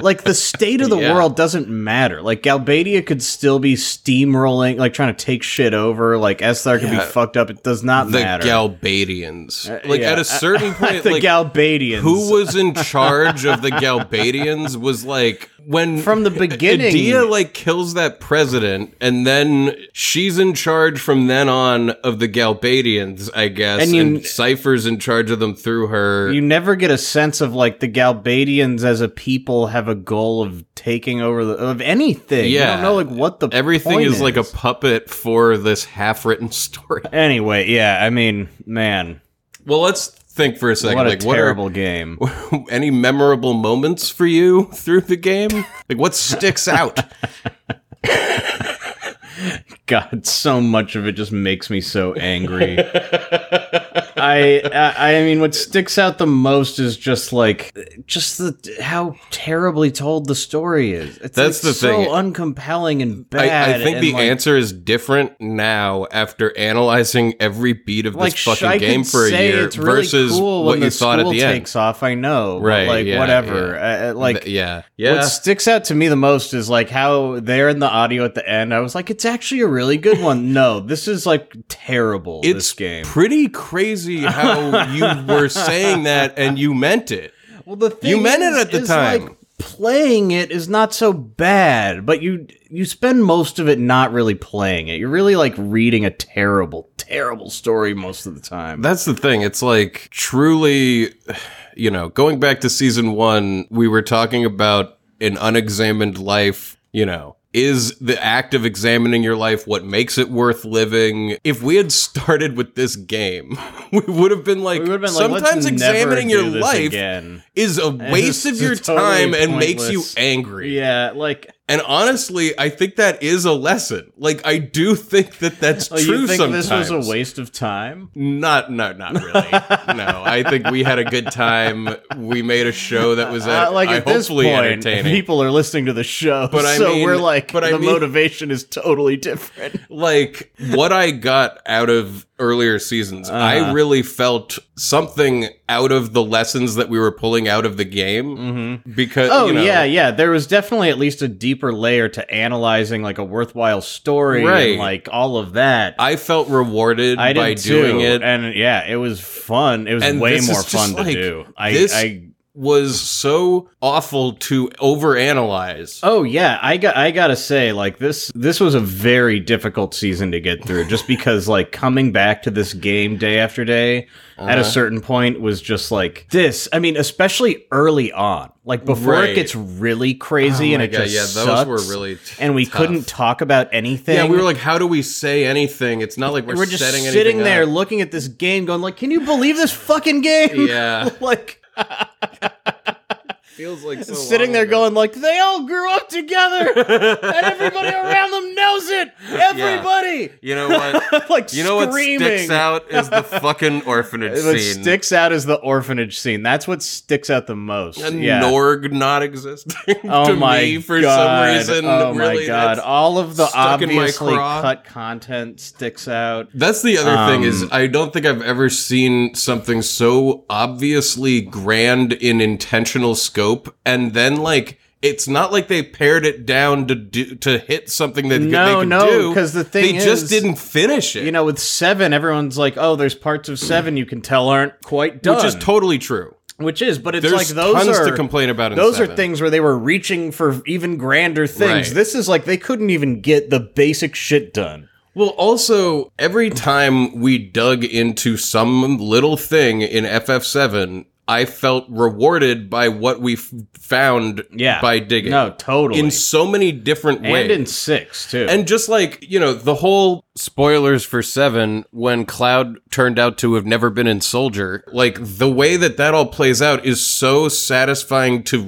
S19: like the state of the
S2: Yeah.
S19: world doesn't matter. Like Galbadia could still be steamrolling like trying to take shit over, like Esthar could
S2: Yeah.
S19: be fucked up. It does not
S2: The
S19: matter. Uh,
S2: Galbadians, like
S19: yeah.
S2: at a
S19: [laughs]
S2: certain point,
S19: the
S2: like
S19: Galbadians
S2: who was in charge of the Galbadians was like when
S19: from
S2: [laughs]
S19: the beginning
S2: Dia like kills that president, and then she's in charge from then on of the Galbadians, I guess.
S19: And
S2: And,
S19: you-
S2: Cypher's in charge of them through her.
S19: you never get a sense of like the Galbadians as a people have a goal of taking over the, of anything. you
S2: Yeah.
S19: don't know like what the
S2: Everything
S19: point
S2: is, like a puppet for this half-written [laughs] story.
S19: Anyway, yeah, I mean, man,
S2: Well, let's think for a second.
S19: what a
S2: like,
S19: terrible game.
S2: what are [laughs] any memorable moments for you through the game?
S19: [laughs]
S2: like, what sticks out?
S19: God, so much of it just makes me so
S2: [laughs]
S19: angry. I, I I mean, what sticks out the most is just like just the how terribly told the story is. It's,
S2: That's
S19: it's
S2: the
S19: so
S2: thing.
S19: uncompelling and bad.
S2: I, I think
S19: and,
S2: the
S19: like,
S2: answer is different now after analyzing every beat of this
S19: like sh- I
S2: fucking
S19: could
S2: game for a
S19: say
S2: year
S19: it's really
S2: versus
S19: cool
S2: what
S19: when
S2: you
S19: the
S2: thought at
S19: school
S2: the end.
S19: takes off. I know, but,
S2: Right,
S19: Like
S2: yeah,
S19: whatever. Uh, uh, like
S2: Th- yeah, yeah.
S19: What sticks out to me the most is like how there in the audio at the end, I was like, it's actually a really good one. no, this is like terrible. this
S2: it's
S19: game.
S2: pretty crazy how
S19: [laughs]
S2: you were saying that and you meant it.
S19: well, the thing
S2: you meant it at the time.
S19: like, playing it is not so bad, but you you spend most of it not really playing it. You're really like reading a terrible, terrible story most of the time.
S2: That's the thing. It's like truly, you know, going back to season one, we were talking about an unexamined life, you know. Is the act of examining your life what makes it worth living? If we had started with this game, [laughs] we would have been like,
S19: We would've been like, let's
S2: sometimes
S19: never
S2: examining
S19: do
S2: your
S19: this
S2: life
S19: again.
S2: is a waste
S19: [laughs] it's
S2: of your
S19: totally
S2: time and makes you
S19: pointless.
S2: angry.
S19: Yeah, like
S2: And honestly, I think that is a lesson. Like, I do think that that's
S19: oh,
S2: true
S19: you think
S2: sometimes.
S19: this was a waste of time?
S2: Not, no, not really. no, I think we had a good time. We made a show that was uh,
S19: [laughs] Uh, like at
S2: I-
S19: this
S2: hopefully
S19: point,
S2: entertaining.
S19: people are listening to the show,
S2: But I
S19: so
S2: mean-
S19: we're like,
S2: but I
S19: the
S2: mean-
S19: motivation is
S2: [laughs]
S19: totally different.
S2: like what I got out of earlier seasons,
S19: Uh-huh.
S2: I really felt something out of the lessons that we were pulling out of the game because
S19: Oh
S2: you know,
S19: yeah, yeah. There was definitely at least a deeper layer to analyzing like a worthwhile story,
S2: Right.
S19: And, like all of that.
S2: I felt rewarded
S19: I did
S2: by
S19: too,
S2: doing it.
S19: and yeah, it was fun. It was
S2: And
S19: way
S2: this is
S19: more
S2: just
S19: fun to
S2: like,
S19: do. I,
S2: this-
S19: I
S2: was so awful to overanalyze.
S19: Oh yeah, I got I gotta say, like this this was a very difficult season to get through, just because like coming back to this game day after day at a certain point was just like this. I mean, especially early on, like before
S2: Right.
S19: it gets really crazy
S2: Oh
S19: and
S2: my
S19: it
S2: God,
S19: just
S2: yeah, those
S19: sucks,
S2: were really t-
S19: and we
S2: tough.
S19: couldn't talk about anything.
S2: Yeah, we were like, how do we say anything? It's not like we're,
S19: we're just
S2: setting
S19: sitting
S2: anything
S19: there
S2: [laughs] up.
S19: looking at this [laughs] game, going like, can you believe this fucking game?
S2: Yeah.
S19: like
S2: feels like so
S19: sitting
S2: long
S19: there
S2: ago.
S19: going like they all grew
S2: [laughs]
S19: up together and everybody around them knows it everybody [laughs]
S2: You know what?
S19: like
S2: You know what
S19: screaming.
S2: sticks out is
S19: [laughs]
S2: the fucking orphanage
S19: what
S2: scene.
S19: sticks out is the orphanage scene that's what sticks out the most
S2: and
S19: yeah
S2: Norg not existing [laughs]
S19: oh
S2: to
S19: my
S2: me for
S19: god.
S2: some reason.
S19: oh
S2: really,
S19: my god
S2: that's-
S19: all of the
S2: stuck in my
S19: obviously
S2: craw.
S19: cut content sticks out
S2: That's the other thing is
S19: Um,
S2: I don't think I've ever seen something so obviously grand in intentional scope and then like it's not like they pared it down to do, to hit something that they
S19: no
S2: could
S19: no
S2: do.
S19: because the
S2: they
S19: thing is
S2: just didn't finish it.
S19: you know with seven everyone's like oh there's parts of seven you can tell aren't quite done
S2: which is totally true.
S19: Which is, but it's
S2: There's
S19: like those
S2: tons
S19: are
S2: to complain about. In
S19: those
S2: seven.
S19: are things where they were reaching for even grander things.
S2: Right.
S19: This is like they couldn't even get the basic shit done.
S2: Well, also, every time we dug into some little thing in FF7, I felt rewarded by what we f- found
S19: Yeah.
S2: by digging.
S19: No, totally.
S2: In so many different
S19: and
S2: ways.
S19: in six too.
S2: and just like, you know, the whole spoilers for 7 when Cloud turned out to have never been in Soldier, like the way that that all plays out is so satisfying to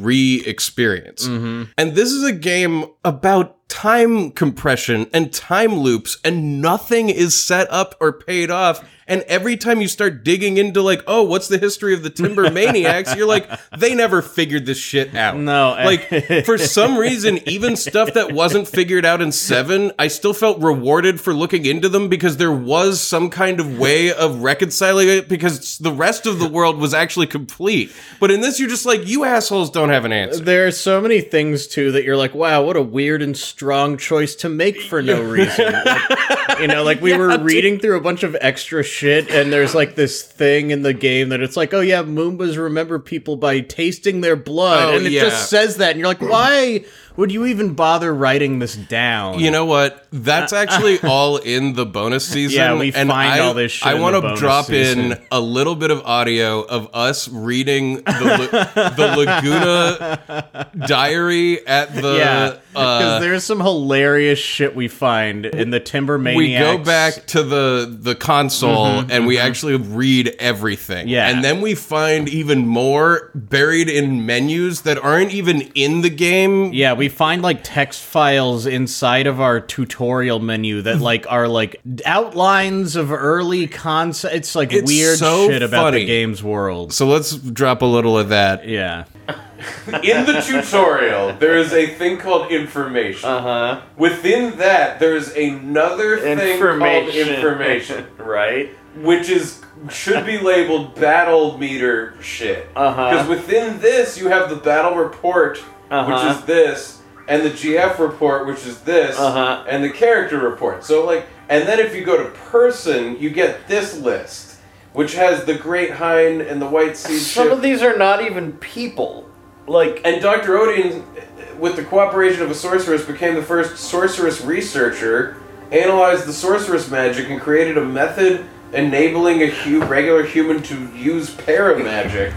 S2: re-experience.
S19: Mm-hmm.
S2: And this is a game about time compression and time loops, and nothing is set up or paid off. And every time you start digging into, like, oh, what's the history of the Timber
S19: [laughs]
S2: Maniacs? You're like, they never figured this shit out.
S19: No, I-
S2: Like, for some reason, even stuff that wasn't figured out in seven, I still felt rewarded for looking into them because there was some kind of way of reconciling it because the rest of the world was actually complete. But in this, you're just like, you assholes don't have an answer.
S19: there are so many things too that you're like, wow, what a weird and strong choice to make for no reason. Like, you
S2: [laughs]
S19: know, like we were reading through a bunch of extra shit, and there's like this thing in the game that it's like, oh yeah, Moombas remember people by tasting their blood,
S2: Oh,
S19: and it
S2: yeah.
S19: just says that, and
S2: [clears throat]
S19: you're like, why would you even bother writing this down?
S2: You know what? That's
S19: [laughs]
S2: actually all in the bonus season.
S19: Yeah, we
S2: and
S19: find
S2: I,
S19: all this shit
S2: I
S19: in
S2: wanna
S19: the bonus
S2: drop
S19: season.
S2: in a little bit of audio of us reading the, La- the Laguna
S19: [laughs]
S2: diary at the.
S19: yeah, because
S2: uh,
S19: there's some hilarious shit we find in the Timber Maniacs. Mm-hmm,
S2: we go back to the the console and we actually read everything.
S19: Yeah.
S2: And then we find even more buried in menus that aren't even in the game.
S19: Yeah, we find like text files inside of our tutorial
S2: [laughs]
S19: menu that like are like outlines of early concepts. It's like
S2: It's
S19: weird
S2: so
S19: shit about the
S2: funny.
S19: game's world.
S2: So let's drop a little of that.
S19: Yeah.
S11: In the tutorial, there is a thing called information.
S23: huh.
S11: Within that, there is another thing called
S23: Information.
S11: information,
S23: [laughs] Right.
S11: which is should be labeled battle meter shit.
S23: Uh-huh.
S11: Because within this, you have the battle report,
S23: Uh-huh.
S11: which is this, and the GF report, which is this,
S23: Uh-huh.
S11: and the character report. So like, and then if you go to person, you get this list, which has the Great Hind and the White Sea.
S23: Some
S11: ship.
S23: of these are not even people. Like
S11: And Dr. Odin, with the cooperation of a sorceress, became the first sorceress researcher, analyzed the sorceress magic, and created a method enabling a hu- regular human to use paramagic.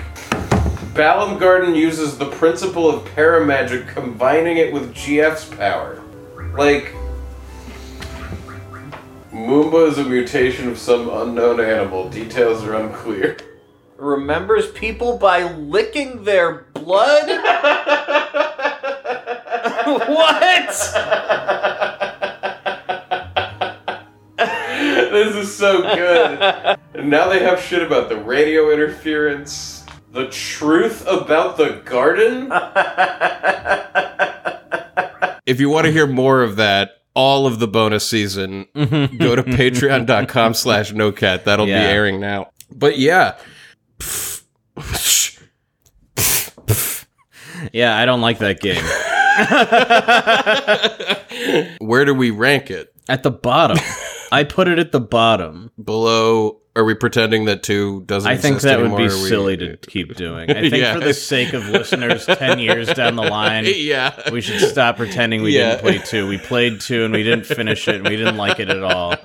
S11: Balam Garden uses the principle of paramagic, combining it with GF's power. Like, Moomba is a mutation of some unknown animal. Details are unclear.
S23: remembers people by licking their
S11: [laughs]
S23: blood. what?
S11: this is so good. and now they have shit about the radio interference, the truth about the garden.
S2: If you want to hear more of that, all of the bonus season, go to patreon.com slash nocat. That'll
S19: Yeah.
S2: be airing now. But yeah.
S19: Yeah, I don't like that game.
S2: Where do we rank it?
S19: at the bottom. I put it at the bottom.
S2: Below are we pretending that two doesn't
S19: I think
S2: exist
S19: that would
S2: anymore?
S19: be
S2: Are we- [laughs]
S19: silly to keep doing. I think
S2: Yeah.
S19: for the sake of listeners 10 years down the line,
S2: Yeah.
S19: we should stop pretending
S2: [laughs]
S19: we
S2: Yeah.
S19: didn't play 2. We played 2 and we didn't finish it and we didn't like it at all.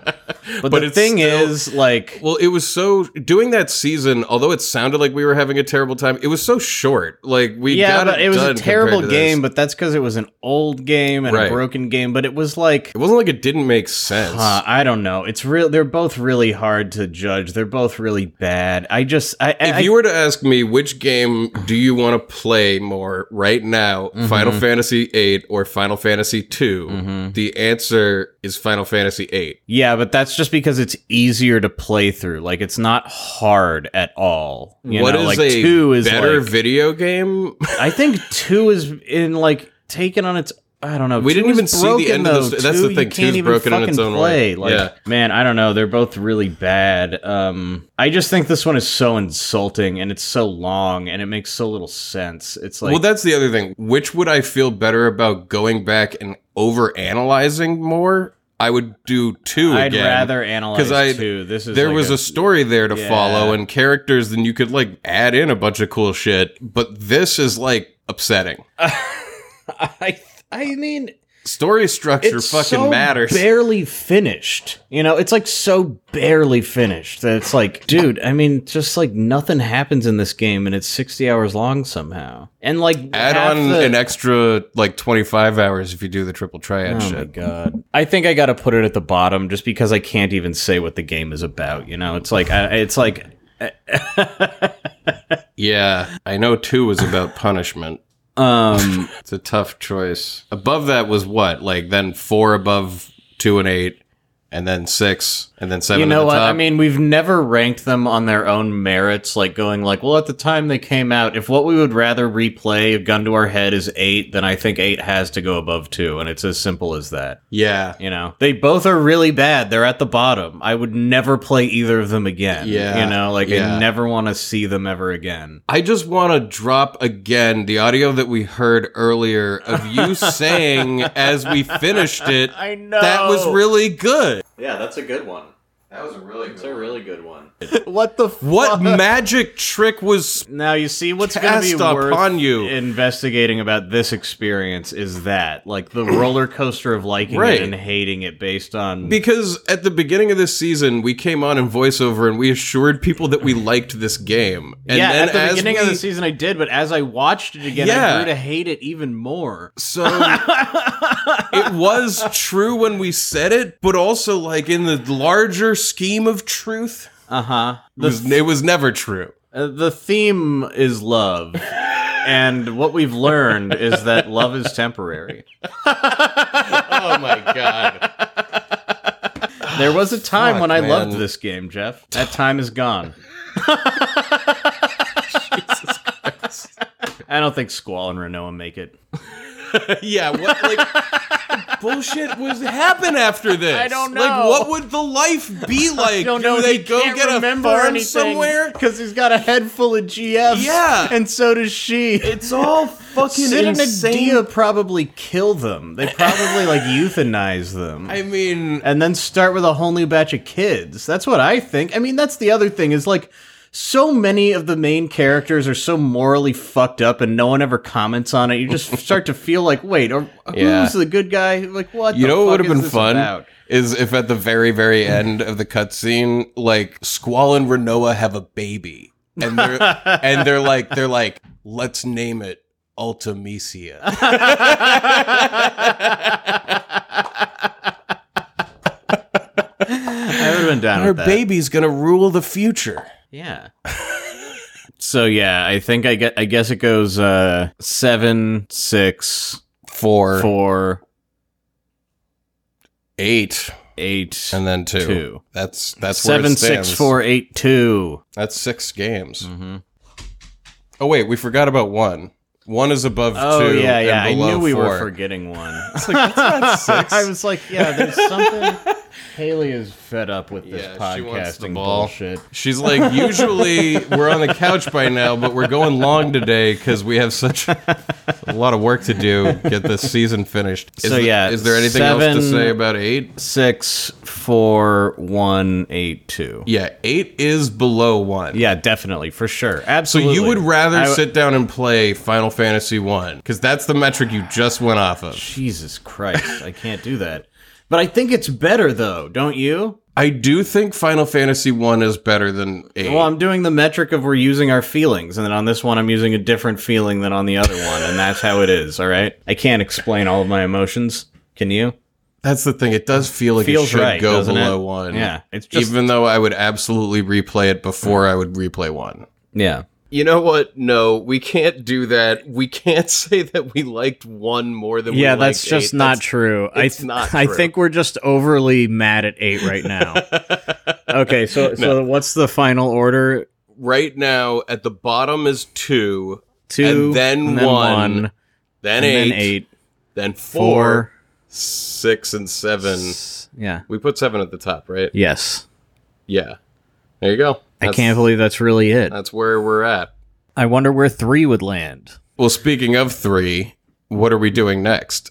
S1: But,
S2: But
S1: the
S2: it's
S1: thing
S2: still-
S1: is, like,
S2: Well, it was so doing that season. Although it sounded like we were having a terrible time, it was so short. Like we
S1: yeah,
S2: got
S1: but it was
S2: done
S1: a terrible
S2: compared to this.
S1: game. But that's because it was an old game and
S2: Right.
S1: a broken game. But it was like.
S2: It wasn't like it didn't make sense.
S1: Uh, I don't know. It's real. They're both really hard to judge. They're both really bad. I just, I, I,
S2: if you were to ask me which game do you want to play more right now,
S1: Mm-hmm.
S2: Final Fantasy VIII or Final Fantasy II, the answer is Final Fantasy VIII.
S1: Mm-hmm. Yeah, but that's just because it's easier to play through. Like it's not hard at all.
S2: What
S1: You
S2: is
S1: know, like
S2: a
S1: two is
S2: better
S1: like-
S2: video game?
S1: [laughs] I think two is in like taken on its. I don't know.
S2: We
S1: Two
S2: didn't
S1: is
S2: even see the
S1: broken,
S2: end of the
S1: though.
S2: sto- that's
S1: Two,
S2: the
S1: you
S2: thing.
S1: can't
S2: Two's
S1: even
S2: broken in its
S1: fucking
S2: own way.
S1: play. Like,
S2: Yeah.
S1: man, I don't know. They're both really bad. Um, I just think this one is so insulting and it's so long and it makes so little sense. It's like
S2: well, that's the other thing. Which would I feel better about going back and over analyzing more? I would do two
S1: I'd
S2: again.
S1: rather analyze
S2: 'cause I-
S1: two. This is
S2: there
S1: like
S2: was a, story there to
S1: Yeah.
S2: follow and characters then you could like add in a bunch of cool shit but this is like upsetting
S1: I I mean,
S2: story structure fucking matters
S1: barely finished. You know, it's like so barely finished that it's like, dude, I mean, just like nothing happens in this game and it's 60 hours long somehow. And like
S2: add
S1: half
S2: on
S1: the-
S2: an extra like 25 hours if you do the triple triad
S1: Oh my
S2: shit
S1: god. I think I got to put it at the bottom just because I can't even say what the game is about, you know. It's like I, it's like
S2: yeah i know two was about punishment
S1: um
S2: [laughs] it's a tough choice above that was what like then four above two and eight and then six and then seven
S1: you
S2: at
S1: know
S2: the
S1: what?
S2: top.
S1: I mean, we've never ranked them on their own merits, like going like, well, at the time they came out, if what we would rather replay a gun to our head is eight, then I think eight has to go above two, and it's as simple as that.
S2: yeah
S1: You know, they both are really bad. They're at the bottom. I would never play either of them again.
S2: Yeah.
S1: you know, like
S2: Yeah.
S1: I never want to see them ever again.
S2: I just want to drop again the audio that we heard earlier of
S1: [laughs]
S2: you saying as we finished it,
S1: I know
S2: that was really good.
S11: Yeah, that's a good one.
S15: That was a really
S11: That's a really good one.
S1: what the f-
S2: What magic trick was
S1: Now you see what's going to
S2: cast
S1: be worth
S2: upon you?
S1: investigating about this experience is that
S2: [clears throat]
S1: like the roller coaster of liking
S2: Right.
S1: it and hating it based on
S2: Because at the beginning of this season, we came on in voiceover and we assured people that we liked this game. And
S1: yeah
S2: then
S1: at the
S2: as
S1: beginning of
S2: we-
S1: the season I did, but as I watched it again,
S2: Yeah.
S1: I grew to hate it even more.
S2: So it was true when we said it, but also like in the larger scheme of truth,
S1: Uh huh.
S2: it was, it was never true.
S1: The theme is love, and what we've learned is that love is temporary.
S2: Oh my god.
S1: There was a time
S2: Fuck,
S1: when I
S2: man.
S1: loved this game, Jeff. That time is gone. I don't think Squall and Renoa make it.
S2: Yeah, what like
S1: [laughs]
S2: bullshit was happen after this? I
S1: don't
S2: Like,
S1: know.
S2: what would the life
S1: [laughs]
S2: be like?
S1: don't
S2: Do
S1: know.
S2: they
S1: he
S2: go
S1: can't
S2: get a
S1: remember
S2: farm
S1: anything
S2: somewhere?
S1: because he's got a head full of GFs.
S2: Yeah.
S1: and so does [laughs] she.
S2: It's all fucking
S1: Sid and
S2: insane.
S1: Adia probably kill them. They probably like euthanize them.
S2: I mean,
S1: and then start with a whole new batch of kids. That's what I think. I mean, that's the other thing is like so many of the main characters are so morally fucked up and no one ever comments on it. You
S2: [laughs]
S1: just start to feel like, wait, are,
S2: Yeah.
S1: who's the good guy? Like, what?
S2: you
S1: the
S2: know what would
S1: fuck is
S2: have been
S1: this
S2: fun
S1: about?
S2: is if at the very, very end of the cutscene, like Squall and Renoa have a baby, and
S1: [laughs]
S2: they're and they're like they're like, let's name it
S1: [laughs]
S2: Ultimecia.
S1: I would have been down
S2: Her
S1: with that.
S2: baby's gonna rule the future. [laughs]
S1: Yeah. so yeah, I think I get. I guess it goes uh seven, six,
S2: Four,
S1: four,
S2: eight,
S1: eight,
S2: and then two.
S1: two.
S2: That's that's where
S1: Seven,
S2: it stands.
S1: six, four, eight, two. Mm-hmm.
S2: That's six games. Oh wait, we forgot about one. One is above two.
S1: Oh yeah, yeah. I
S2: And below
S1: knew we were
S2: four. [laughs]
S1: forgetting one.
S2: like, that's
S1: [laughs]
S2: not six.
S1: I was like,
S2: [laughs]
S1: yeah, there's something. Haley is fed up with this
S2: Yeah, she wants the
S1: podcasting
S2: ball.
S1: bullshit.
S2: She's
S1: [laughs]
S2: like, usually we're on the couch by now, but we're going long today because we have such a lot of work to do. Get this season finished. Is
S1: So,
S2: the-
S1: yeah,
S2: is there anything else to
S1: seven-
S2: say about eight?
S1: Six, four, one, eight, two.
S2: Yeah, eight is below one.
S1: Yeah, definitely, for sure,
S2: So
S1: absolutely.
S2: you would rather
S1: I w-
S2: sit down and play Final Fantasy One because that's the metric you just went off of.
S1: Jesus Christ, I can't do that. But I think it's better though, don't you?
S2: I do think Final Fantasy One is better than eight.
S1: Well, I'm doing the metric of we're using our feelings, and then on this one, I'm using a different feeling than on the other one, and that's how it is. All right, I can't explain all of my emotions. Can you?
S2: That's the thing. It does feel like it
S1: Feels
S2: should
S1: right,
S2: go
S1: doesn't it?
S2: below one.
S1: Yeah, it's just
S2: Even though I would absolutely replay it before I would replay one.
S1: yeah.
S2: You know what? No, we can't do that. We can't [laughs] say that we liked one more than
S1: yeah,
S2: we
S1: that's
S2: liked eight.
S1: just not true. I
S2: it's
S1: th-
S2: not
S1: I
S2: true.
S1: think we're just overly mad at eight
S2: [laughs]
S1: right now. okay, so so what's the final order?
S2: right now at the bottom is two,
S1: Two,
S2: And then
S1: one,
S2: one, then
S1: and
S2: eight,
S1: then eight,
S2: then four,
S1: four,
S2: six, and seven.
S1: s- yeah,
S2: We put seven at the top, right?
S1: yes.
S2: Yeah. There you go.
S1: I can't believe that's really it.
S2: That's where we're at.
S1: I wonder where three would land.
S2: Well, speaking of three, what are we doing next?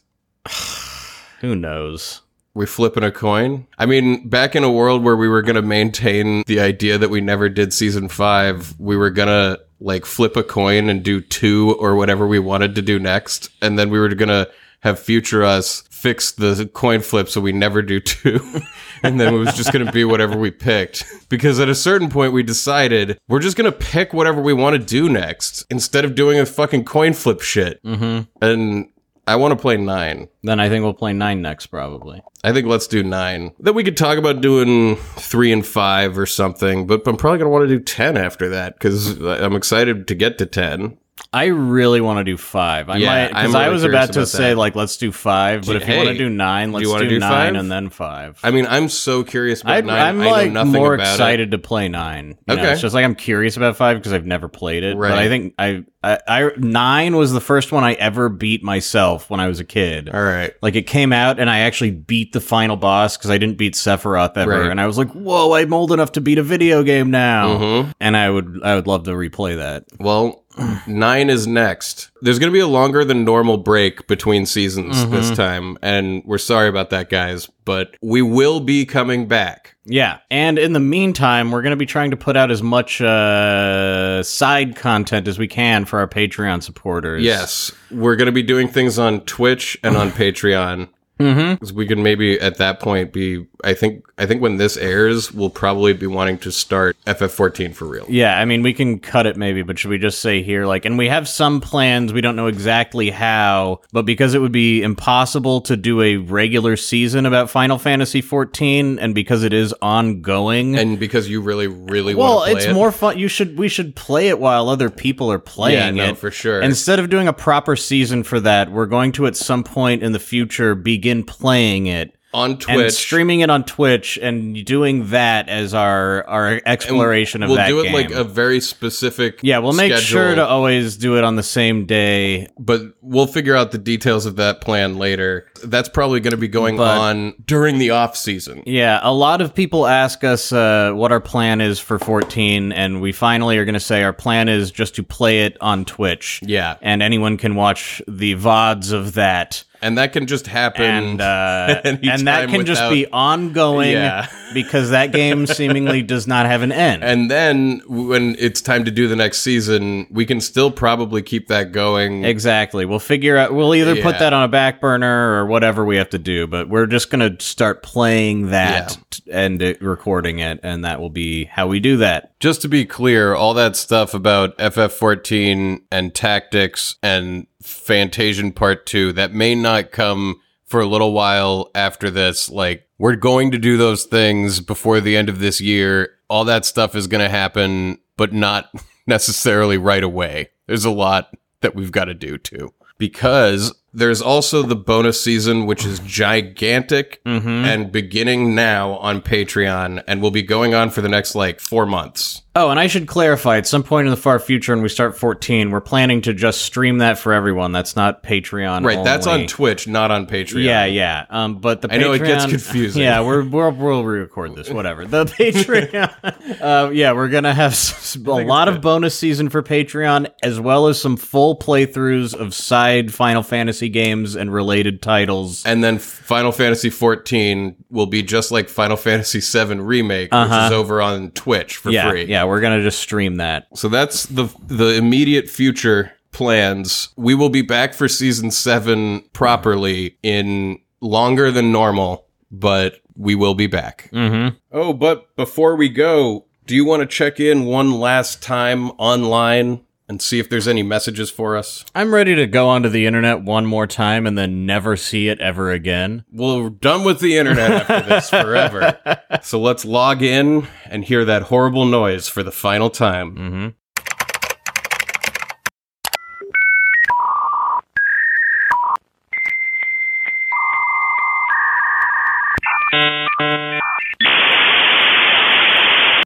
S1: Who knows?
S2: We flipping a coin? I mean, back in a world where we were gonna maintain the idea that we never did season five, we were gonna like flip a coin and do two or whatever we wanted to do next, and then we were gonna have future us fix the coin flip so we never do two. [laughs] and then it was just gonna be whatever we picked. Because at a certain point we decided we're just gonna pick whatever we wanna do next instead of doing a fucking coin flip shit.
S1: Mm-hmm.
S2: And I wanna play nine.
S1: Then I think we'll play nine next, probably.
S2: I think let's do nine. Then we could talk about doing three and five or something, but I'm probably going to want to do 10 after that because I'm excited to get to 10.
S1: I really want to do five. I
S2: Yeah,
S1: might
S2: I'm
S1: because I
S2: really
S1: was about
S2: curious
S1: to
S2: about
S1: say
S2: that.
S1: like let's do five, but if you
S2: Hey,
S1: want to do nine,
S2: do
S1: let's
S2: you wanna
S1: do,
S2: do
S1: nine
S2: five?
S1: and then five.
S2: I mean, I'm so curious about
S1: I'd,
S2: nine.
S1: I'm
S2: I
S1: like
S2: know nothing
S1: more
S2: about It.
S1: excited to play nine. You know,
S2: Okay.
S1: it's just like I'm curious about five because I've never played it. But I
S2: Right.
S1: think I, I I nine was the first one I ever beat myself when I was a kid.
S2: All right.
S1: Like it came out and I actually beat the final boss because I didn't beat Sephiroth ever,
S2: Right.
S1: and I was like, "Whoa, I'm old enough to beat a video game now!"
S2: Mhm.
S1: And I would I would love to replay that.
S2: Well, nine is next. There's going to be a longer than normal break between seasons
S1: Mm-hmm.
S2: this time, and we're sorry about that, guys, but we will be coming back.
S1: Yeah, and in the meantime, we're going to be trying to put out as much uh, side content as we can for our Patreon supporters.
S2: Yes, we're going to be doing things on Twitch and
S1: [sighs]
S2: on Patreon.
S1: hmm
S2: 'Cause we can maybe at that point be i think i think when this airs we'll probably be wanting to start ff14 for real
S1: [laughs] Yeah, I mean, we can cut it maybe, but should we just say here, like, and we have some plans, we don't know exactly how, but because it would be impossible to do a regular season about Final Fantasy XIV, and because it is ongoing.
S2: and because you really really
S1: well,
S2: want to play
S1: it's
S2: it,
S1: more fun. You should we should play it while other people are
S2: yeah
S1: playing
S2: no
S1: it.
S2: for sure
S1: Instead of doing a proper season for that, we're going to at some point in the future begin playing it
S2: on
S1: and
S2: twitch
S1: streaming it on Twitch and doing that as our our
S2: and
S1: exploration of
S2: we'll
S1: that
S2: do it
S1: game.
S2: like a very specific
S1: yeah, we'll make sure to
S2: schedule,
S1: always do it on the same day.
S2: but we'll figure out the details of that plan later that's probably going to be going
S1: But-
S2: on during the off season
S1: Yeah, a lot of people ask us uh, what our plan is for 14, and we finally are going to say our plan is just to play it on Twitch.
S2: yeah
S1: And anyone can watch the VODs of that.
S2: and that can just happen
S1: and
S2: [laughs]
S1: uh,
S2: anytime
S1: and that can just
S2: without-
S1: be ongoing
S2: Yeah.
S1: [laughs] because that
S2: [laughs]
S1: game seemingly does not have an end.
S2: and then when it's time to do the next season we can still probably keep that going
S1: exactly. We'll figure out. We'll either put
S2: Yeah.
S1: that on a back burner or whatever we have to do. But we're just gonna start playing that t- and uh, recording it, and that will be how we do that.
S2: just to be clear, all that stuff about FF14 and tactics and Fantasian Part 2 that may not come for a little while after this. Like, we're going to do those things before the end of this year. All that stuff is going to happen, but not [laughs] necessarily right away. There's a lot that we've got to do too. Because there's also the bonus season, which is gigantic
S1: Mm-hmm.
S2: and beginning now on Patreon, and will be going on for the next like four months.
S1: Oh, and I should clarify at some point in the far future when we start 14, we're planning to just stream that for everyone. That's not Patreon.
S2: right, that's
S1: only.
S2: on Twitch, not on Patreon.
S1: Yeah, yeah. Um, but the
S2: I know it gets
S1: Patreon-
S2: confusing.
S1: Yeah, we're, we're we'll re-record this.
S2: [laughs]
S1: Whatever the Patreon. uh, yeah, we're gonna have s- a lot of bonus season for Patreon, as well as some full playthroughs of side Final Fantasy games and related titles.
S2: And then Final Fantasy 14 will be just like Final Fantasy 7 remake, which
S1: Uh-huh.
S2: is over on Twitch for
S1: yeah,
S2: free.
S1: yeah, we're gonna just stream that.
S2: So that's the the immediate future plans. We will be back for season 7 properly in longer than normal, but we will be back.
S1: Mm-hmm.
S2: Oh, but before we go, do you want to check in one last time online and see if there's any messages for us?
S1: I'm ready to go onto the internet one more time and then never see it ever again.
S2: Well, we're done with the internet after this forever. So let's log in and hear that horrible noise for the final time.
S1: Mm-hmm.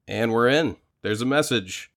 S2: And we're in. There's a message.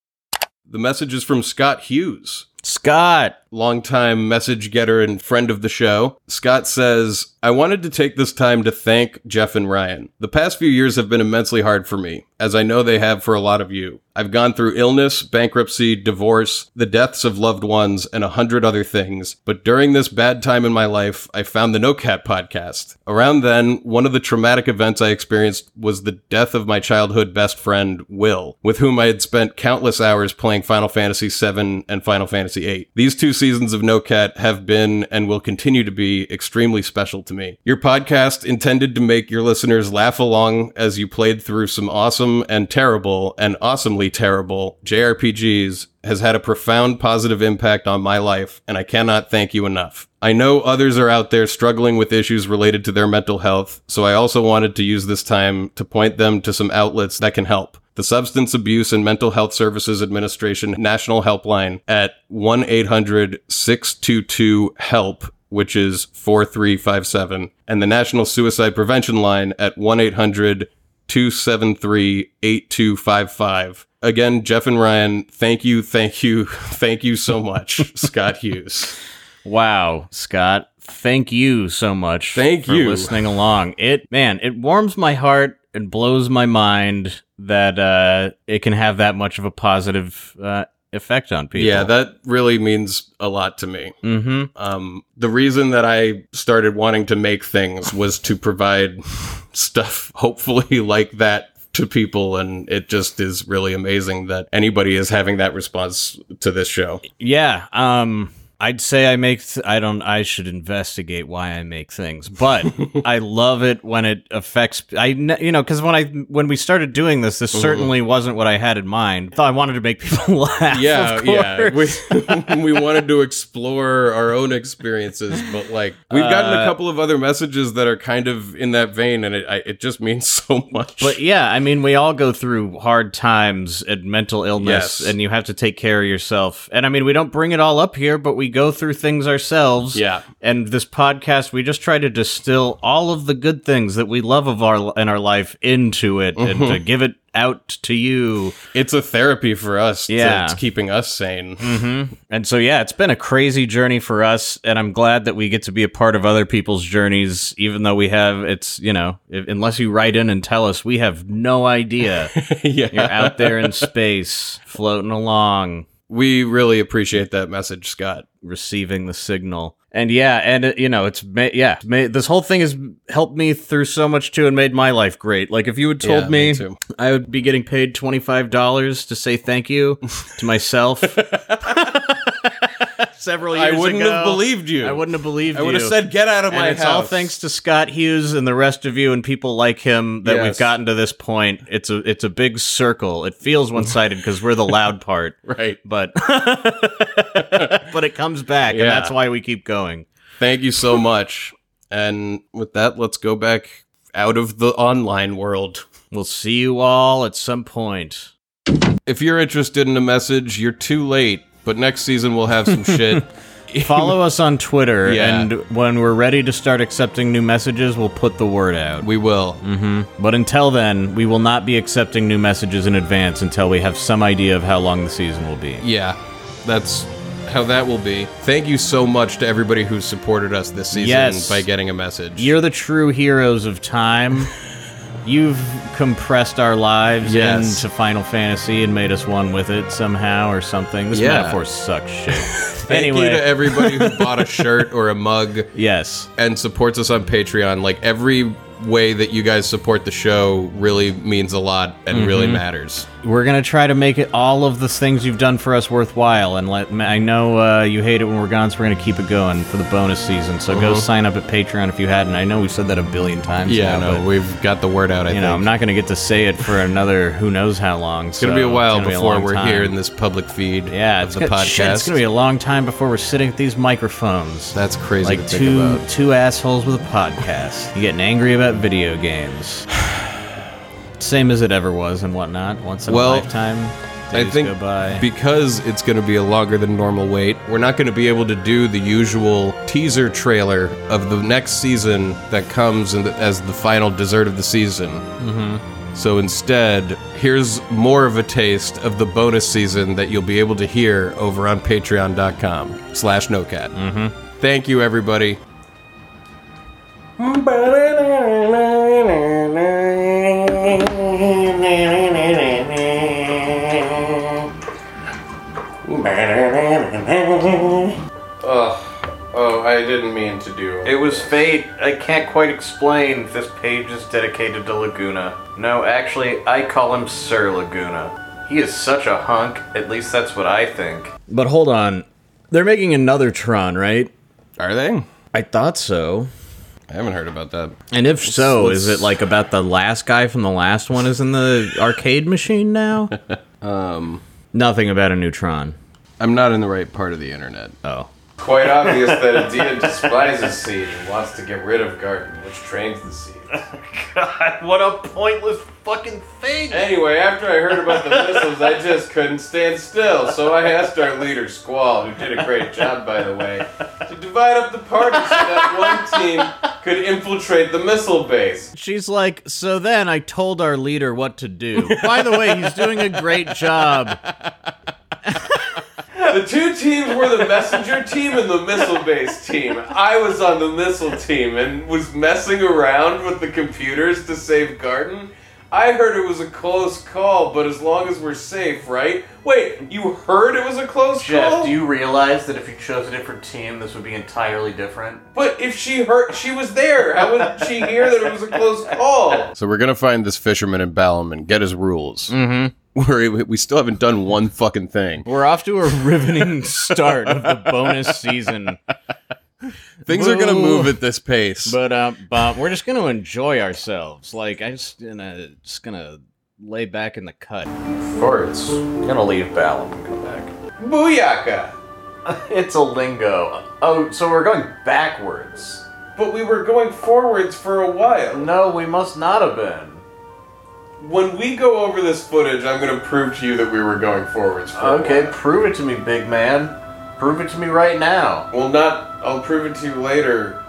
S2: The message is from Scott Hughes.
S1: Scott.
S2: longtime message getter and friend of the show. Scott says, I wanted to take this time to thank Jeff and Ryan. The past few years have been immensely hard for me, as I know they have for a lot of you. I've gone through illness, bankruptcy, divorce, the deaths of loved ones, and a hundred other things. But during this bad time in my life, I found the No Cat podcast. Around then, one of the traumatic events I experienced was the death of my childhood best friend, Will, with whom I had spent countless hours playing Final Fantasy VII and Final Fantasy VIII. These two seasons of No Cat have been and will continue to be extremely special to me. Your podcast intended to make your listeners laugh along as you played through some awesome and terrible and awesomely terrible JRPGs has had a profound positive impact on my life, and I cannot thank you enough. I know others are out there struggling with issues related to their mental health, so I also wanted to use this time to point them to some outlets that can help. The Substance Abuse and Mental Health Services Administration National Helpline at 1 800 622 HELP, E which is 4357, and the National Suicide Prevention Line at 1 800 273 8255. Again, Jeff and Ryan, thank you, thank you, [laughs] thank you so
S1: [laughs]
S2: much, Scott Hughes.
S1: Wow, Scott. Thank you so much.
S2: Thank
S1: for
S2: you.
S1: listening along. It man, it warms my heart and blows my mind that uh, it can have that much of a positive uh, effect on people.
S2: Yeah, that really means a lot to me.
S1: mm-hmm.
S2: Um, the reason that I started wanting to make things was to provide [laughs] stuff, hopefully, [laughs] like that to people. And it just is really amazing that anybody is having that response to this show.
S1: Yeah. Um I'd say I make th- I don't I should investigate why I make things,
S11: [laughs]
S1: but I love it when it affects I kn- you know cuz when I when we started doing this this
S2: Mhm.
S1: certainly wasn't what I had in mind. Though I wanted to make [laughs] people laugh.
S2: yeah,
S1: of
S2: yeah.
S1: course.
S2: We [laughs] we wanted to explore our own experiences, but like we've gotten a
S1: Uh,
S2: couple of other messages that are kind of in that vein, and it I, it just means [laughs] so much.
S1: But e yeah, I mean, we all go through hard times and mental illness,
S2: Yes.
S1: and you have to take care of yourself. And I mean, we don't bring it all up here, but we go through things ourselves.
S2: yeah,
S1: And this podcast, we just try to distill all of the good things that we love of our in our life into it, and to give it out to you.
S2: it's a therapy for us. to-
S1: Yeah.
S2: it's keeping us sane.
S1: Mm-hmm. And so, yeah, it's been a crazy journey for us, and I'm glad that we get to be a part of other people's journeys, even though we have it's you know, if, unless you write in and tell us, we have no
S2: [laughs]
S1: idea.
S2: yeah,
S1: You're out there
S2: [laughs]
S1: in space, floating along,
S2: We really appreciate that message, Scott.
S1: receiving the signal. And yeah, and it, you know, it's ma- yeah, it's ma- this whole thing has helped me through so much too, and made my life great. Like if you had told
S2: Yeah,
S1: me,
S2: too.
S1: I would be getting paid twenty five dollars to say thank you to
S2: [laughs]
S1: myself several years
S2: I wouldn't
S1: ago,
S2: have believed you.
S1: I wouldn't have believed.
S2: I would have
S1: you.
S2: said, "Get out of
S1: And
S2: my
S1: it's
S2: house."
S1: all thanks to Scott Hughes and the rest of you and people like him that
S2: Yes.
S1: we've gotten to this point. It's a it's a big circle. It feels one sided because we're the
S2: [laughs]
S1: loud part,
S2: right.
S1: but but it comes back,
S2: Yeah.
S1: and that's why we keep going.
S2: Thank you so much. and with that, let's go back out of the online world.
S1: We'll see you all at some point.
S2: If you're interested in a message, you're too late. But next season we'll have some
S1: [laughs]
S2: shit.
S1: Follow us on Twitter,
S2: Yeah.
S1: and when we're ready to start accepting new messages, we'll put the word out.
S2: We will.
S1: hmm But until then, we will not be accepting new messages in advance until we have some idea of how long the season will be.
S2: Yeah, that's how that will be. Thank you so much to everybody who supported us this season
S1: Yes.
S2: by getting a message.
S1: You're the true heroes of
S2: [laughs]
S1: time. You've compressed our lives
S2: Yes.
S1: into Final Fantasy and made us one with it somehow or something. This
S2: Yeah.
S1: metaphor sucks
S2: [laughs]
S1: shit.
S2: Thank
S1: anyway,
S2: you to
S1: [laughs]
S2: everybody who bought a shirt or a mug
S1: yes.
S2: and supports us on Patreon. Like every
S19: way that you guys support the show really means a lot and really
S11: Mm-hmm.
S19: matters.
S11: We're gonna try to make it all of the things you've done for us worthwhile, and let I know uh, you hate it when we're gone, so we're gonna keep it going for the bonus season. So go sign up at Patreon if you hadn't. I know we've said that a billion times.
S19: Uh-huh. Yeah,
S11: now,
S19: no,
S11: but,
S19: we've got the word out. I
S11: you
S19: think
S11: know, I'm not gonna get to say it for another who knows how long.
S19: it's gonna be a while before we're here in
S11: the
S19: this public feed
S11: yeah,
S19: of
S11: it's
S19: the
S11: gonna,
S19: podcast.
S11: shit, it's gonna be a long time before we're sitting at these microphones.
S19: That's crazy
S11: like
S19: to think
S11: two
S19: about.
S11: two assholes with a podcast. You getting angry about video games. [sighs] Same as it ever was and whatnot. Once in
S19: Well,
S11: a lifetime.
S19: I
S11: days
S19: think
S11: go by.
S19: because it's going to be a longer than normal wait, we're not going to be able to do the usual teaser trailer of the next season that comes in the, as the final dessert of the season. Mm-hmm. So instead, here's more of a taste of the bonus season that you'll be able to hear over on patreon.com slash nocat. Mm-hmm. Thank you, everybody.
S2: Ugh. Oh, I didn't mean to do
S1: It was fate. I can't quite explain if this page is dedicated to Laguna. No, actually, I call him Sir Laguna. He is such a hunk, at least that's what I think.
S11: But hold on. They're making another Tron, right?
S19: Are they?
S11: I thought so.
S19: I haven't heard about that.
S11: And if so,
S19: let's-
S11: is it like about the last guy from the last one is in the arcade machine now? um nothing about a neutron.
S19: I'm not in the right part of the internet.
S11: Oh.
S1: [laughs]
S2: Quite obvious that Adina despises Seed and wants to get rid of Garden, which trains the Seed.
S1: [laughs] God, what a pointless fucking thing!
S2: Anyway, after I heard about the missiles, I just couldn't stand still, so I asked our leader, Squall, who did a great job, by the way, to divide up the party so that one team could infiltrate the missile base.
S11: She's like, so then I told our leader what to do. By the way, he's doing a great [laughs] job.
S2: The two teams were the messenger team and the missile base team. I was on the missile team and was messing around with the computers to save Garden. I heard it was a close call, but as long as we're safe, right? Wait, you heard it was a close call?
S1: Jeff, do you realize that if you chose a different team, this would be entirely different?
S2: But if she heard, she was there. How would she hear that it was a close call?
S19: So we're gonna find this fisherman in Balam and get his rules. Mm-hmm. Where we- we still haven't done one fucking thing.
S11: We're off to a riveting start of the bonus season.
S19: Things are gonna
S11: Woo.
S19: move at this pace.
S11: But um, but we're just gonna enjoy ourselves. Like I'm just gonna just gonna lay back in the cut.
S24: Farts. I'm gonna leave Balam and come back.
S2: Booyaka!
S24: [laughs] It's a lingo. Oh, so we're going backwards.
S2: But we were going forwards for a while.
S24: No, we must not have been.
S2: When we go over this footage, I'm going to prove to you that we were going forwards for a
S24: Okay,
S2: while.
S24: prove it to me, big man. Prove it to me right now.
S2: Well, not. I'll prove it to you later,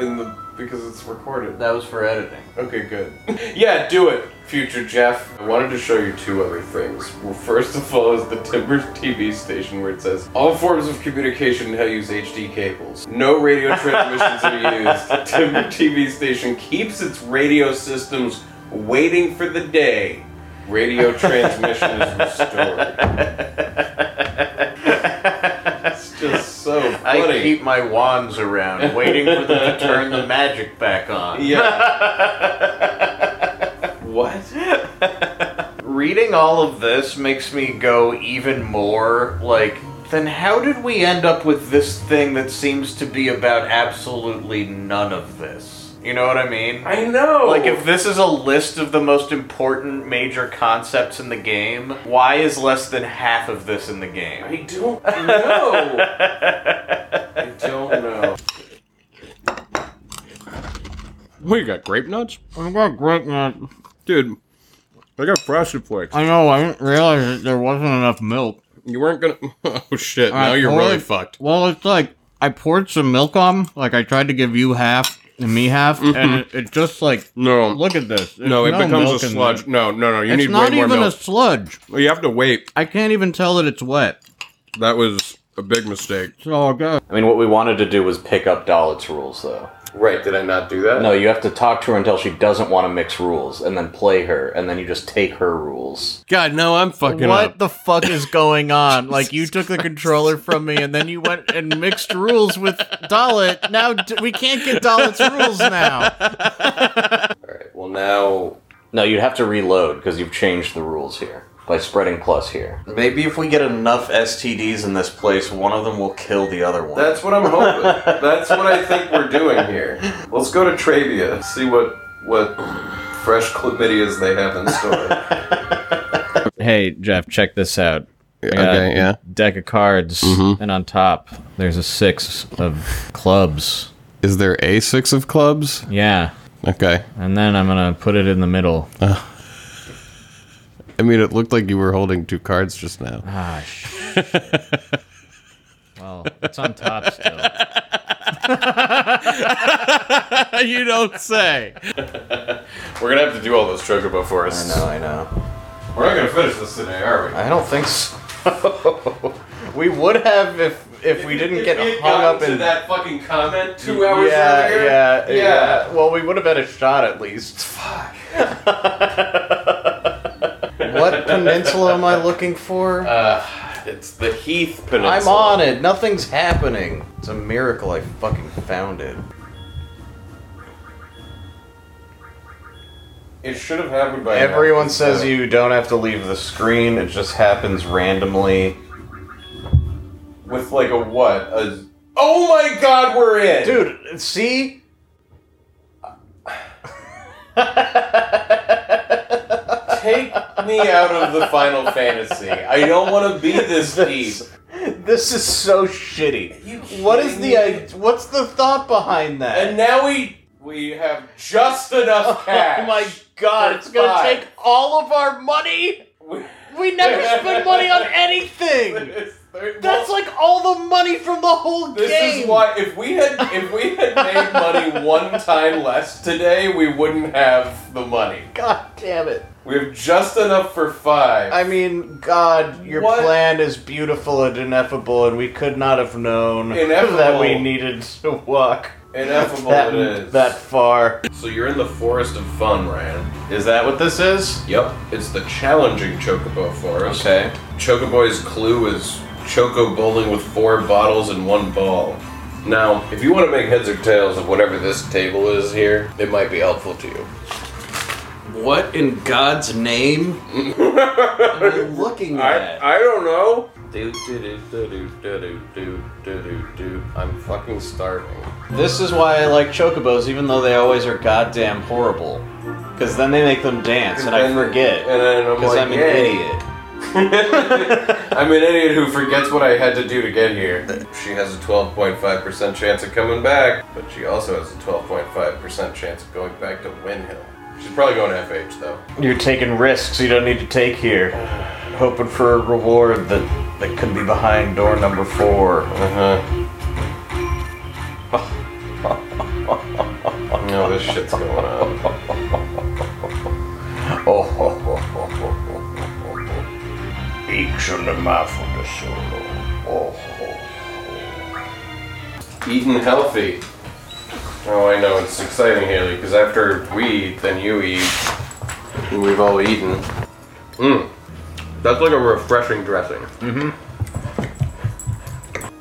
S2: in the because it's recorded.
S24: That was for editing.
S2: Okay, good. [laughs] Yeah, do it, future Jeff. I wanted to show you two other things. Well, first of all is the Timbers TV station where it says all forms of communication now use HD cables. No radio transmissions
S1: [laughs]
S2: are used. The Timber TV station keeps its radio systems waiting for the day. Radio transmission is
S1: [laughs]
S2: restored. It's just so funny.
S1: I keep my wands around, waiting
S24: [laughs]
S1: for them to turn the magic back on.
S2: yeah. what?
S1: Reading all of this makes me go even more like, then how did we end up with this thing that seems to be about absolutely none of this? You know what I mean?
S2: I know.
S1: Like, if this is a list of the most important major concepts in the game, why is less than half of this in the
S2: I
S1: game?
S2: don't know.
S1: [laughs]
S2: I don't know.
S19: what you got? Grape nuts? I got grape nuts, dude. I got frosted flakes.
S11: I know. I didn't realize that there wasn't enough milk.
S19: You weren't gonna. [laughs] Oh shit!
S11: I
S19: now you're
S11: poured-
S19: really fucked.
S11: Well, it's like I poured some milk on. Like I tried to give you half and me half, and it, it just like
S19: No,
S11: look at this. There's
S19: Mm-hmm. no, it
S11: milk
S19: becomes a
S11: in
S19: sludge.
S11: there.
S19: No, no, no. You
S11: It's
S19: need way
S11: not
S19: more
S11: even a
S19: milk.
S11: sludge.
S19: Well, you have to wait.
S11: I can't even tell that it's wet.
S19: That was a big mistake.
S11: It's all good.
S25: I mean, what we wanted to do was pick up Dalit's rules, though.
S2: Right, did I not do that?
S25: No, you have to talk to her until she doesn't want to mix rules, and then play her, and then you just take her rules.
S19: God, no, I'm fucking
S11: what
S19: up.
S11: the fuck is going [laughs] on? like you took the controller from me, and then you went and mixed rules with Dalit. Now d- we can't get Dalit's rules now.
S2: now
S11: No, you'd have to reload because you've changed the rules here by spreading plus here. Maybe if we get enough STDs in this place, one of them will kill the other one.
S2: That's what I'm hoping. That's what I think we're doing here. Let's go to Trabia, see what what fresh chlamydias they have in
S19: [laughs]
S2: store.
S1: Hey, Jeff, check this out. I got
S26: okay,
S1: a
S26: yeah.
S1: Deck of cards,
S19: Mm-hmm.
S1: and on top there's a six of clubs.
S26: Is there a six of clubs?
S1: Yeah,
S26: Okay.
S1: and then I'm gonna put it in the middle.
S26: I mean, it looked like you were holding two cards just now.
S1: Ah, sh- well, it's on top still.
S26: you don't
S11: [laughs]
S26: say.
S2: we're gonna have to do all those treasure before us.
S11: No, I know.
S2: We're not gonna finish this today, are we?
S11: I don't think so. [laughs] we would have if if we didn't get
S27: If it
S11: hung
S27: got
S11: up
S27: to
S11: in
S27: that fucking comment two hours
S11: yeah,
S27: earlier.
S11: yeah, yeah,
S27: Yeah.
S11: Well, we would have had a shot at least. Fuck. [laughs] what peninsula am I looking for?
S27: Uh,
S2: It's the Heath Peninsula.
S11: Uh, I'm on it. Nothing's happening. It's a miracle I fucking found it.
S2: It should have happened by now.
S11: Everyone says you don't have to leave the screen. It just happens randomly.
S2: with like a what? A oh my god, we're in.
S11: Dude, see?
S2: Take me out of the Final Fantasy. I don't want to be this deep.
S11: [laughs] This is so shitty. What is the i- what's the thought behind that?
S2: And now we we have just enough cash.
S11: [laughs]
S2: [laughs]
S11: Oh my god, it's gonna
S2: Five.
S11: take all of our money? We never spend
S2: [laughs]
S11: money on anything! That's like all the money from the whole
S2: This
S11: game!
S2: is why if we had if we had made money one time less today, we wouldn't have the money.
S11: God damn it.
S2: We have just enough for five.
S11: I mean, God, your
S2: What?
S11: plan is beautiful and ineffable, and we could not have known that
S2: Ineffable.
S11: we needed to walk
S2: Ineffable
S11: that,
S2: it is.
S11: that far.
S2: So you're in the forest of fun, Ryan.
S11: Is that what this is?
S2: Yep, it's the challenging chocobo forest.
S11: Okay.
S2: Chocoboy's clue is choco bowling with four bottles and one ball. Now, if you want to make heads or tails of whatever this table is here, it might be helpful to you.
S11: What in God's name am [laughs] I looking at?
S2: I don't know. Do, do, do, do, do, do, do, do, do, do. I'm fucking starving.
S11: This is why I like chocobos, even though they always are goddamn horrible. Because then they make them dance, and I
S2: And-
S11: forget.
S2: And then I'm
S11: Because
S2: like,
S11: I'm an
S2: "Yay."
S11: idiot.
S2: [laughs] I'm an idiot who forgets what I had to do to get here. She has a 12.5% chance of coming back, but she also has a 12.5% chance of going back to Windhill. She's probably going FH though.
S11: You're taking risks you don't need to take here. Hoping for a reward that, that could be behind door number four.
S2: [laughs] Uh huh. no, this shit's going on.
S11: Oh, ho, ho, ho, ho, ho, ho, ho. Each on the mouth of the solo. Oh, ho.
S2: [laughs] Eating healthy. Oh, I know it's exciting, Haley, because after we eat, then you eat. And we've all eaten. Mmm. That's like a refreshing dressing. Mm-hmm.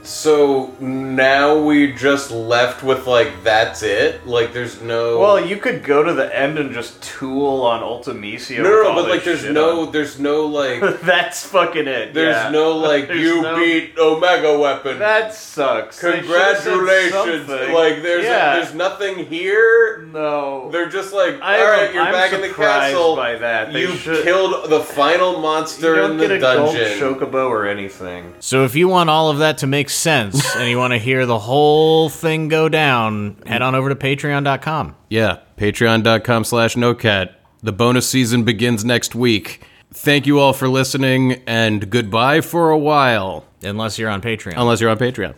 S2: So now we just left with like that's it. Like there's no.
S11: Well, you could go to the end and just tool on Ultimisio.
S2: no, no,
S11: with
S2: no,
S11: all
S2: but
S11: this
S2: like there's
S11: shit
S2: no,
S11: on.
S2: there's no
S11: [laughs]
S2: like,
S11: That's fucking it.
S2: there's
S11: yeah. [laughs]
S2: no like
S11: There's
S2: you
S11: no-
S2: beat Omega Weapon.
S11: That sucks. They should've said
S2: Congratulations!
S11: something.
S2: Like there's
S11: yeah.
S2: there's nothing here.
S11: no.
S2: They're just like, all
S11: I-
S2: right, you're
S11: I'm
S2: back in the
S11: surprised
S2: castle.
S11: by that. They
S2: you
S11: should-
S2: killed the final
S11: You
S2: monster
S11: don't
S2: in
S11: get
S2: the
S11: a gold
S2: dungeon.
S11: chocobo or anything.
S1: So if you want all of that to make sense and you want to hear the whole thing go down, head on over to patreon.com.
S26: Yeah, patreon.com slash nocat. The bonus season begins next week. Thank you all for listening, and goodbye for a while,
S1: Unless you're on Patreon.
S26: unless you're on Patreon.